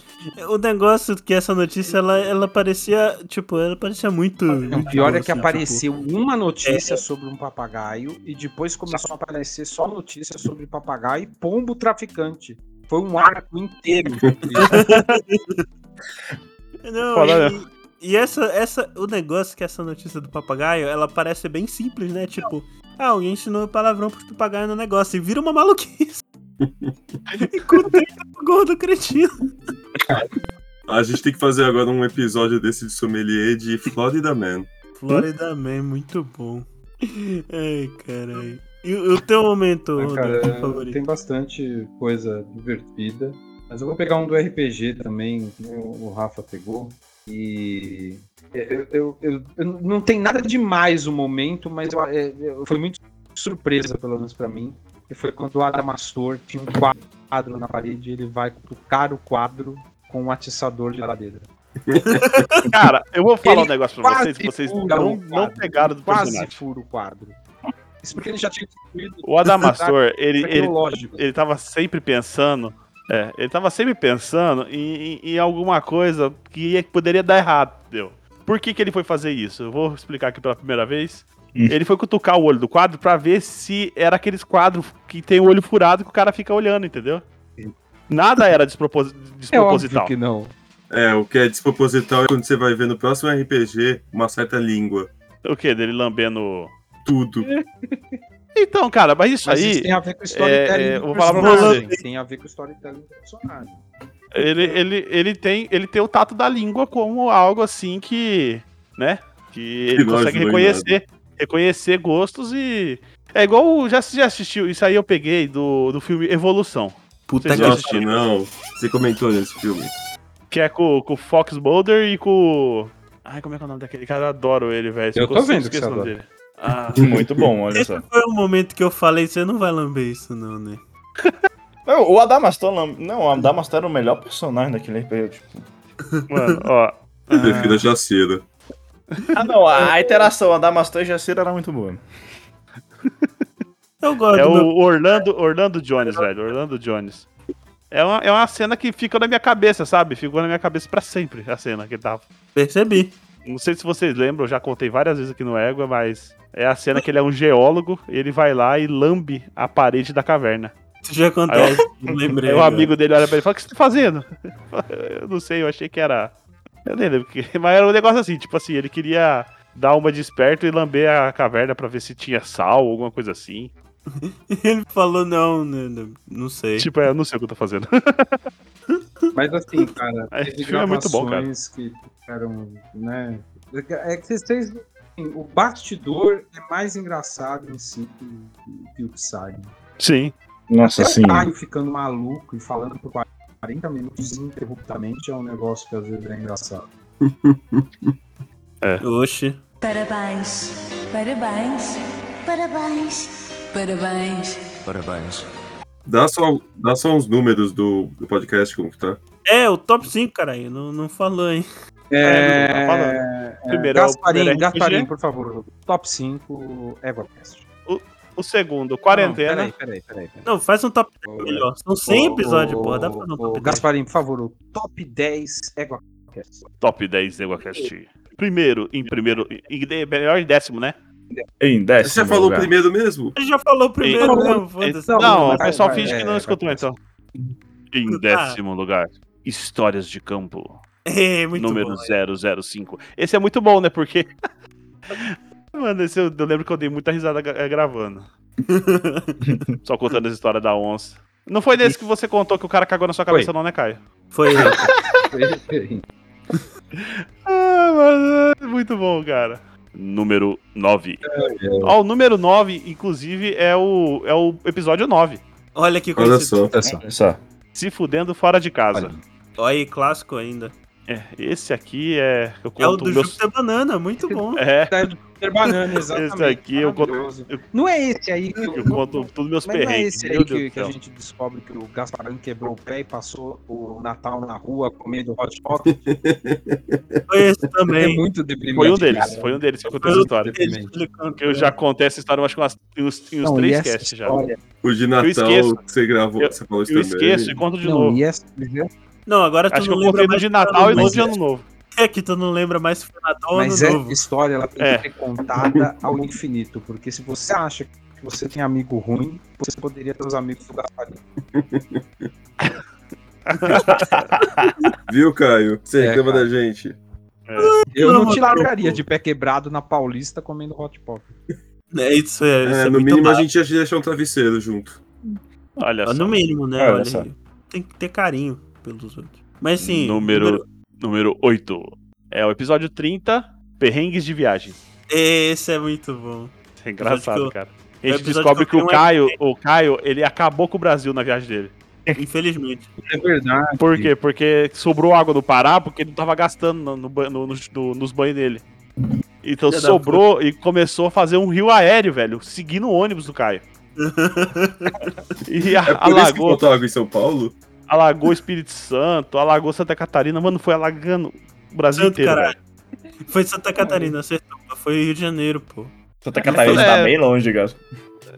[SPEAKER 1] O negócio que essa notícia, ela, ela parecia, tipo, ela parecia muito...
[SPEAKER 4] Não,
[SPEAKER 1] muito
[SPEAKER 4] pior é que
[SPEAKER 1] assim,
[SPEAKER 4] apareceu uma notícia sobre um papagaio e depois começou a aparecer só notícia sobre papagaio e pombo traficante. Foi um arco inteiro.
[SPEAKER 1] tipo, Não,
[SPEAKER 2] Falando-
[SPEAKER 1] E, e essa, essa, o negócio que essa notícia do papagaio, ela parece bem simples, né? Tipo, ah, alguém ensinou palavrão pro papagaio no negócio e vira uma maluquice. e com o tempo, o gordo cretino.
[SPEAKER 3] A gente tem que fazer agora um episódio desse de sommelier de Florida Man.
[SPEAKER 1] Florida Man, muito bom. Ai, caralho. E o o teu momento,
[SPEAKER 4] Ah, cara,
[SPEAKER 1] Rodolfo, favorito?
[SPEAKER 4] tem bastante coisa divertida. Mas eu vou pegar um do RPG também, que o o Rafa pegou. E. é, Eu, eu- eu- eu- não tem nada demais o momento, mas eu- é, eu- foi muito surpresa, pelo menos pra mim. Que foi quando o Adamastor tinha um quadro na parede e ele vai cutucar o quadro com um atiçador de ladeira.
[SPEAKER 2] Cara, eu vou falar
[SPEAKER 4] Ele
[SPEAKER 2] um negócio pra vocês que
[SPEAKER 4] quase
[SPEAKER 2] vocês
[SPEAKER 4] fura
[SPEAKER 2] não,
[SPEAKER 4] o
[SPEAKER 2] não
[SPEAKER 4] quadro.
[SPEAKER 2] pegaram do
[SPEAKER 4] Quase
[SPEAKER 2] personagem.
[SPEAKER 4] fura o quadro. Isso porque ele já tinha construído
[SPEAKER 2] O Adamastor, ele, ele
[SPEAKER 4] tecnológico.
[SPEAKER 2] ele tava sempre pensando. É, ele tava sempre pensando em, em- em alguma coisa que ia- que poderia dar errado, entendeu? Por que, que ele foi fazer isso? Eu vou explicar aqui pela primeira vez. Ele foi cutucar o olho do quadro pra ver se era aqueles quadros que tem o olho furado que o cara fica olhando, entendeu? Nada era despropos-
[SPEAKER 4] É óbvio
[SPEAKER 2] desproposital.
[SPEAKER 4] que não.
[SPEAKER 3] É, o que é desproposital é quando você vai ver no próximo RPG uma certa língua.
[SPEAKER 2] O que? Dele lambendo.
[SPEAKER 3] Tudo.
[SPEAKER 2] Então, cara, mas isso
[SPEAKER 4] Mas
[SPEAKER 2] aí.
[SPEAKER 4] isso tem a ver com o storytelling
[SPEAKER 2] é, eu
[SPEAKER 4] do
[SPEAKER 2] vou falar pra
[SPEAKER 4] personagem. Tem a ver com o storytelling do personagem.
[SPEAKER 2] Ele, ele, ele, tem, ele tem o tato da língua como algo assim que. né? Que ele
[SPEAKER 3] nós
[SPEAKER 2] consegue
[SPEAKER 3] não
[SPEAKER 2] reconhecer. Reconhecer gostos e. É igual. o- Já, já assistiu? Isso aí eu peguei do, do filme Evolução.
[SPEAKER 1] Puta
[SPEAKER 2] Vocês
[SPEAKER 1] que
[SPEAKER 2] já
[SPEAKER 3] Nossa,
[SPEAKER 2] assistiram?
[SPEAKER 3] não. Você comentou nesse filme.
[SPEAKER 2] Que é com, com o Fox Boulder e com. o- Ai, como é que é o nome daquele cara? Eu adoro ele, velho.
[SPEAKER 4] Eu tô
[SPEAKER 2] consigo-
[SPEAKER 4] vendo que
[SPEAKER 2] esqueço
[SPEAKER 4] você
[SPEAKER 2] o nome dele. Ah,
[SPEAKER 5] muito bom, olha só.
[SPEAKER 1] Esse foi o momento que eu falei, você não vai lamber isso não, né?
[SPEAKER 5] Não, É, o Adamastor, não- não, o Adamastor era o melhor personagem daquele RPG. Tipo.
[SPEAKER 2] mano, ó.
[SPEAKER 3] Eu prefiro a Jacira.
[SPEAKER 5] Ah, não, a, a interação Adamastor e Jacira era muito boa.
[SPEAKER 1] Eu gosto
[SPEAKER 2] É
[SPEAKER 1] do meu
[SPEAKER 2] o Orlando, Orlando Jones, velho. Orlando Jones. É uma, é uma cena que ficou na minha cabeça, sabe? Ficou na minha cabeça pra sempre a cena que ele tava.
[SPEAKER 1] Percebi.
[SPEAKER 2] Não sei se vocês lembram, eu já contei várias vezes aqui no Égua, mas é a cena que ele é um geólogo e ele vai lá e lambe a parede da caverna.
[SPEAKER 1] Isso já acontece, não lembrei.
[SPEAKER 2] Aí É o
[SPEAKER 1] agora.
[SPEAKER 2] amigo dele olha pra ele e fala: O que você tá fazendo? Eu não sei, eu achei que era. Eu nem lembro. o que- Mas era um negócio assim, tipo assim, ele queria dar uma de esperto e lamber a caverna pra ver se tinha sal ou alguma coisa assim.
[SPEAKER 1] Ele falou não, né? né, Não sei.
[SPEAKER 2] Tipo, é, eu não sei o que eu tô fazendo.
[SPEAKER 4] Mas assim, cara,
[SPEAKER 2] É,
[SPEAKER 4] teve
[SPEAKER 2] esse filme é muito bom, cara.
[SPEAKER 4] gravações que eram, né? É que vocês. assim, O bastidor é mais engraçado em si que, que o que sai.
[SPEAKER 2] Sim.
[SPEAKER 5] Nossa,
[SPEAKER 4] o Caio ficando maluco e falando por 40 minutos ininterruptamente é um negócio que às vezes é engraçado.
[SPEAKER 1] Oxe.
[SPEAKER 7] Parabéns, parabéns, parabéns, parabéns.
[SPEAKER 3] Dá só, dá só uns números do, do podcast, como que tá?
[SPEAKER 1] É, o top 5, caralho. Não, não falou, hein?
[SPEAKER 2] É, tá falando. Primeiro é o
[SPEAKER 4] Gasparim,
[SPEAKER 2] primeiro RPG.
[SPEAKER 4] Gasparim, por favor. Top 5 EgoCast.
[SPEAKER 2] O segundo, quarentena.
[SPEAKER 4] Não, Peraí, peraí, peraí.
[SPEAKER 1] Não, faz um top 10
[SPEAKER 4] peraí.
[SPEAKER 1] melhor. São 100 episódios,
[SPEAKER 4] Ô,
[SPEAKER 1] porra. Dá pra fazer um
[SPEAKER 4] ô,
[SPEAKER 1] top 10.
[SPEAKER 4] Gasparim, por favor, o top 10 EgoCast.
[SPEAKER 2] Top 10 NegoCast. Primeiro, em primeiro. Em, em- melhor em décimo, né?
[SPEAKER 5] Em décimo
[SPEAKER 3] Você falou o
[SPEAKER 5] lugar.
[SPEAKER 3] primeiro mesmo?
[SPEAKER 1] Ele já falou o primeiro,
[SPEAKER 4] Ei,
[SPEAKER 2] Então,
[SPEAKER 1] não, foda-se.
[SPEAKER 2] Não,
[SPEAKER 4] não,
[SPEAKER 2] o
[SPEAKER 4] vai,
[SPEAKER 2] pessoal
[SPEAKER 4] vai,
[SPEAKER 2] finge
[SPEAKER 4] é,
[SPEAKER 2] que não
[SPEAKER 4] vai,
[SPEAKER 2] escutou,
[SPEAKER 4] vai.
[SPEAKER 2] então. Em décimo lugar, Histórias de Campo,
[SPEAKER 1] É, muito
[SPEAKER 2] número
[SPEAKER 1] bom.
[SPEAKER 2] 005. Esse é muito bom, né? Porque. Mano, esse eu, eu lembro que eu dei muita risada gra- eh, gravando. Só contando as histórias da onça. Não foi desse que você contou que o cara cagou na sua cabeça, não, né, Caio?
[SPEAKER 1] Foi ele.
[SPEAKER 2] Ah, mano, é muito bom, cara. Número 9.
[SPEAKER 4] É,
[SPEAKER 2] Ó, o número 9, inclusive, é o, é o episódio 9.
[SPEAKER 1] Olha que
[SPEAKER 3] Olha
[SPEAKER 1] coisa.
[SPEAKER 3] só.
[SPEAKER 5] Olha só. Olha só.
[SPEAKER 2] Se fudendo fora de casa.
[SPEAKER 1] Olha aí, clássico ainda.
[SPEAKER 2] É, esse aqui é. Eu
[SPEAKER 1] É o
[SPEAKER 2] conto
[SPEAKER 1] do
[SPEAKER 2] meus-
[SPEAKER 1] Júpiter Banana, muito bom.
[SPEAKER 2] É,
[SPEAKER 4] Mr. Banana, exatamente.
[SPEAKER 2] Esse aqui eu conto-
[SPEAKER 4] Maravilhoso.
[SPEAKER 2] eu-
[SPEAKER 4] Não é esse aí que
[SPEAKER 2] Eu conto todos meus
[SPEAKER 4] Mas não é
[SPEAKER 2] perrengues.
[SPEAKER 4] esse
[SPEAKER 2] meu
[SPEAKER 4] aí que,
[SPEAKER 2] Deus do
[SPEAKER 4] que a
[SPEAKER 2] céu.
[SPEAKER 4] gente descobre que o Gasparão quebrou o pé e passou o Natal na rua comendo hot pocket?
[SPEAKER 1] Foi esse
[SPEAKER 4] É
[SPEAKER 1] também.
[SPEAKER 4] muito deprimente.
[SPEAKER 2] Foi um deles,
[SPEAKER 4] cara.
[SPEAKER 2] foi um deles que eu contei
[SPEAKER 1] Foi
[SPEAKER 2] essa
[SPEAKER 1] o
[SPEAKER 2] história.
[SPEAKER 1] deles que ele né? cantou.
[SPEAKER 2] Porque eu já contei essa história, eu acho que umas- em uns, em uns
[SPEAKER 4] Não, e
[SPEAKER 2] três
[SPEAKER 4] essa
[SPEAKER 2] casts já.
[SPEAKER 4] história-
[SPEAKER 3] O de
[SPEAKER 2] esqueço.
[SPEAKER 3] Natal que você gravou,
[SPEAKER 2] Eu-
[SPEAKER 3] que você falou isso
[SPEAKER 2] Eu
[SPEAKER 3] também.
[SPEAKER 2] esqueço e conto de
[SPEAKER 4] não,
[SPEAKER 2] novo.
[SPEAKER 4] e essa- mas
[SPEAKER 1] Não, agora tu
[SPEAKER 2] Acho que
[SPEAKER 1] não
[SPEAKER 2] eu
[SPEAKER 1] lembra
[SPEAKER 2] contei no
[SPEAKER 1] mais
[SPEAKER 2] de Natal e
[SPEAKER 1] do
[SPEAKER 2] no
[SPEAKER 4] mas
[SPEAKER 2] de
[SPEAKER 1] ano
[SPEAKER 2] Ano Novo.
[SPEAKER 1] É que tu não lembra mais se foi Natal ou Ano
[SPEAKER 4] essa
[SPEAKER 1] Novo.
[SPEAKER 4] história ela tem
[SPEAKER 2] É.
[SPEAKER 4] que ser contada ao infinito, porque se você acha que você tem amigo ruim, você poderia ter os amigos do Gasparinho.
[SPEAKER 3] Viu, Caio? Você
[SPEAKER 4] É,
[SPEAKER 3] reclama
[SPEAKER 4] cara.
[SPEAKER 3] da gente.
[SPEAKER 4] Eu
[SPEAKER 1] Não,
[SPEAKER 4] não te
[SPEAKER 1] mano,
[SPEAKER 4] largaria
[SPEAKER 1] eu-
[SPEAKER 4] de pé quebrado na Paulista comendo hot pocket.
[SPEAKER 1] É, isso é, isso
[SPEAKER 3] É,
[SPEAKER 1] é,
[SPEAKER 3] no
[SPEAKER 1] muito
[SPEAKER 3] mínimo
[SPEAKER 1] mínimo,
[SPEAKER 3] a gente ia te deixar um travesseiro junto.
[SPEAKER 2] Olha é
[SPEAKER 4] Tá
[SPEAKER 2] só.
[SPEAKER 1] No mínimo, né?
[SPEAKER 5] Olha
[SPEAKER 1] Olha,
[SPEAKER 5] só.
[SPEAKER 1] Tem que ter carinho pelos outros. Mas sim.
[SPEAKER 2] número, número 8. É o episódio 30, Perrengues de Viagem.
[SPEAKER 1] Esse é muito bom.
[SPEAKER 2] É engraçado,
[SPEAKER 1] Episódio que
[SPEAKER 2] cara. A
[SPEAKER 1] É o
[SPEAKER 2] gente
[SPEAKER 1] episódio
[SPEAKER 2] descobre
[SPEAKER 1] que
[SPEAKER 2] que
[SPEAKER 1] eu
[SPEAKER 2] o
[SPEAKER 1] tenho
[SPEAKER 2] Caio, o Caio, ele acabou com o Brasil na viagem dele.
[SPEAKER 1] Infelizmente.
[SPEAKER 4] É
[SPEAKER 1] Ah,
[SPEAKER 4] verdade.
[SPEAKER 2] Por quê? Porque sobrou água do Pará, porque ele não tava gastando no, no ban- no- no- no- nos banhos dele. Então
[SPEAKER 1] Filha da
[SPEAKER 2] sobrou e começou a fazer um rio aéreo, velho, seguindo o ônibus do Caio. e a,
[SPEAKER 3] É por isso que
[SPEAKER 2] alagou,
[SPEAKER 3] faltou água em São Paulo?
[SPEAKER 2] alagou Espírito Santo, alagou Santa Catarina, mano, foi alagando o Brasil
[SPEAKER 1] Santo
[SPEAKER 2] inteiro,
[SPEAKER 1] caralho.
[SPEAKER 2] velho.
[SPEAKER 1] Foi Santa Catarina, acertou. mas Foi Rio de Janeiro, pô.
[SPEAKER 5] Santa Catarina
[SPEAKER 2] É.
[SPEAKER 5] tá bem longe, cara.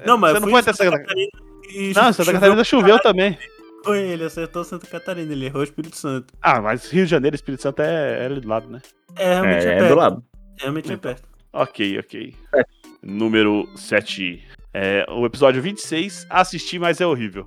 [SPEAKER 1] Não, mas
[SPEAKER 2] Você não
[SPEAKER 1] foi
[SPEAKER 2] foi
[SPEAKER 1] em
[SPEAKER 2] até Santa
[SPEAKER 1] Catarina. e
[SPEAKER 2] Não, Santa
[SPEAKER 1] choveu
[SPEAKER 2] Catarina choveu também.
[SPEAKER 1] com ele, acertou Santa Catarina, ele errou o Espírito Santo.
[SPEAKER 2] Ah, mas Rio de Janeiro e Espírito Santo é, é ali do lado, né?
[SPEAKER 1] É, realmente é,
[SPEAKER 5] É, é
[SPEAKER 1] perto.
[SPEAKER 5] do lado.
[SPEAKER 1] Realmente é perto.
[SPEAKER 2] Ok, ok.
[SPEAKER 1] É.
[SPEAKER 2] Número 7. É, o episódio 26, assistir, mas é horrível.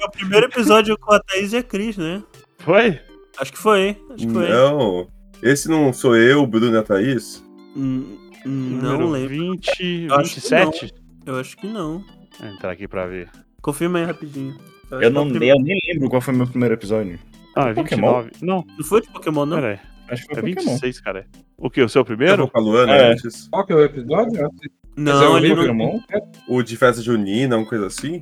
[SPEAKER 1] É o primeiro episódio com a Thaís e a Cris, né?
[SPEAKER 2] Foi?
[SPEAKER 1] Acho que foi, acho que foi.
[SPEAKER 3] Não. Esse não sou eu, Bruno e a Thaís?
[SPEAKER 1] Hum, hum,
[SPEAKER 2] Número
[SPEAKER 1] não lembro.
[SPEAKER 2] 20,
[SPEAKER 1] Eu acho que
[SPEAKER 2] 27?
[SPEAKER 1] Eu acho que não.
[SPEAKER 2] Vou entrar aqui pra ver.
[SPEAKER 1] Confirma aí rapidinho. acho que é
[SPEAKER 5] Eu
[SPEAKER 1] o
[SPEAKER 5] não
[SPEAKER 1] primeiro.
[SPEAKER 5] eu nem lembro qual foi o meu primeiro episódio.
[SPEAKER 2] Ah, é
[SPEAKER 5] Pokémon?
[SPEAKER 2] 29. Não,
[SPEAKER 1] Não foi de Pokémon, não?
[SPEAKER 2] pera aí.
[SPEAKER 5] Acho que
[SPEAKER 2] É
[SPEAKER 5] foi Pokémon.
[SPEAKER 2] 26, cara. O que? O seu
[SPEAKER 3] Eu
[SPEAKER 2] primeiro?
[SPEAKER 3] vou com a Luana
[SPEAKER 5] É.
[SPEAKER 3] antes.
[SPEAKER 4] Qual que é o episódio? é
[SPEAKER 5] Mas eu
[SPEAKER 1] Não,
[SPEAKER 5] vi
[SPEAKER 1] ele não.
[SPEAKER 5] Pokémon.
[SPEAKER 3] O de festa junina, uma coisa assim?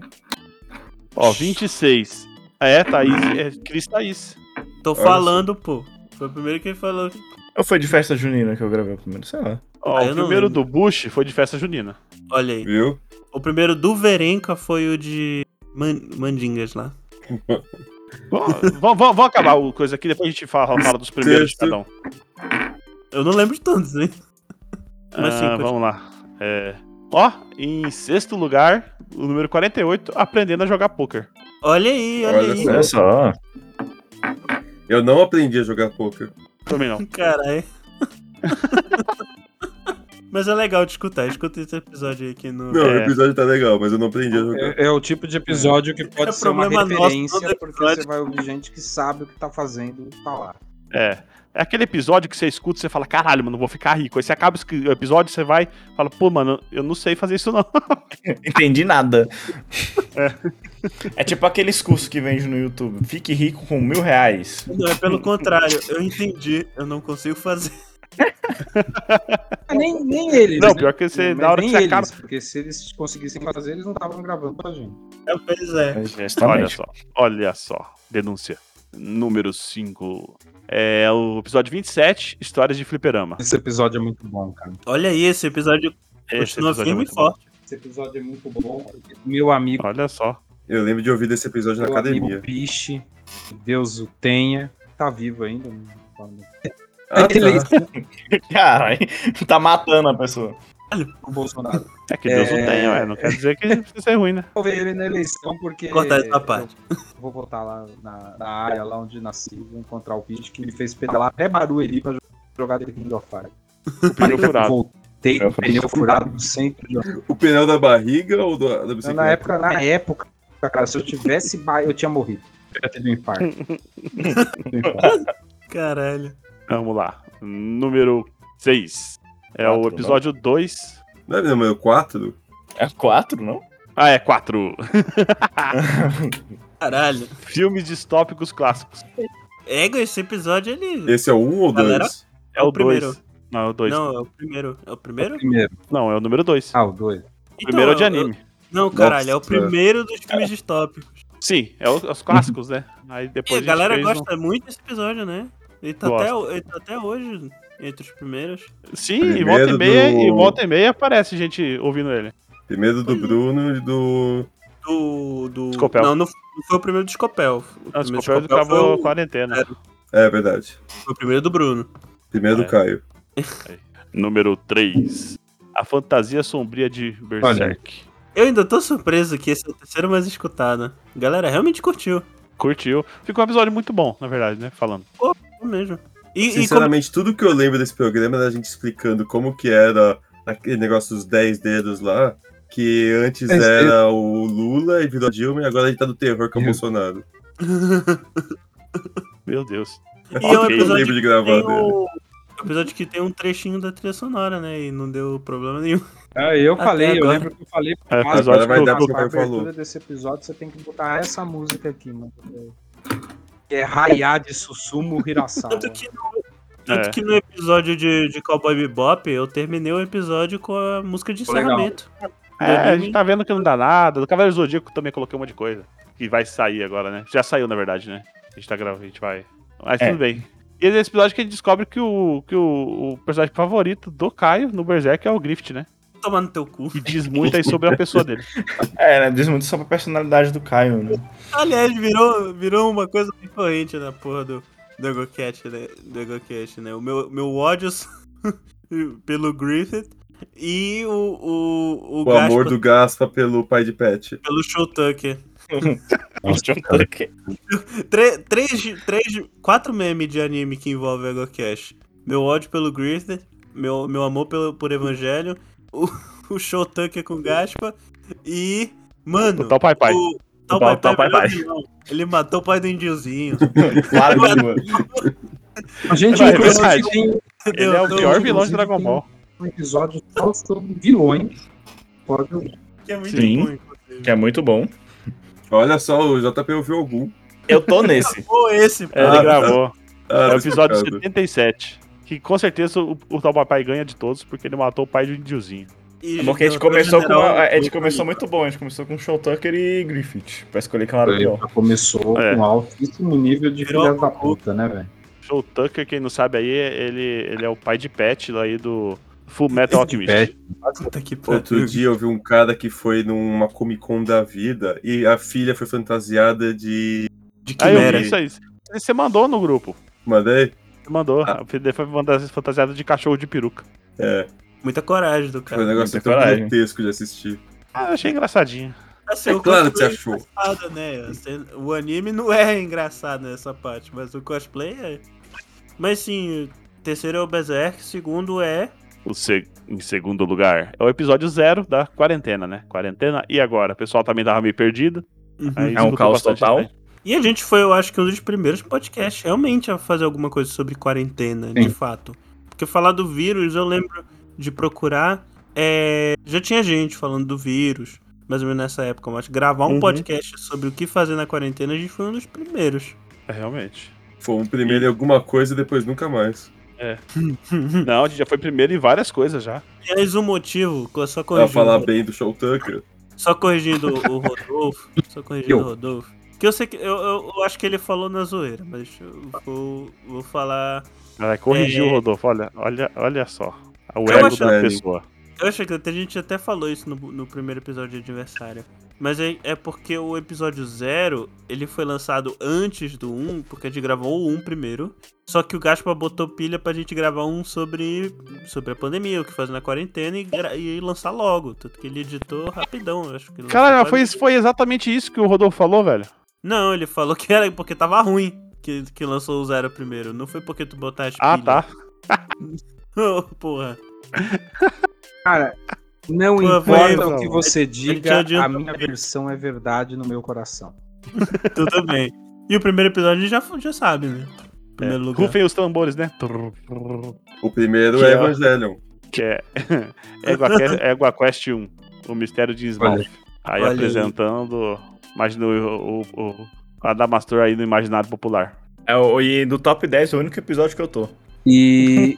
[SPEAKER 2] Ó, 26. É, Thaís. É Cris Thaís.
[SPEAKER 1] Tô
[SPEAKER 3] só.
[SPEAKER 1] falando, pô. Foi o primeiro que ele falou.
[SPEAKER 5] Ou foi de festa junina que eu gravei o primeiro? Sei lá.
[SPEAKER 2] Ó,
[SPEAKER 1] Ah, eu
[SPEAKER 2] o
[SPEAKER 1] não
[SPEAKER 2] primeiro
[SPEAKER 1] lembro.
[SPEAKER 2] do Bush foi de festa junina.
[SPEAKER 1] Olha aí.
[SPEAKER 3] Viu?
[SPEAKER 1] O primeiro do Verenca foi o de Man- Mandingas lá.
[SPEAKER 2] Vamos- Vamos vamos acabar o coisa aqui, depois a gente fala, fala dos primeiros de cada um.
[SPEAKER 1] Eu não lembro de todos, hein? Mas sim,
[SPEAKER 2] Ah,
[SPEAKER 1] continua.
[SPEAKER 2] vamos lá. É, Ó, em sexto lugar, o número 48, aprendendo a jogar poker.
[SPEAKER 1] Olha aí, olha,
[SPEAKER 3] Olha
[SPEAKER 1] aí.
[SPEAKER 3] só.
[SPEAKER 5] Olha É só.
[SPEAKER 3] Eu não aprendi a jogar poker.
[SPEAKER 2] Também não.
[SPEAKER 1] Caralho. Mas é legal de escutar. Escuta esse episódio aí que no.
[SPEAKER 3] Não, o
[SPEAKER 2] É.
[SPEAKER 3] episódio tá legal, mas eu não aprendi a jogar.
[SPEAKER 4] É, é o tipo de episódio que pode
[SPEAKER 1] É
[SPEAKER 4] ser uma
[SPEAKER 1] problema nosso,
[SPEAKER 4] referência,
[SPEAKER 1] todo
[SPEAKER 4] porque
[SPEAKER 1] episódio.
[SPEAKER 4] você vai ouvir gente que sabe o que tá fazendo falar.
[SPEAKER 2] É. É aquele episódio que você escuta e você fala, caralho, mano, eu vou ficar rico. Aí você acaba escri- o episódio, você vai e fala, pô, mano, eu não sei fazer isso não.
[SPEAKER 5] Entendi nada. É. tipo aqueles cursos que vende no YouTube. Fique rico com mil reais.
[SPEAKER 1] Não, é pelo contrário. Eu entendi, eu não consigo fazer.
[SPEAKER 4] Ah, Nem, nem eles.
[SPEAKER 2] Não,
[SPEAKER 4] né?
[SPEAKER 2] pior que você,
[SPEAKER 4] Mas
[SPEAKER 2] na hora que
[SPEAKER 4] nem
[SPEAKER 2] você
[SPEAKER 4] eles,
[SPEAKER 2] acaba.
[SPEAKER 4] Porque se eles conseguissem fazer, eles não estavam gravando pra gente.
[SPEAKER 1] É, pois é.
[SPEAKER 2] Olha
[SPEAKER 5] Justamente.
[SPEAKER 2] só, olha só. Denúncia. Número 5. É o episódio 27, Histórias de Fliperama.
[SPEAKER 4] Esse episódio é muito bom, cara.
[SPEAKER 1] Olha aí, esse episódio continua
[SPEAKER 2] episódio é
[SPEAKER 1] firme e
[SPEAKER 2] muito bom.
[SPEAKER 1] forte.
[SPEAKER 4] Esse episódio é muito bom. porque Meu amigo,
[SPEAKER 2] Olha só.
[SPEAKER 3] Eu lembro de ouvir desse episódio na
[SPEAKER 4] meu amigo
[SPEAKER 3] academia.
[SPEAKER 4] Piche, que Deus o tenha, tá vivo ainda. né?
[SPEAKER 3] Ah,
[SPEAKER 4] Ele-
[SPEAKER 3] tá.
[SPEAKER 5] Caralho, tá matando a pessoa.
[SPEAKER 4] O Bolsonaro.
[SPEAKER 2] É que Deus
[SPEAKER 4] É.
[SPEAKER 2] não tem, ué. Não quer dizer que precisa ser ruim, né?
[SPEAKER 4] Vou ver ele na eleição porque.
[SPEAKER 1] Cortar essa parte.
[SPEAKER 4] eu Vou voltar lá na, na área, lá onde nasci, vou encontrar o Piche que me fez pedalar até Barueri pra jogar dele King of Fire.
[SPEAKER 2] O pneu furado.
[SPEAKER 4] Voltei com o pneu furado no centro de
[SPEAKER 3] O pneu da barriga ou da, da
[SPEAKER 4] Não,
[SPEAKER 3] bicicleta?
[SPEAKER 4] na época, na época, cara, se eu tivesse ba... eu tinha morrido. Eu tinha tido um infarto.
[SPEAKER 1] Caralho.
[SPEAKER 2] Vamos lá. Número 6. É
[SPEAKER 5] Quatro,
[SPEAKER 2] o episódio 2.
[SPEAKER 3] Não é número 4?
[SPEAKER 5] É quatro, não?
[SPEAKER 2] Ah, é 4. Ah.
[SPEAKER 1] Caralho.
[SPEAKER 2] Filmes distópicos clássicos.
[SPEAKER 1] Ego, esse episódio ele.
[SPEAKER 3] Esse é o 1 um ou
[SPEAKER 1] Galera?
[SPEAKER 3] 2?
[SPEAKER 2] É o 2.
[SPEAKER 1] primeiro.
[SPEAKER 2] Não, é o 2. Não.
[SPEAKER 1] Não, é o primeiro. É o primeiro? Então,
[SPEAKER 4] Primeiro.
[SPEAKER 2] é o número 2.
[SPEAKER 4] Ah, o dois.
[SPEAKER 2] O primeiro é o de anime.
[SPEAKER 1] Não, caralho, é o
[SPEAKER 3] Nossa.
[SPEAKER 1] primeiro dos filmes distópicos.
[SPEAKER 2] Sim, é o- os clássicos, né? Aí
[SPEAKER 1] E
[SPEAKER 2] depois
[SPEAKER 1] a galera
[SPEAKER 2] fez um-
[SPEAKER 1] gosta muito desse episódio, né? Ele tá,
[SPEAKER 2] Gosto.
[SPEAKER 1] até, o- ele tá até hoje entre os primeiros.
[SPEAKER 2] um- Sim, e
[SPEAKER 3] Primeiro
[SPEAKER 2] volta e meia,
[SPEAKER 3] do-
[SPEAKER 2] e volta e meia aparece gente ouvindo ele.
[SPEAKER 3] Primeiro do
[SPEAKER 1] Pois é.
[SPEAKER 3] Bruno e do.
[SPEAKER 1] Do. do...
[SPEAKER 2] Scopel.
[SPEAKER 1] Não, não f- não foi o primeiro do Scopel. O
[SPEAKER 2] Não,
[SPEAKER 1] primeiro do
[SPEAKER 2] desculpa, eu
[SPEAKER 1] Scopel foi
[SPEAKER 2] acabou a
[SPEAKER 1] o-
[SPEAKER 2] quarentena.
[SPEAKER 3] É verdade.
[SPEAKER 1] foi o primeiro do Bruno.
[SPEAKER 3] Primeiro
[SPEAKER 2] É.
[SPEAKER 3] do Caio.
[SPEAKER 2] Número 3. A fantasia sombria de Berserk.
[SPEAKER 1] Eu ainda tô surpreso que esse é o terceiro mais escutado. Galera, realmente curtiu.
[SPEAKER 2] Curtiu. Ficou um episódio muito bom, na verdade, né? Falando.
[SPEAKER 1] Eu É mesmo. E, e como
[SPEAKER 3] Sinceramente, tudo que eu lembro desse programa era a gente explicando como que era aquele negócio dos 10 dedos lá, que antes
[SPEAKER 4] Dez
[SPEAKER 3] era o Lula e virou a Dilma, e agora a gente tá no terror com o
[SPEAKER 4] Eu.
[SPEAKER 3] Bolsonaro.
[SPEAKER 2] Meu Deus.
[SPEAKER 1] E é um
[SPEAKER 3] Eu
[SPEAKER 1] episódio
[SPEAKER 3] lembro de gravar
[SPEAKER 1] tem
[SPEAKER 3] dele.
[SPEAKER 1] o... o episódio que tem um trechinho da trilha sonora, né? E não deu problema nenhum.
[SPEAKER 4] Ah, eu
[SPEAKER 1] Até
[SPEAKER 4] falei, eu
[SPEAKER 1] agora.
[SPEAKER 4] lembro que eu falei.
[SPEAKER 2] É,
[SPEAKER 3] agora
[SPEAKER 4] Mas
[SPEAKER 2] episódio
[SPEAKER 3] vai
[SPEAKER 2] do-
[SPEAKER 3] dar
[SPEAKER 4] pra
[SPEAKER 2] do-
[SPEAKER 3] pro-
[SPEAKER 4] a abertura
[SPEAKER 3] falou.
[SPEAKER 4] desse episódio, você tem que botar essa música aqui, mano. Que é Raiá de Susumu Hirasawa.
[SPEAKER 1] Tanto que no, tanto
[SPEAKER 2] É.
[SPEAKER 1] que no episódio de, de Cowboy Bebop, eu terminei o episódio com a música de
[SPEAKER 4] Foi legal.
[SPEAKER 1] encerramento.
[SPEAKER 2] É, a gente tá vendo que não dá nada. Do Cavaleiro Zodíaco também coloquei um monte de coisa. Que vai sair agora, né? Já saiu, na verdade, né? A gente tá gravando, a gente vai. Mas
[SPEAKER 5] É.
[SPEAKER 2] tudo bem. E é nesse episódio que ele descobre que, o, que o, o personagem favorito do Caio no Berserk é o Grift, né?
[SPEAKER 1] Tomar no teu cu.
[SPEAKER 2] E diz muito aí sobre a pessoa dele.
[SPEAKER 5] É, né? Diz muito sobre a personalidade do Caio, né?
[SPEAKER 1] Aliás, virou, virou uma coisa recorrente na porra do, do EgoCast, né? Do EgoCast, né? O meu, meu ódio pelo Griffith e o, o, o,
[SPEAKER 3] O amor
[SPEAKER 1] Gaspa
[SPEAKER 3] do Gaspa pelo pai de Pet.
[SPEAKER 1] pelo Show Tucker.
[SPEAKER 5] John Tucker.
[SPEAKER 1] Tre- três, três, quatro memes de anime que envolvem o EgoCast. Meu ódio pelo Griffith, meu, meu amor pelo, por Evangelho, o, o Show Tucker com Gaspa e... Mano,
[SPEAKER 2] O tal Pai Pai.
[SPEAKER 1] o tal
[SPEAKER 5] O tal- tal
[SPEAKER 1] Pai Pai
[SPEAKER 5] Pai
[SPEAKER 1] é meu vilão. Ele matou o pai do Indiozinho.
[SPEAKER 5] Claro, mano.
[SPEAKER 4] A gente,
[SPEAKER 2] É
[SPEAKER 4] inclusive,
[SPEAKER 2] verdade.
[SPEAKER 4] tem um
[SPEAKER 2] Ele é o
[SPEAKER 1] Deu-
[SPEAKER 2] pior
[SPEAKER 4] deu-
[SPEAKER 2] vilão de Dragon Ball.
[SPEAKER 4] um episódio só sobre vilões. Pode
[SPEAKER 1] Que é muito
[SPEAKER 5] Sim.
[SPEAKER 1] bom, inclusive.
[SPEAKER 5] Que é muito bom.
[SPEAKER 3] Olha só, o JP ouviu algum.
[SPEAKER 5] Eu tô nesse.
[SPEAKER 1] Ou
[SPEAKER 5] É,
[SPEAKER 1] esse, pô.
[SPEAKER 2] Ele gravou.
[SPEAKER 3] Ah,
[SPEAKER 2] É o
[SPEAKER 3] tá
[SPEAKER 2] episódio
[SPEAKER 3] explicado.
[SPEAKER 2] 77. Que com certeza o, o tal papai ganha de todos, porque ele matou o pai do Indiozinho.
[SPEAKER 1] E
[SPEAKER 5] É bom que a gente
[SPEAKER 1] Doutor
[SPEAKER 5] começou com.
[SPEAKER 1] General
[SPEAKER 5] A, a gente
[SPEAKER 1] Goku.
[SPEAKER 5] começou muito bom. A gente começou com Show Tucker e Griffith. Pra escolher quem era o pior.
[SPEAKER 4] Já começou
[SPEAKER 2] É.
[SPEAKER 4] com altíssimo nível de
[SPEAKER 1] Virou
[SPEAKER 4] filha da
[SPEAKER 1] Goku.
[SPEAKER 4] puta, né, velho?
[SPEAKER 2] Show Tucker, quem não sabe aí, ele, ele é o pai de Pet lá aí do Full Metal Alchemist.
[SPEAKER 1] Puta que pariu.
[SPEAKER 3] Outro dia eu vi um cara que foi numa Comic Con da vida e a filha foi fantasiada de.
[SPEAKER 1] De
[SPEAKER 2] Aí eu
[SPEAKER 1] quimera.
[SPEAKER 2] vi isso aí. Você mandou no grupo.
[SPEAKER 3] Mandei?
[SPEAKER 2] Você mandou.
[SPEAKER 3] Ah.
[SPEAKER 2] Ele foi fanta- fantasiado de cachorro de peruca.
[SPEAKER 3] É.
[SPEAKER 1] Muita coragem do
[SPEAKER 3] Foi um
[SPEAKER 1] cara.
[SPEAKER 3] negócio
[SPEAKER 5] muita
[SPEAKER 3] tão
[SPEAKER 5] coragem.
[SPEAKER 3] grotesco de assistir.
[SPEAKER 2] Ah, eu achei engraçadinho.
[SPEAKER 1] Assim,
[SPEAKER 3] É
[SPEAKER 1] o
[SPEAKER 3] claro que
[SPEAKER 1] cosplay
[SPEAKER 3] você
[SPEAKER 1] é
[SPEAKER 3] achou.
[SPEAKER 1] engraçado, né? Assim, O anime não é engraçado nessa parte, mas o cosplay é. Mas sim, o terceiro é o Berserk, o segundo é.
[SPEAKER 2] O se- Em segundo lugar, é o episódio zero da quarentena, né? Quarentena e agora? O pessoal também tava meio perdido. aí
[SPEAKER 5] É um
[SPEAKER 2] escutou
[SPEAKER 5] caos
[SPEAKER 2] bastante
[SPEAKER 5] total.
[SPEAKER 2] também.
[SPEAKER 1] E a gente foi, eu acho que um dos primeiros podcasts realmente a fazer alguma coisa sobre quarentena, de
[SPEAKER 4] Sim.
[SPEAKER 1] fato. Porque falar do vírus, eu lembro de procurar. é, já tinha gente falando do vírus, mais ou menos nessa época, mas gravar um
[SPEAKER 5] Uhum.
[SPEAKER 1] podcast sobre o que fazer na quarentena, a gente foi um dos primeiros.
[SPEAKER 2] É, realmente.
[SPEAKER 3] Foi um primeiro em alguma coisa e depois nunca mais.
[SPEAKER 2] Não, a gente já foi primeiro em várias coisas já.
[SPEAKER 1] Aliás, o motivo, só
[SPEAKER 3] Pra
[SPEAKER 1] corrigindo,
[SPEAKER 3] falar bem do Show Tucker.
[SPEAKER 1] só corrigindo o Rodolfo, só corrigindo o
[SPEAKER 4] Eu.
[SPEAKER 1] Rodolfo, que eu sei que, eu, eu, eu acho que ele falou na zoeira, mas eu vou, vou falar,
[SPEAKER 2] Ela corrigiu
[SPEAKER 1] É.
[SPEAKER 2] o Rodolfo, olha, olha, olha só. O
[SPEAKER 1] Eu
[SPEAKER 2] ego
[SPEAKER 1] acho-
[SPEAKER 2] da
[SPEAKER 3] Velho.
[SPEAKER 2] pessoa.
[SPEAKER 1] eu acho que até a gente até falou isso no, no primeiro episódio de aniversário, mas é, é porque o episódio zero ele foi lançado antes do 1, porque a gente gravou o 1 primeiro, só que o Gaspa botou pilha pra gente gravar um sobre, sobre a pandemia, o que fazer na quarentena e, gra- e lançar logo, tanto que ele editou rapidão, eu acho que lançou
[SPEAKER 2] Cara,
[SPEAKER 1] quase-
[SPEAKER 2] foi, foi exatamente isso que o Rodolfo falou, velho.
[SPEAKER 1] Não, ele falou que era porque tava ruim que, que lançou o zero primeiro. Não foi porque tu botaste
[SPEAKER 2] Ah,
[SPEAKER 1] pilha.
[SPEAKER 2] tá.
[SPEAKER 1] Ô, porra.
[SPEAKER 4] Cara, não
[SPEAKER 1] Pô, vai,
[SPEAKER 4] importa o
[SPEAKER 2] Bruno.
[SPEAKER 4] que você
[SPEAKER 1] te
[SPEAKER 4] diga,
[SPEAKER 1] adianto
[SPEAKER 4] a minha versão é verdade no meu coração.
[SPEAKER 1] Tudo bem. E o primeiro episódio já, já sabe, né? Primeiro lugar.
[SPEAKER 2] É, Rufem os tambores, né? Trrr, trrr.
[SPEAKER 3] O primeiro
[SPEAKER 2] Que
[SPEAKER 3] é
[SPEAKER 2] é-
[SPEAKER 3] Evangelion.
[SPEAKER 2] Que é Egua Quest 1, o mistério de Smaug. Aí
[SPEAKER 1] Olha aí.
[SPEAKER 2] apresentando. Imagina o, o, o Adamastor aí no imaginário popular.
[SPEAKER 5] É, o- e do top 10 é o único episódio que eu tô.
[SPEAKER 4] E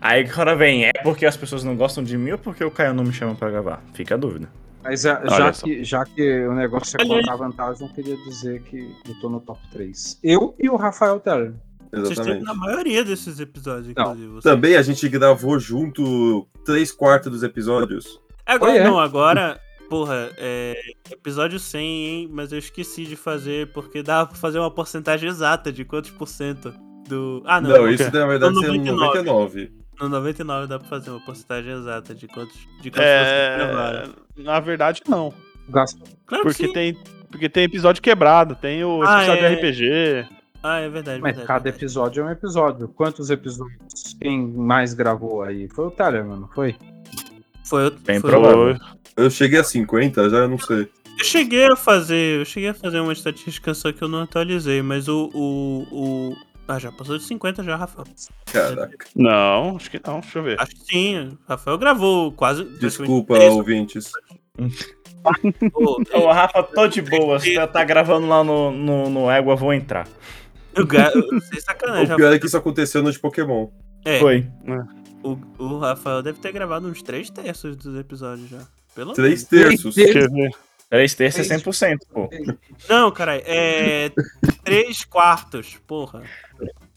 [SPEAKER 5] Aí agora vem, é porque as pessoas não gostam de mim ou porque o Caio não me chama pra gravar? Fica a dúvida.
[SPEAKER 4] mas a-
[SPEAKER 2] Olha
[SPEAKER 4] já,
[SPEAKER 2] só.
[SPEAKER 4] que, já que o negócio é
[SPEAKER 1] Olha aí.
[SPEAKER 4] contar vantagem, eu queria dizer que eu tô no top 3. Eu e o Rafael Teller.
[SPEAKER 1] Vocês estão
[SPEAKER 3] Exatamente.
[SPEAKER 1] na maioria desses episódios,
[SPEAKER 4] Não.
[SPEAKER 1] inclusive. vocês.
[SPEAKER 3] Também a gente gravou junto três quartos dos episódios.
[SPEAKER 1] Agora,
[SPEAKER 4] Oh, é?
[SPEAKER 1] não, agora, porra, é, episódio 100, hein? Mas eu esqueci de fazer, porque dá pra fazer uma porcentagem exata de quantos por cento do. Ah, não.
[SPEAKER 3] Não, isso na verdade
[SPEAKER 1] Então,
[SPEAKER 3] são 99.
[SPEAKER 1] No 99 dá pra fazer uma porcentagem exata de quantos. De quantos
[SPEAKER 2] É,
[SPEAKER 1] vocês gravaram.
[SPEAKER 2] na verdade, não.
[SPEAKER 4] Gasto
[SPEAKER 1] Claro um que
[SPEAKER 2] Porque
[SPEAKER 1] sim.
[SPEAKER 2] tem, porque tem episódio quebrado, tem o
[SPEAKER 1] Ah,
[SPEAKER 2] episódio
[SPEAKER 1] é.
[SPEAKER 2] de RPG.
[SPEAKER 1] Ah, é verdade.
[SPEAKER 4] Mas
[SPEAKER 1] verdade,
[SPEAKER 4] cada
[SPEAKER 1] verdade.
[SPEAKER 4] episódio é um episódio. Quantos episódios quem mais gravou aí? Foi o Talherman, não foi?
[SPEAKER 1] Foi,
[SPEAKER 5] Bem
[SPEAKER 1] foi
[SPEAKER 5] provável.
[SPEAKER 3] Eu cheguei a 50, já não sei.
[SPEAKER 1] Eu cheguei a fazer. Eu cheguei a fazer uma estatística, só que eu não atualizei, mas o. o, o... Ah, já passou de 50 já, Rafael.
[SPEAKER 3] Caraca.
[SPEAKER 2] Não, acho que não, deixa eu ver.
[SPEAKER 1] Acho que sim. Rafael gravou quase.
[SPEAKER 3] Desculpa,
[SPEAKER 1] praticamente
[SPEAKER 3] ouvintes.
[SPEAKER 1] três- Pô,
[SPEAKER 5] Ô, Rafa, tô de boa. Você tá- tá gravando lá no, no, no Égua, vou entrar.
[SPEAKER 1] Eu ga... Sem sacanagem,
[SPEAKER 3] O pior é que isso aconteceu nos Pokémon.
[SPEAKER 1] É.
[SPEAKER 5] Foi.
[SPEAKER 1] O, o Rafael deve ter gravado uns três terços dos episódios já. Pelo
[SPEAKER 3] Três terços.
[SPEAKER 4] Três
[SPEAKER 2] Deixa eu ver.
[SPEAKER 5] Três é terças, 100%, pô.
[SPEAKER 1] menos. Não, caralho. É. três quartos, porra.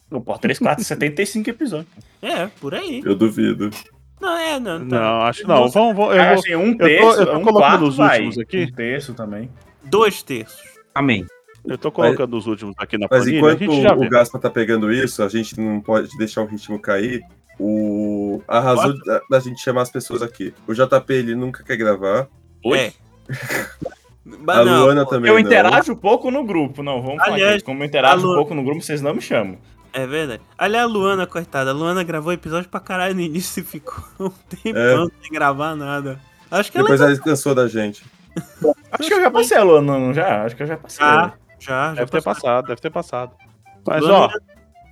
[SPEAKER 5] Pô, Pô, 3, 4, 75 episódios.
[SPEAKER 1] É, por aí.
[SPEAKER 3] Eu duvido.
[SPEAKER 1] Não, é, não. tá.
[SPEAKER 2] Não, acho que não.
[SPEAKER 1] Nossa.
[SPEAKER 2] Vamos, vamos, eu
[SPEAKER 5] Ah,
[SPEAKER 2] vou-
[SPEAKER 5] assim, um
[SPEAKER 2] tô-
[SPEAKER 5] terço,
[SPEAKER 2] eu tô
[SPEAKER 5] um
[SPEAKER 2] colocando
[SPEAKER 5] quarto,
[SPEAKER 2] os
[SPEAKER 5] vai.
[SPEAKER 2] últimos aqui.
[SPEAKER 5] Um terço também.
[SPEAKER 1] Dois terços.
[SPEAKER 4] Amém.
[SPEAKER 2] eu tô colocando os últimos aqui na
[SPEAKER 3] Mas
[SPEAKER 2] planilha, a
[SPEAKER 3] enquanto
[SPEAKER 2] gente já
[SPEAKER 3] o
[SPEAKER 2] vê.
[SPEAKER 3] Gaspa tá pegando isso, a gente não pode deixar o ritmo cair. O... A razão da, da gente chamar as pessoas aqui. O JP, ele nunca quer gravar.
[SPEAKER 5] Oi?
[SPEAKER 1] É. Mas
[SPEAKER 3] A Luana
[SPEAKER 1] pô,
[SPEAKER 3] também
[SPEAKER 5] Eu
[SPEAKER 3] não.
[SPEAKER 5] interajo um pouco no grupo. Não, vamos falar
[SPEAKER 1] Aliás,
[SPEAKER 5] aqui. Como eu interajo um
[SPEAKER 1] alô.
[SPEAKER 5] pouco no grupo, vocês não me chamam.
[SPEAKER 1] É verdade. Aliás, a Luana, coitada. A Luana gravou episódio pra caralho no início e ficou um tempão
[SPEAKER 2] É.
[SPEAKER 1] sem gravar nada. Acho que ela
[SPEAKER 3] Depois ela cansou da gente.
[SPEAKER 5] Acho que eu já passei a lua, não, não, já? Acho que eu já passei.
[SPEAKER 1] já. é Já, já
[SPEAKER 2] Deve ter
[SPEAKER 1] passou.
[SPEAKER 2] passado, deve ter passado. Mas,
[SPEAKER 1] Luana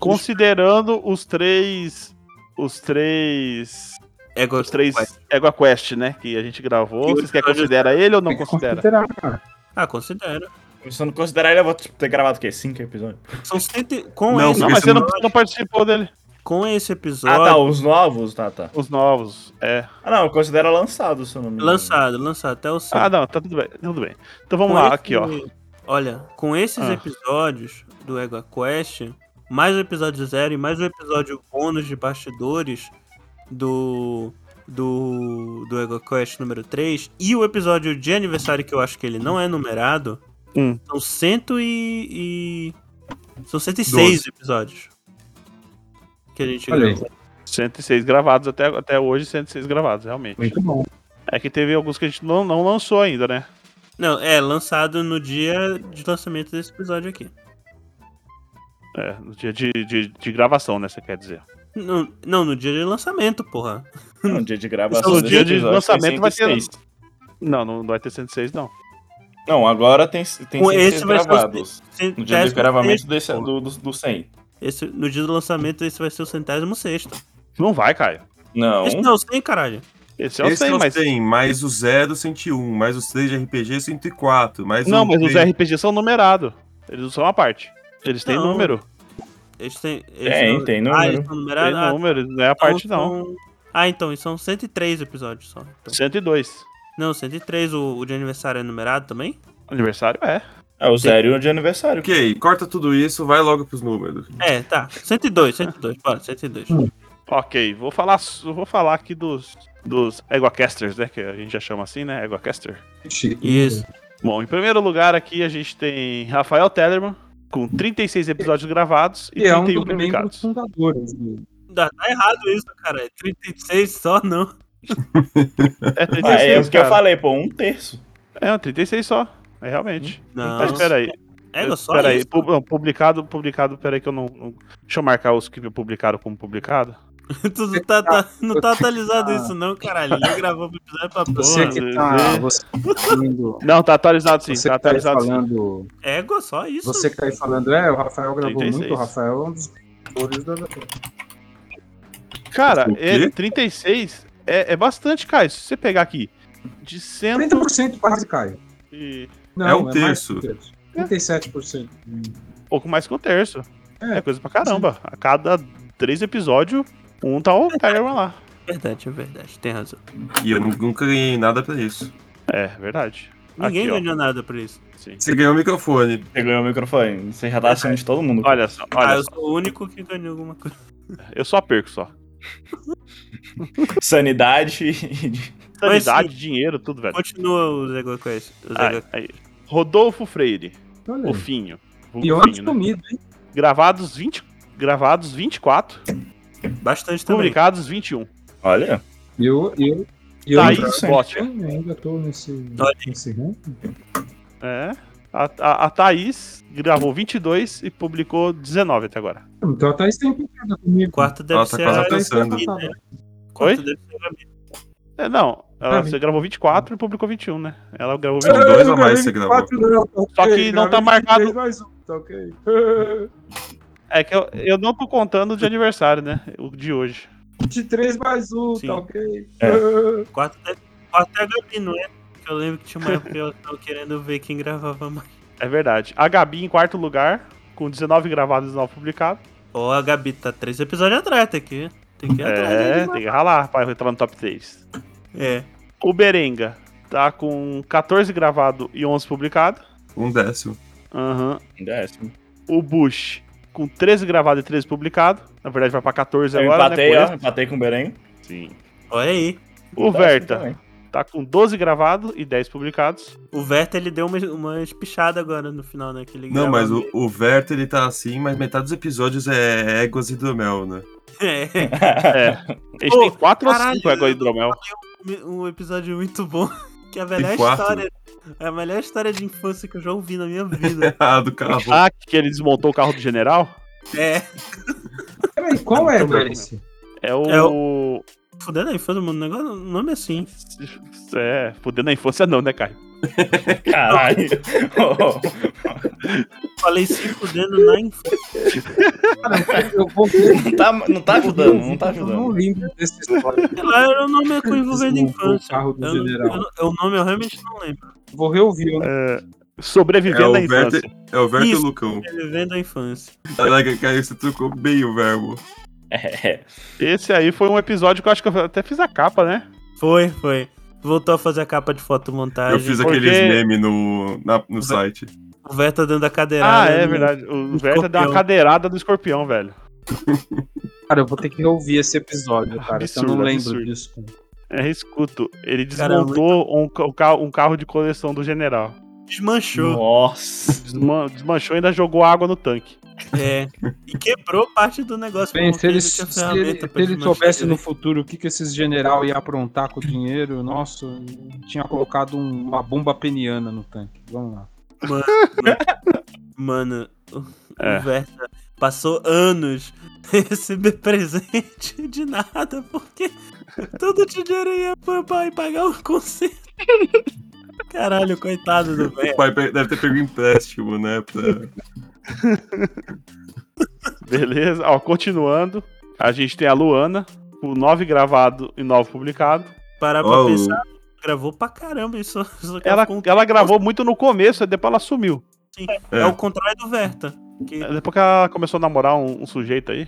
[SPEAKER 2] ó, considerando os três. Os três.
[SPEAKER 1] É,
[SPEAKER 2] Os três Égua Quest, né? Que a gente gravou.
[SPEAKER 1] E o
[SPEAKER 2] Vocês querem
[SPEAKER 1] episódio-
[SPEAKER 2] considerar ele ou não
[SPEAKER 4] Tem que
[SPEAKER 2] considera?
[SPEAKER 4] considerar.
[SPEAKER 1] Ah, considero.
[SPEAKER 5] Se eu não considerar ele, eu vou tipo, ter gravado o quê? Cinco episódios?
[SPEAKER 1] São cento... e- com,
[SPEAKER 3] Não,
[SPEAKER 1] esse...
[SPEAKER 2] Não,
[SPEAKER 3] porque
[SPEAKER 2] mas você
[SPEAKER 3] são-
[SPEAKER 2] não, não participou dele.
[SPEAKER 1] com esse
[SPEAKER 5] Ah,
[SPEAKER 1] episódio.
[SPEAKER 5] tá, os novos, tá, tá.
[SPEAKER 2] Os novos. É.
[SPEAKER 5] Ah, não, eu considero lançado, se eu não me engano.
[SPEAKER 1] Lançado, lançado, até o céu.
[SPEAKER 2] Ah, não, tá tudo bem. Tudo bem. Então
[SPEAKER 1] Com
[SPEAKER 2] vamos lá,
[SPEAKER 1] esse-
[SPEAKER 2] aqui, ó.
[SPEAKER 1] Olha, com esses
[SPEAKER 2] Ah.
[SPEAKER 1] episódios do Ego Quest, mais o episódio zero e mais o episódio bônus de bastidores do. Do, do Ego Quest número 3 e o episódio de aniversário que eu acho que ele não é numerado
[SPEAKER 2] Hum.
[SPEAKER 1] são cento e, e são 106 episódios que a gente
[SPEAKER 4] Olha aí.
[SPEAKER 1] gravou.
[SPEAKER 2] 106 gravados até, até hoje, 106 gravados, realmente.
[SPEAKER 4] Muito bom.
[SPEAKER 2] É que teve alguns que a gente não, não lançou ainda, né?
[SPEAKER 1] não, é lançado no dia de lançamento desse episódio aqui
[SPEAKER 2] É, no dia de, de, de gravação, né? Você quer dizer.
[SPEAKER 1] Não, não, no dia de lançamento, porra.
[SPEAKER 5] No dia de gravação.
[SPEAKER 2] No é dia
[SPEAKER 5] desse
[SPEAKER 2] de
[SPEAKER 5] episódio,
[SPEAKER 2] lançamento
[SPEAKER 5] tem
[SPEAKER 2] vai ter-
[SPEAKER 5] 106.
[SPEAKER 2] Não, não vai ter 106, não.
[SPEAKER 5] Não, agora tem, tem
[SPEAKER 1] Com
[SPEAKER 5] 106
[SPEAKER 1] esse vai ser o
[SPEAKER 5] gravados.
[SPEAKER 1] Cent-
[SPEAKER 5] No dia do
[SPEAKER 1] décimo
[SPEAKER 5] gravamento
[SPEAKER 1] sexto,
[SPEAKER 5] desse,
[SPEAKER 1] porra.
[SPEAKER 5] do, do, do 100.
[SPEAKER 1] Esse, no dia do lançamento, esse vai ser o centésimo sexto.
[SPEAKER 5] Então?
[SPEAKER 2] Não vai, Caio.
[SPEAKER 5] Não.
[SPEAKER 1] Esse não, sem caralho.
[SPEAKER 2] Esse é o
[SPEAKER 3] Esse
[SPEAKER 2] 100, mas.
[SPEAKER 3] tem, mais o 0, 101, mais os 3 de RPG, 104, mais
[SPEAKER 2] Não,
[SPEAKER 3] o
[SPEAKER 2] mas os
[SPEAKER 3] três-
[SPEAKER 2] RPG são numerados. Eles não são a parte. Eles têm
[SPEAKER 1] Não.
[SPEAKER 2] número.
[SPEAKER 1] Eles têm. Eles
[SPEAKER 5] Tem,
[SPEAKER 1] não-
[SPEAKER 5] tem
[SPEAKER 1] Ah,
[SPEAKER 5] número.
[SPEAKER 1] eles são
[SPEAKER 2] Tem
[SPEAKER 1] numerados. Ah,
[SPEAKER 2] número, eles não é a
[SPEAKER 1] então
[SPEAKER 2] parte, não.
[SPEAKER 1] são- Ah, então, e são 103 episódios só. Então.
[SPEAKER 2] 102.
[SPEAKER 1] Não, 103, o, o de aniversário é numerado também?
[SPEAKER 2] Aniversário é.
[SPEAKER 5] É o zero e o de aniversário.
[SPEAKER 3] Ok, corta tudo isso, vai logo pros números.
[SPEAKER 1] É, tá. 102, 102, bora, 102.
[SPEAKER 2] Ok, vou falar, vou falar aqui dos, dos Eguacasters, né? Que a gente já chama assim, né? Eguacaster.
[SPEAKER 4] Chique.
[SPEAKER 1] Isso.
[SPEAKER 2] Bom, em primeiro lugar aqui a gente tem Rafael Tellerman, com 36 episódios gravados e
[SPEAKER 4] E é
[SPEAKER 2] 31
[SPEAKER 4] um dos
[SPEAKER 2] publicados.
[SPEAKER 4] membros fundadores. do-
[SPEAKER 1] Dá, tá errado isso, cara. É 36 só, não.
[SPEAKER 2] É
[SPEAKER 5] Ah,
[SPEAKER 2] 36,
[SPEAKER 5] é o que eu
[SPEAKER 2] cara.
[SPEAKER 5] falei, pô, um terço.
[SPEAKER 2] É, 36 só. É realmente.
[SPEAKER 1] Não.
[SPEAKER 2] Mas peraí.
[SPEAKER 1] É, só
[SPEAKER 2] peraí,
[SPEAKER 1] isso.
[SPEAKER 2] pu- não, publicado, publicado, peraí que eu não, não. Deixa eu marcar os que me publicaram como publicado.
[SPEAKER 1] tu não tá, tá- não tá atualizado
[SPEAKER 2] Ah.
[SPEAKER 1] isso, não, caralho. Ele gravou o episódio pra
[SPEAKER 4] Você
[SPEAKER 1] porra.
[SPEAKER 2] Zezé.
[SPEAKER 4] que tá. Você que tá indo-
[SPEAKER 2] Não, tá atualizado sim,
[SPEAKER 4] você
[SPEAKER 2] tá
[SPEAKER 4] que tá aí
[SPEAKER 2] atualizado sim.
[SPEAKER 4] falando.
[SPEAKER 1] Égua, É, só isso.
[SPEAKER 4] Você que tá aí falando, é, o Rafael gravou
[SPEAKER 2] 36.
[SPEAKER 4] muito, o Rafael é um dos fundadores da.
[SPEAKER 2] Cara,
[SPEAKER 3] O
[SPEAKER 2] é,
[SPEAKER 3] quê?
[SPEAKER 2] 36 é, é bastante, cara. Se você pegar aqui, de 100
[SPEAKER 4] 30% quase cai.
[SPEAKER 2] e
[SPEAKER 4] Não,
[SPEAKER 3] É um
[SPEAKER 4] mais
[SPEAKER 3] terço.
[SPEAKER 4] que um terço. 37%.
[SPEAKER 2] pouco mais que um terço.
[SPEAKER 4] É.
[SPEAKER 2] É, coisa pra caramba. A cada três episódios, um tá o Tigerman lá.
[SPEAKER 1] É verdade, é verdade. Tem razão.
[SPEAKER 3] E eu nu- nunca ganhei nada pra isso.
[SPEAKER 2] É, verdade.
[SPEAKER 1] Ninguém
[SPEAKER 2] Aqui, ó.
[SPEAKER 1] ganhou nada por isso.
[SPEAKER 2] Sim.
[SPEAKER 3] Você ganhou o microfone.
[SPEAKER 5] Você ganhou o microfone. Você já tá acima de todo mundo.
[SPEAKER 2] Olha só,
[SPEAKER 1] ah,
[SPEAKER 2] olha
[SPEAKER 1] eu
[SPEAKER 2] só.
[SPEAKER 1] sou o único que ganhou alguma coisa.
[SPEAKER 2] Eu só perco só.
[SPEAKER 5] Sanidade.
[SPEAKER 1] Mas,
[SPEAKER 2] Sanidade, dinheiro, tudo, velho.
[SPEAKER 1] Continua o Zego Quest. o
[SPEAKER 2] Ah,
[SPEAKER 1] Zego-
[SPEAKER 2] aí. Rodolfo Freire,
[SPEAKER 4] Olha,
[SPEAKER 2] o
[SPEAKER 4] aí.
[SPEAKER 2] Finho. O
[SPEAKER 4] pior
[SPEAKER 2] Finho,
[SPEAKER 4] de
[SPEAKER 2] né?
[SPEAKER 4] comida, hein?
[SPEAKER 2] Gravados 20, gravados 24,
[SPEAKER 1] Bastante também.
[SPEAKER 2] publicados 21.
[SPEAKER 5] Olha.
[SPEAKER 4] Eu, eu, eu,
[SPEAKER 2] Thaís
[SPEAKER 5] interessante.
[SPEAKER 2] Bote.
[SPEAKER 4] Tá eu ainda tô nesse,
[SPEAKER 1] Olha aí.
[SPEAKER 4] nesse ranking.
[SPEAKER 2] É. A, a, a Thaís gravou 22 e publicou 19 até agora.
[SPEAKER 4] Então a Thaís tá empatada comigo.
[SPEAKER 1] Quarto deve
[SPEAKER 3] Nossa,
[SPEAKER 1] ser
[SPEAKER 3] quase
[SPEAKER 1] a né?
[SPEAKER 4] a Thaís tá
[SPEAKER 3] alcançando.
[SPEAKER 4] empatada.
[SPEAKER 1] Quarto deve ser a Gabi.
[SPEAKER 2] É, não. Ela,
[SPEAKER 4] Ah,
[SPEAKER 2] você
[SPEAKER 4] vinte.
[SPEAKER 2] gravou 24 e publicou 21, né? Ela gravou
[SPEAKER 3] São
[SPEAKER 2] 22.
[SPEAKER 3] dois a mais que você gravou.
[SPEAKER 4] Quatro dela, tá ok.
[SPEAKER 2] Só que não tá
[SPEAKER 4] Gravei
[SPEAKER 2] marcado-
[SPEAKER 4] três Mais um, tá ok.
[SPEAKER 2] É que eu, eu não tô contando de aniversário, né? O de hoje.
[SPEAKER 4] 23 mais um,
[SPEAKER 1] Sim. É.
[SPEAKER 4] tá ok.
[SPEAKER 1] Quarto deve quarto é a Gabi, não é? Porque Eu lembro que tinha uma época que eu tava querendo ver quem gravava mais.
[SPEAKER 2] É verdade. A Gabi em quarto lugar, com 19 gravados e 19 publicados.
[SPEAKER 1] Ó, a Gabi tá três episódios atrás, tá aqui. Tem que ir atrás.
[SPEAKER 2] É,
[SPEAKER 1] né?
[SPEAKER 2] tem que ralar pra entrar no top 3.
[SPEAKER 1] É.
[SPEAKER 2] O Berenga tá com 14 gravado e 11 publicado.
[SPEAKER 3] Um décimo.
[SPEAKER 2] Aham.
[SPEAKER 5] Um Décimo.
[SPEAKER 2] O Bush com 13 gravado e 13 publicado. Na verdade vai pra 14
[SPEAKER 5] Eu
[SPEAKER 2] agora,
[SPEAKER 5] empatei,
[SPEAKER 2] né? com
[SPEAKER 5] ó. Empatei com o Beren.
[SPEAKER 2] esse. Sim.
[SPEAKER 1] Olha aí.
[SPEAKER 2] O
[SPEAKER 5] Décimo
[SPEAKER 2] Verta
[SPEAKER 5] também.
[SPEAKER 2] tá com 12 gravado e 10 publicados.
[SPEAKER 1] O Verta ele deu uma, uma espichada agora no final, né? Que ele grava
[SPEAKER 3] Não, mas o,
[SPEAKER 1] meio-
[SPEAKER 3] o Verto ele tá assim, mas metade dos episódios é éguas e hidromel, né?
[SPEAKER 1] É,
[SPEAKER 2] É. Eles
[SPEAKER 1] Pô,
[SPEAKER 2] têm 4 ou
[SPEAKER 1] caralho,
[SPEAKER 2] 5 agora hidromel.
[SPEAKER 1] um episódio muito bom. Que é a melhor
[SPEAKER 3] quatro.
[SPEAKER 1] história. É a melhor história de infância que eu já ouvi na minha vida.
[SPEAKER 3] ah, do carro.
[SPEAKER 2] Ah, que ele desmontou o carro do general?
[SPEAKER 1] é.
[SPEAKER 4] Peraí, qual é,
[SPEAKER 2] Muito bem.
[SPEAKER 4] esse?
[SPEAKER 2] É o.
[SPEAKER 1] É
[SPEAKER 2] É,
[SPEAKER 1] Fudendo a infância, mano. O negócio, o nome é assim.
[SPEAKER 2] fudendo a É, infância não, né, Caio?
[SPEAKER 5] Caralho. Oh,
[SPEAKER 1] Falei se fudendo na infância.
[SPEAKER 4] Eu vou ver.
[SPEAKER 5] não, tá, não tá ajudando, não tá
[SPEAKER 4] Eu não
[SPEAKER 5] ajudando.
[SPEAKER 4] lembro dessa história.
[SPEAKER 1] Sei lá, era o nome é com envolvendo a
[SPEAKER 4] Desmontou o
[SPEAKER 1] infância.
[SPEAKER 4] carro do
[SPEAKER 1] Eu não-
[SPEAKER 4] general.
[SPEAKER 1] eu não- eu- o nome eu realmente não lembro.
[SPEAKER 4] Vou reouvir. né?
[SPEAKER 3] É o
[SPEAKER 2] Sobrevivendo à
[SPEAKER 3] Verta-
[SPEAKER 2] infância.
[SPEAKER 3] É o Verto e o
[SPEAKER 1] Isso.
[SPEAKER 3] Lucão.
[SPEAKER 1] Vivendo a infância.
[SPEAKER 3] Caraca, Caio, você trocou bem o verbo.
[SPEAKER 5] É,
[SPEAKER 2] Esse aí foi um episódio que eu acho que eu até fiz a capa, né?
[SPEAKER 1] Foi, foi. Voltou a fazer a capa de
[SPEAKER 3] Eu
[SPEAKER 1] fotomontagem.
[SPEAKER 3] fiz
[SPEAKER 2] porque-
[SPEAKER 3] aqueles memes no, na- no site.
[SPEAKER 1] O Verta dando a cadeirada.
[SPEAKER 2] Ah, é
[SPEAKER 1] né?
[SPEAKER 2] verdade. O Verta deu
[SPEAKER 1] escorpião.
[SPEAKER 2] uma cadeirada do escorpião, velho.
[SPEAKER 4] Cara, eu vou ter que reouvir esse episódio, cara. que eu
[SPEAKER 2] Absurdo,
[SPEAKER 4] não lembro
[SPEAKER 2] absurdo.
[SPEAKER 4] disso. cara.
[SPEAKER 2] É, escuto. Ele
[SPEAKER 1] Cara,
[SPEAKER 2] desmontou um, ca- um carro, um carro de coleção do general.
[SPEAKER 1] Desmanchou.
[SPEAKER 5] nossa.
[SPEAKER 2] Desma- desmanchou e ainda jogou água no tanque.
[SPEAKER 1] É. E quebrou parte do negócio.
[SPEAKER 4] Bem,
[SPEAKER 1] porque
[SPEAKER 4] se ele,
[SPEAKER 1] não
[SPEAKER 4] se
[SPEAKER 1] tinha
[SPEAKER 4] ele-
[SPEAKER 1] ferramenta
[SPEAKER 4] se
[SPEAKER 1] pra
[SPEAKER 4] ele
[SPEAKER 1] desmanchar
[SPEAKER 4] soubesse no
[SPEAKER 1] direito.
[SPEAKER 4] futuro o que, que esses general ia aprontar com o dinheiro, nossa, tinha colocado um- uma bomba peniana no tanque. Vamos lá.
[SPEAKER 1] Mano, mano, o
[SPEAKER 2] É.
[SPEAKER 1] Verta passou anos sem receber presente de nada, porque todo o dinheiro ia pro pai pagar o concerto. Caralho, coitado do
[SPEAKER 3] O
[SPEAKER 1] Verta.
[SPEAKER 3] pai pe- deve ter pego empréstimo, né? pra-
[SPEAKER 2] Beleza? Ó, continuando. A gente tem a Luana, com 9 gravado e 9 publicado.
[SPEAKER 1] Parar pra
[SPEAKER 3] Ó, o-
[SPEAKER 1] pensar, gravou pra caramba isso. só que é
[SPEAKER 2] Ela,
[SPEAKER 1] ela ficou-
[SPEAKER 2] ela gravou muito no começo, aí depois ela sumiu. É,
[SPEAKER 1] é.
[SPEAKER 3] é.
[SPEAKER 1] o contrário do Verta. que-
[SPEAKER 2] Depois que ela começou a namorar um, um sujeito aí.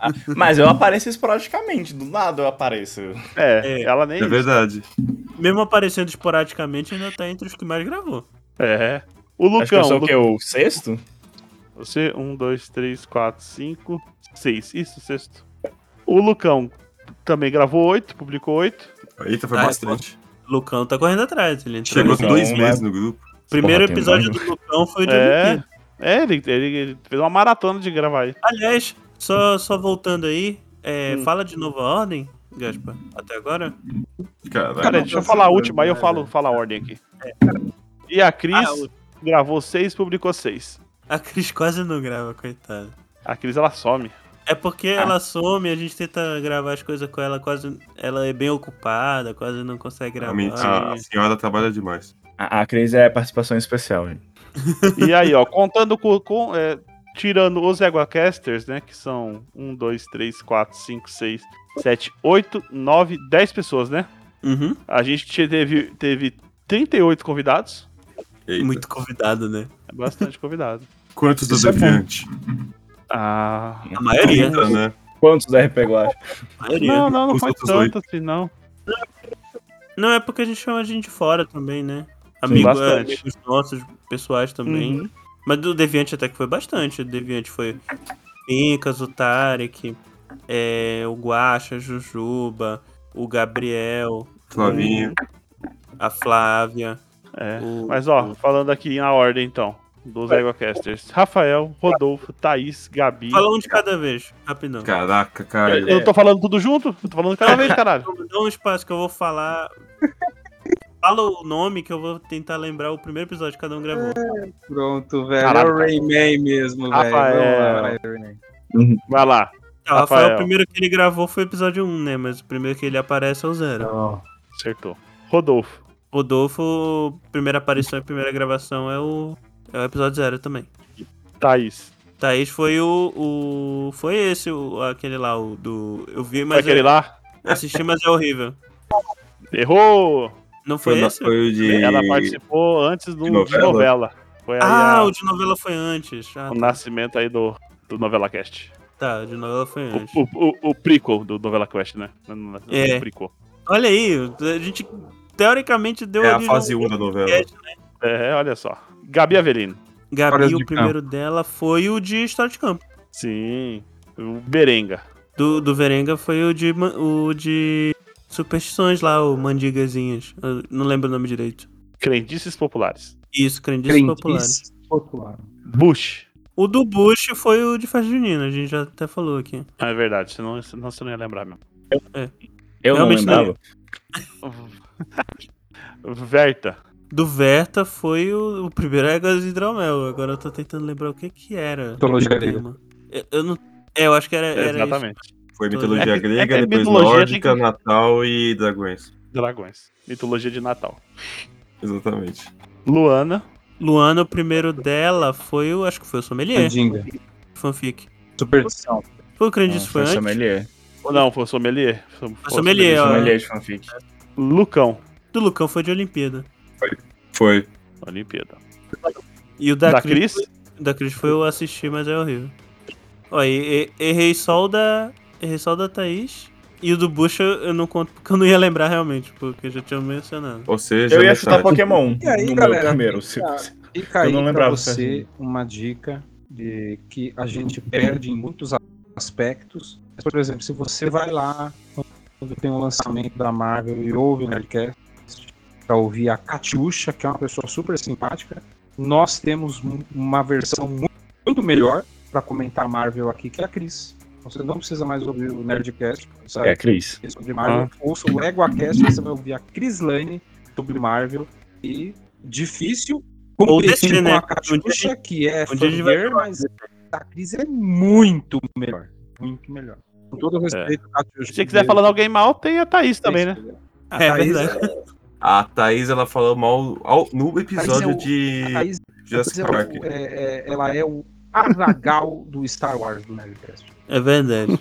[SPEAKER 5] Ah, Mas eu apareço esporadicamente, do nada eu apareço.
[SPEAKER 2] É,
[SPEAKER 1] É.
[SPEAKER 2] ela nem.
[SPEAKER 3] É verdade.
[SPEAKER 1] mesmo aparecendo esporadicamente, ainda tá entre os que mais gravou.
[SPEAKER 2] É. O
[SPEAKER 5] Acho que eu
[SPEAKER 2] Lucão.
[SPEAKER 5] sou o
[SPEAKER 2] Lu-
[SPEAKER 5] quê? O sexto?
[SPEAKER 2] Você, um, dois, três, quatro, cinco, seis. Isso, sexto. O Lucão também gravou oito, publicou oito.
[SPEAKER 3] Eita, foi
[SPEAKER 1] Ah,
[SPEAKER 3] bastante.
[SPEAKER 2] é
[SPEAKER 1] Lucão tá correndo atrás. Ele entrou
[SPEAKER 3] Chegou
[SPEAKER 1] no
[SPEAKER 3] com
[SPEAKER 5] Então,
[SPEAKER 3] dois
[SPEAKER 5] né?
[SPEAKER 3] meses no grupo.
[SPEAKER 1] primeiro
[SPEAKER 5] Porra, tem
[SPEAKER 1] episódio
[SPEAKER 5] mais,
[SPEAKER 1] do Lucão foi o de
[SPEAKER 2] É.
[SPEAKER 1] Olimpíada.
[SPEAKER 2] É, ele, ele- ele fez uma maratona de gravar aí.
[SPEAKER 1] Aliás, só, só voltando aí, é,
[SPEAKER 2] Hum.
[SPEAKER 1] fala de novo a ordem, Gaspa, até agora.
[SPEAKER 3] Caraca.
[SPEAKER 2] Cara, deixa eu falar a última, aí eu falo, falo a ordem aqui. E a Cris
[SPEAKER 1] Ah, o-
[SPEAKER 2] gravou seis, publicou seis.
[SPEAKER 1] A Cris quase não grava, coitada.
[SPEAKER 2] A Cris, ela some.
[SPEAKER 1] É porque ela some, a gente tenta gravar as coisas com ela, quase. Ela é bem ocupada, quase não
[SPEAKER 2] é
[SPEAKER 1] consegue gravar.
[SPEAKER 3] Realmente, a senhora trabalha demais.
[SPEAKER 5] A, a Cris é participação especial, gente.
[SPEAKER 2] E aí, ó, contando com. com, é, tirando os EguaCasters, né? Que são 1, 2, 3, 4, 5, 6, 7, 8, 9, 10 pessoas, né?
[SPEAKER 1] Uhum.
[SPEAKER 2] A gente te- teve, teve 38 convidados.
[SPEAKER 3] Eita.
[SPEAKER 1] Muito convidado, né?
[SPEAKER 2] É bastante convidado.
[SPEAKER 3] Quantos do
[SPEAKER 5] Isso é bom.
[SPEAKER 3] deviante?
[SPEAKER 2] Ah.
[SPEAKER 1] A maioria.
[SPEAKER 3] Eita, né?
[SPEAKER 5] Quantos da RP eu acho?
[SPEAKER 1] A maioria.
[SPEAKER 2] Não, não, não
[SPEAKER 3] Os
[SPEAKER 2] foi
[SPEAKER 3] outros
[SPEAKER 2] tanto assim, não.
[SPEAKER 1] Não é porque a gente chama a gente de fora também, né? A Amigo,
[SPEAKER 2] bastante.
[SPEAKER 1] amigos nossos, pessoais também.
[SPEAKER 2] Uhum.
[SPEAKER 1] Mas do Deviante até que foi bastante. O Deviante foi Pincas, o Tarek, é, o Guaxa, a Jujuba, o Gabriel,
[SPEAKER 3] Flavinho.
[SPEAKER 2] Hum.
[SPEAKER 1] a Flávia.
[SPEAKER 2] É.
[SPEAKER 1] o-
[SPEAKER 2] Mas ó, falando aqui na ordem então, dos Egocasters. Rafael, Rodolfo, Thaís, Gabi.
[SPEAKER 1] Fala um de cada vez, rapidão.
[SPEAKER 3] Caraca, cara.
[SPEAKER 2] Eu não tô falando tudo junto? Eu tô falando de cada vez, caralho.
[SPEAKER 1] Então, Dá um espaço que eu vou falar. Fala o nome que eu vou tentar lembrar o primeiro episódio que cada um gravou.
[SPEAKER 4] Pronto, velho.
[SPEAKER 2] Caralho,
[SPEAKER 4] é o Rayman mesmo, velho.
[SPEAKER 2] Rafael.
[SPEAKER 4] Vamos lá, vai, Rayman.
[SPEAKER 2] Vai lá.
[SPEAKER 1] Ah, o Rafael,
[SPEAKER 2] Rafael.
[SPEAKER 1] o primeiro que ele gravou foi o episódio 1, né? Mas o primeiro que ele aparece é o zero.
[SPEAKER 2] Acertou. Rodolfo.
[SPEAKER 1] Rodolfo, primeira aparição e primeira gravação é o, é o episódio zero também.
[SPEAKER 2] Thaís.
[SPEAKER 1] Thaís foi o. o foi esse, o, aquele lá, o do. Eu vi,
[SPEAKER 2] Mas
[SPEAKER 1] mas é-
[SPEAKER 2] aquele
[SPEAKER 1] eu
[SPEAKER 2] lá?
[SPEAKER 1] assisti, mas é horrível.
[SPEAKER 2] Errou!
[SPEAKER 1] Não foi,
[SPEAKER 3] Foi,
[SPEAKER 1] esse?
[SPEAKER 3] foi o de.
[SPEAKER 2] Ela participou antes do, de,
[SPEAKER 3] de
[SPEAKER 2] novela.
[SPEAKER 3] novela?
[SPEAKER 2] Foi aí
[SPEAKER 1] Ah,
[SPEAKER 2] a-
[SPEAKER 1] o de novela foi antes. Ah,
[SPEAKER 2] o
[SPEAKER 1] tá.
[SPEAKER 2] nascimento aí do, do Novela Cast.
[SPEAKER 1] tá, o de novela foi
[SPEAKER 2] O,
[SPEAKER 1] antes.
[SPEAKER 2] o, o, o prequel do Novela Quest, né? Não, não, não,
[SPEAKER 1] É.
[SPEAKER 2] O prequel.
[SPEAKER 1] Olha aí, a gente teoricamente deu
[SPEAKER 3] É a
[SPEAKER 1] ali
[SPEAKER 3] fase
[SPEAKER 1] um
[SPEAKER 3] 1 da novela.
[SPEAKER 1] podcast, né?
[SPEAKER 2] É, olha só. Gabi Avelino.
[SPEAKER 1] Gabi,
[SPEAKER 4] Horas
[SPEAKER 1] o
[SPEAKER 4] de
[SPEAKER 1] primeiro dela foi o de História de Campo.
[SPEAKER 2] Sim. O Berenga.
[SPEAKER 1] Do, do Verenga foi o de, ma- o de Superstições lá, o Mandigazinhas. Eu não lembro o nome direito.
[SPEAKER 2] Crendices Populares.
[SPEAKER 1] Isso, Crendices Populares.
[SPEAKER 4] Crendice popular.
[SPEAKER 2] Bush.
[SPEAKER 1] O do Bush foi o de Festa Junina, a gente já até falou aqui.
[SPEAKER 2] Ah, é verdade, senão, senão você não ia lembrar mesmo.
[SPEAKER 5] Eu não
[SPEAKER 1] Realmente não.
[SPEAKER 5] lembrava.
[SPEAKER 2] Verta.
[SPEAKER 1] Do Verta foi o, o primeiro Éguas de Hidromel. Agora eu tô tentando lembrar o que que era.
[SPEAKER 4] Mitologia
[SPEAKER 1] o
[SPEAKER 4] grega.
[SPEAKER 1] tema. Eu, eu não... É, eu acho que era, era isso.
[SPEAKER 2] Exatamente.
[SPEAKER 3] Foi
[SPEAKER 1] É
[SPEAKER 3] mitologia
[SPEAKER 2] que- é
[SPEAKER 3] grega,
[SPEAKER 2] que
[SPEAKER 3] depois
[SPEAKER 2] mitologia
[SPEAKER 3] nórdica,
[SPEAKER 2] tem que-
[SPEAKER 3] Natal e dragões.
[SPEAKER 2] Dragões. Mitologia de Natal.
[SPEAKER 3] Exatamente.
[SPEAKER 2] Luana.
[SPEAKER 1] Luana, o primeiro dela foi o... Acho que foi o Sommelier,
[SPEAKER 4] Mandinga.
[SPEAKER 1] fanfic.
[SPEAKER 4] Superstição.
[SPEAKER 1] Foi o
[SPEAKER 5] Não,
[SPEAKER 1] Crendice
[SPEAKER 5] É, foi
[SPEAKER 1] foi antes.
[SPEAKER 5] sommelier.
[SPEAKER 2] Ou não, foi sommelier. Foi É,
[SPEAKER 1] sommelier, ó.
[SPEAKER 5] Sommelier de fanfic.
[SPEAKER 2] Lucão.
[SPEAKER 1] Do Lucão foi de Olimpíada.
[SPEAKER 3] Foi.
[SPEAKER 2] Olimpíada.
[SPEAKER 1] E o da,
[SPEAKER 2] Da,
[SPEAKER 1] Cris,
[SPEAKER 2] Cris.
[SPEAKER 1] Da Cris foi eu assistir, mas é horrível. Ó, e- e- errei só o da. Errei só o da Thaís. E o do Bush eu eu não conto porque eu não ia lembrar realmente, porque eu já tinha mencionado.
[SPEAKER 3] Ou seja,
[SPEAKER 5] Eu ia
[SPEAKER 3] metade.
[SPEAKER 5] chutar Pokémon
[SPEAKER 4] E aí,
[SPEAKER 5] no meu
[SPEAKER 4] galera?
[SPEAKER 5] primeiro. se-
[SPEAKER 4] Ah.
[SPEAKER 5] se-
[SPEAKER 4] Fica aí
[SPEAKER 5] Eu não
[SPEAKER 4] pra
[SPEAKER 5] lembrava,
[SPEAKER 4] você uma dica de que a gente perde em muitos a- aspectos. Mas, Por exemplo, se você vai lá quando tem um lançamento da Marvel e ouve o Nerdcast, pra ouvir a Catiuxa, que é uma pessoa super simpática, nós temos mu- uma versão mu- muito melhor pra comentar Marvel aqui, que é a Cris. Então, Você não precisa mais ouvir o Nerdcast, sabe?
[SPEAKER 5] É, Cris.
[SPEAKER 4] sobre Marvel.
[SPEAKER 2] Ah.
[SPEAKER 4] Ouça o EguaCast, você vai ouvir a Chris Lane sobre Marvel. E difícil
[SPEAKER 1] Ou
[SPEAKER 4] competir
[SPEAKER 1] DC,
[SPEAKER 4] com
[SPEAKER 1] né?
[SPEAKER 4] a Catiuxa, que é
[SPEAKER 1] onde a gente vai
[SPEAKER 4] fanbird, mas a Cris é muito melhor. Muito melhor. Com todo
[SPEAKER 1] É.
[SPEAKER 4] respeito, à Catiuxa.
[SPEAKER 2] Se você quiser falando alguém mal, tem a Thaís também, né?
[SPEAKER 4] A
[SPEAKER 1] É
[SPEAKER 4] Thaís-
[SPEAKER 1] verdade.
[SPEAKER 3] A Thaís, ela falou mal ao- no episódio
[SPEAKER 4] é o-
[SPEAKER 3] de
[SPEAKER 4] a Thaís,
[SPEAKER 3] Jurassic
[SPEAKER 4] ela
[SPEAKER 3] Park.
[SPEAKER 4] é o- é- é- ela é o Azagal do Star Wars do Nerdcast.
[SPEAKER 1] É verdade.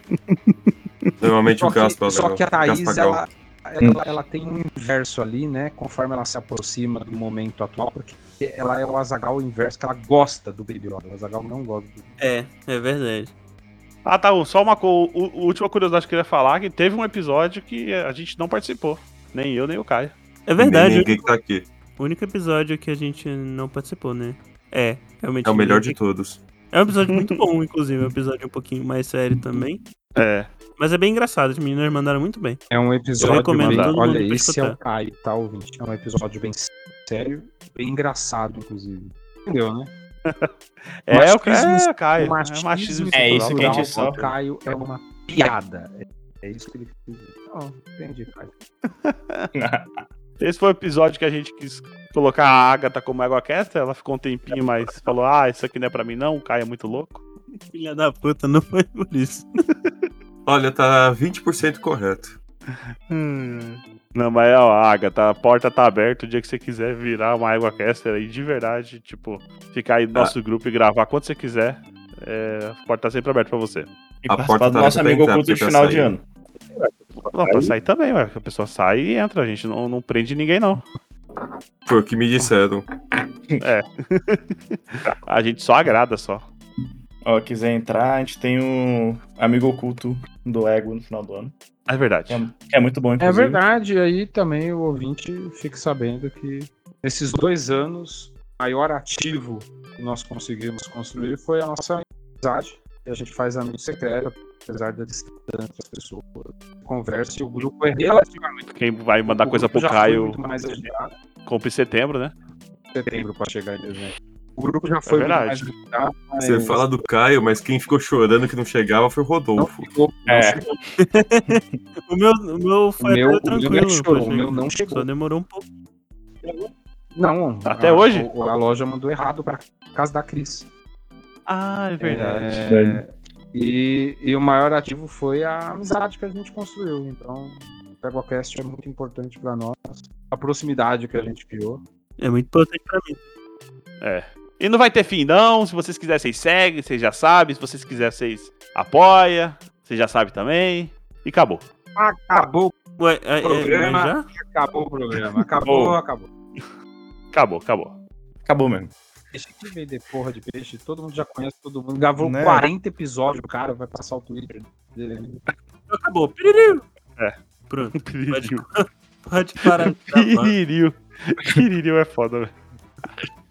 [SPEAKER 3] Normalmente
[SPEAKER 4] Só
[SPEAKER 3] o Gaspar.
[SPEAKER 4] que, só que a Thaís,
[SPEAKER 3] Gaspagal.
[SPEAKER 4] ela,
[SPEAKER 5] Hum.
[SPEAKER 4] ela, ela tem um inverso ali, né? Conforme ela se aproxima do momento atual, porque ela é o Azagal inverso, que ela gosta do Baby Yoda. O Azagal não gosta do
[SPEAKER 1] É, é verdade.
[SPEAKER 2] Ah, tá. Só uma co- u- u- última curiosidade que eu queria falar: que teve um episódio que a gente não participou. Nem eu, nem o Caio.
[SPEAKER 1] É
[SPEAKER 3] Nem
[SPEAKER 1] verdade.
[SPEAKER 3] Ninguém que tá aqui.
[SPEAKER 1] O único episódio que a gente não participou, né? É, realmente.
[SPEAKER 3] É o melhor de todos.
[SPEAKER 1] É um episódio muito bom, inclusive. É um episódio um pouquinho mais sério também.
[SPEAKER 2] É.
[SPEAKER 1] Mas é bem engraçado, as meninas mandaram muito bem.
[SPEAKER 4] É um
[SPEAKER 1] Eu
[SPEAKER 4] episódio
[SPEAKER 1] recomendo
[SPEAKER 4] bem,
[SPEAKER 2] todo mundo
[SPEAKER 4] olha,
[SPEAKER 1] pra
[SPEAKER 4] esse é
[SPEAKER 1] escutar.
[SPEAKER 4] o Caio, tá, ouvinte? É um episódio bem sério, bem engraçado, inclusive. Entendeu, né?
[SPEAKER 2] É,
[SPEAKER 4] Machismo- né?
[SPEAKER 2] o Caio. É, Caio.
[SPEAKER 4] machismo
[SPEAKER 2] é machismo
[SPEAKER 5] Ah, É isso
[SPEAKER 2] estrutural.
[SPEAKER 5] que a gente
[SPEAKER 4] cultural do
[SPEAKER 5] sofre.
[SPEAKER 4] Caio é uma piada. É- É isso que ele quis dizer. Ó, entendi, Caio.
[SPEAKER 2] Esse foi o episódio que a gente quis colocar a Agatha como água quieta. Ela ficou um tempinho, mas falou: ah, isso aqui não é pra mim, não. O Caio é muito louco.
[SPEAKER 1] Filha da puta, não foi por isso.
[SPEAKER 3] Olha, tá 20% correto.
[SPEAKER 2] Hum. Não, mas ó, Agatha, a porta tá aberta. O dia que você quiser virar uma água caster aí de verdade, tipo, ficar
[SPEAKER 4] Ah.
[SPEAKER 2] aí no nosso grupo e gravar quando você quiser, é, a porta tá sempre aberta pra você.
[SPEAKER 5] E
[SPEAKER 3] A
[SPEAKER 5] participar
[SPEAKER 3] porta
[SPEAKER 5] do
[SPEAKER 3] tá
[SPEAKER 5] nosso amigo
[SPEAKER 3] aberta
[SPEAKER 5] oculto de
[SPEAKER 3] pra
[SPEAKER 5] final de
[SPEAKER 3] sair.
[SPEAKER 5] ano.
[SPEAKER 2] Não, pra sair também, ué. que A pessoa sai e entra, a gente não, não prende ninguém, não.
[SPEAKER 3] Foi o que me disseram.
[SPEAKER 2] A gente só agrada só.
[SPEAKER 5] Ó, quiser entrar, a gente tem o amigo oculto do Ego no final do ano.
[SPEAKER 2] É verdade.
[SPEAKER 5] Que é, que é muito bom,
[SPEAKER 4] É
[SPEAKER 5] inclusive.
[SPEAKER 4] verdade, aí também o ouvinte fica sabendo que Nesses dois anos, o maior ativo que nós conseguimos construir foi a nossa amizade. E a gente faz amigo secreto, apesar da distância das pessoas. Conversa e o grupo é relativamente.
[SPEAKER 2] Quem vai mandar
[SPEAKER 4] o
[SPEAKER 2] coisa pro
[SPEAKER 4] grupo já foi
[SPEAKER 2] Caio
[SPEAKER 4] Muito mais agitado
[SPEAKER 2] compra em setembro, né?
[SPEAKER 4] em setembro para chegar em dezembro. O grupo já foi muito
[SPEAKER 2] É verdade.
[SPEAKER 4] mais agitado. mas
[SPEAKER 3] Você fala do Caio, mas quem ficou chorando que não chegava foi o
[SPEAKER 4] Não
[SPEAKER 3] Rodolfo.
[SPEAKER 4] ficou.
[SPEAKER 5] É.
[SPEAKER 1] O meu, o meu foi
[SPEAKER 4] O
[SPEAKER 1] até
[SPEAKER 4] meu- o meu
[SPEAKER 1] tranquilo.
[SPEAKER 4] nem chorou,
[SPEAKER 1] pô,
[SPEAKER 4] o meu não
[SPEAKER 1] Só
[SPEAKER 4] chegou.
[SPEAKER 1] demorou um pouco.
[SPEAKER 4] Não.
[SPEAKER 2] Até
[SPEAKER 4] a-
[SPEAKER 2] hoje?
[SPEAKER 4] o- A, loja mandou errado para casa da Cris.
[SPEAKER 2] Ah, é verdade.
[SPEAKER 4] É, e, e o maior ativo foi a amizade que a gente construiu. Então, o PegoCast é muito importante para nós. A proximidade que a gente criou.
[SPEAKER 1] É muito importante pra mim.
[SPEAKER 2] E não vai ter fim, não. Se vocês quiserem, vocês seguem, vocês já sabem. Se vocês quiserem, vocês apoia, vocês já sabem também. E acabou.
[SPEAKER 4] Acabou,
[SPEAKER 1] Ué, é, é,
[SPEAKER 4] Programa.
[SPEAKER 1] mas já?
[SPEAKER 4] acabou o programa. Acabou,
[SPEAKER 5] Boa.
[SPEAKER 4] acabou.
[SPEAKER 2] Acabou, acabou.
[SPEAKER 5] Acabou mesmo.
[SPEAKER 4] Peixe que veio de porra de peixe, todo mundo já conhece todo mundo. Gravou
[SPEAKER 5] Né?
[SPEAKER 4] 40 episódios, o cara vai passar o Twitter dele.
[SPEAKER 1] Acabou. Piririu.
[SPEAKER 2] É.
[SPEAKER 1] Pronto.
[SPEAKER 2] Piririu.
[SPEAKER 1] Pode parar. de gravar.
[SPEAKER 2] Piririu. Piririu é foda, velho.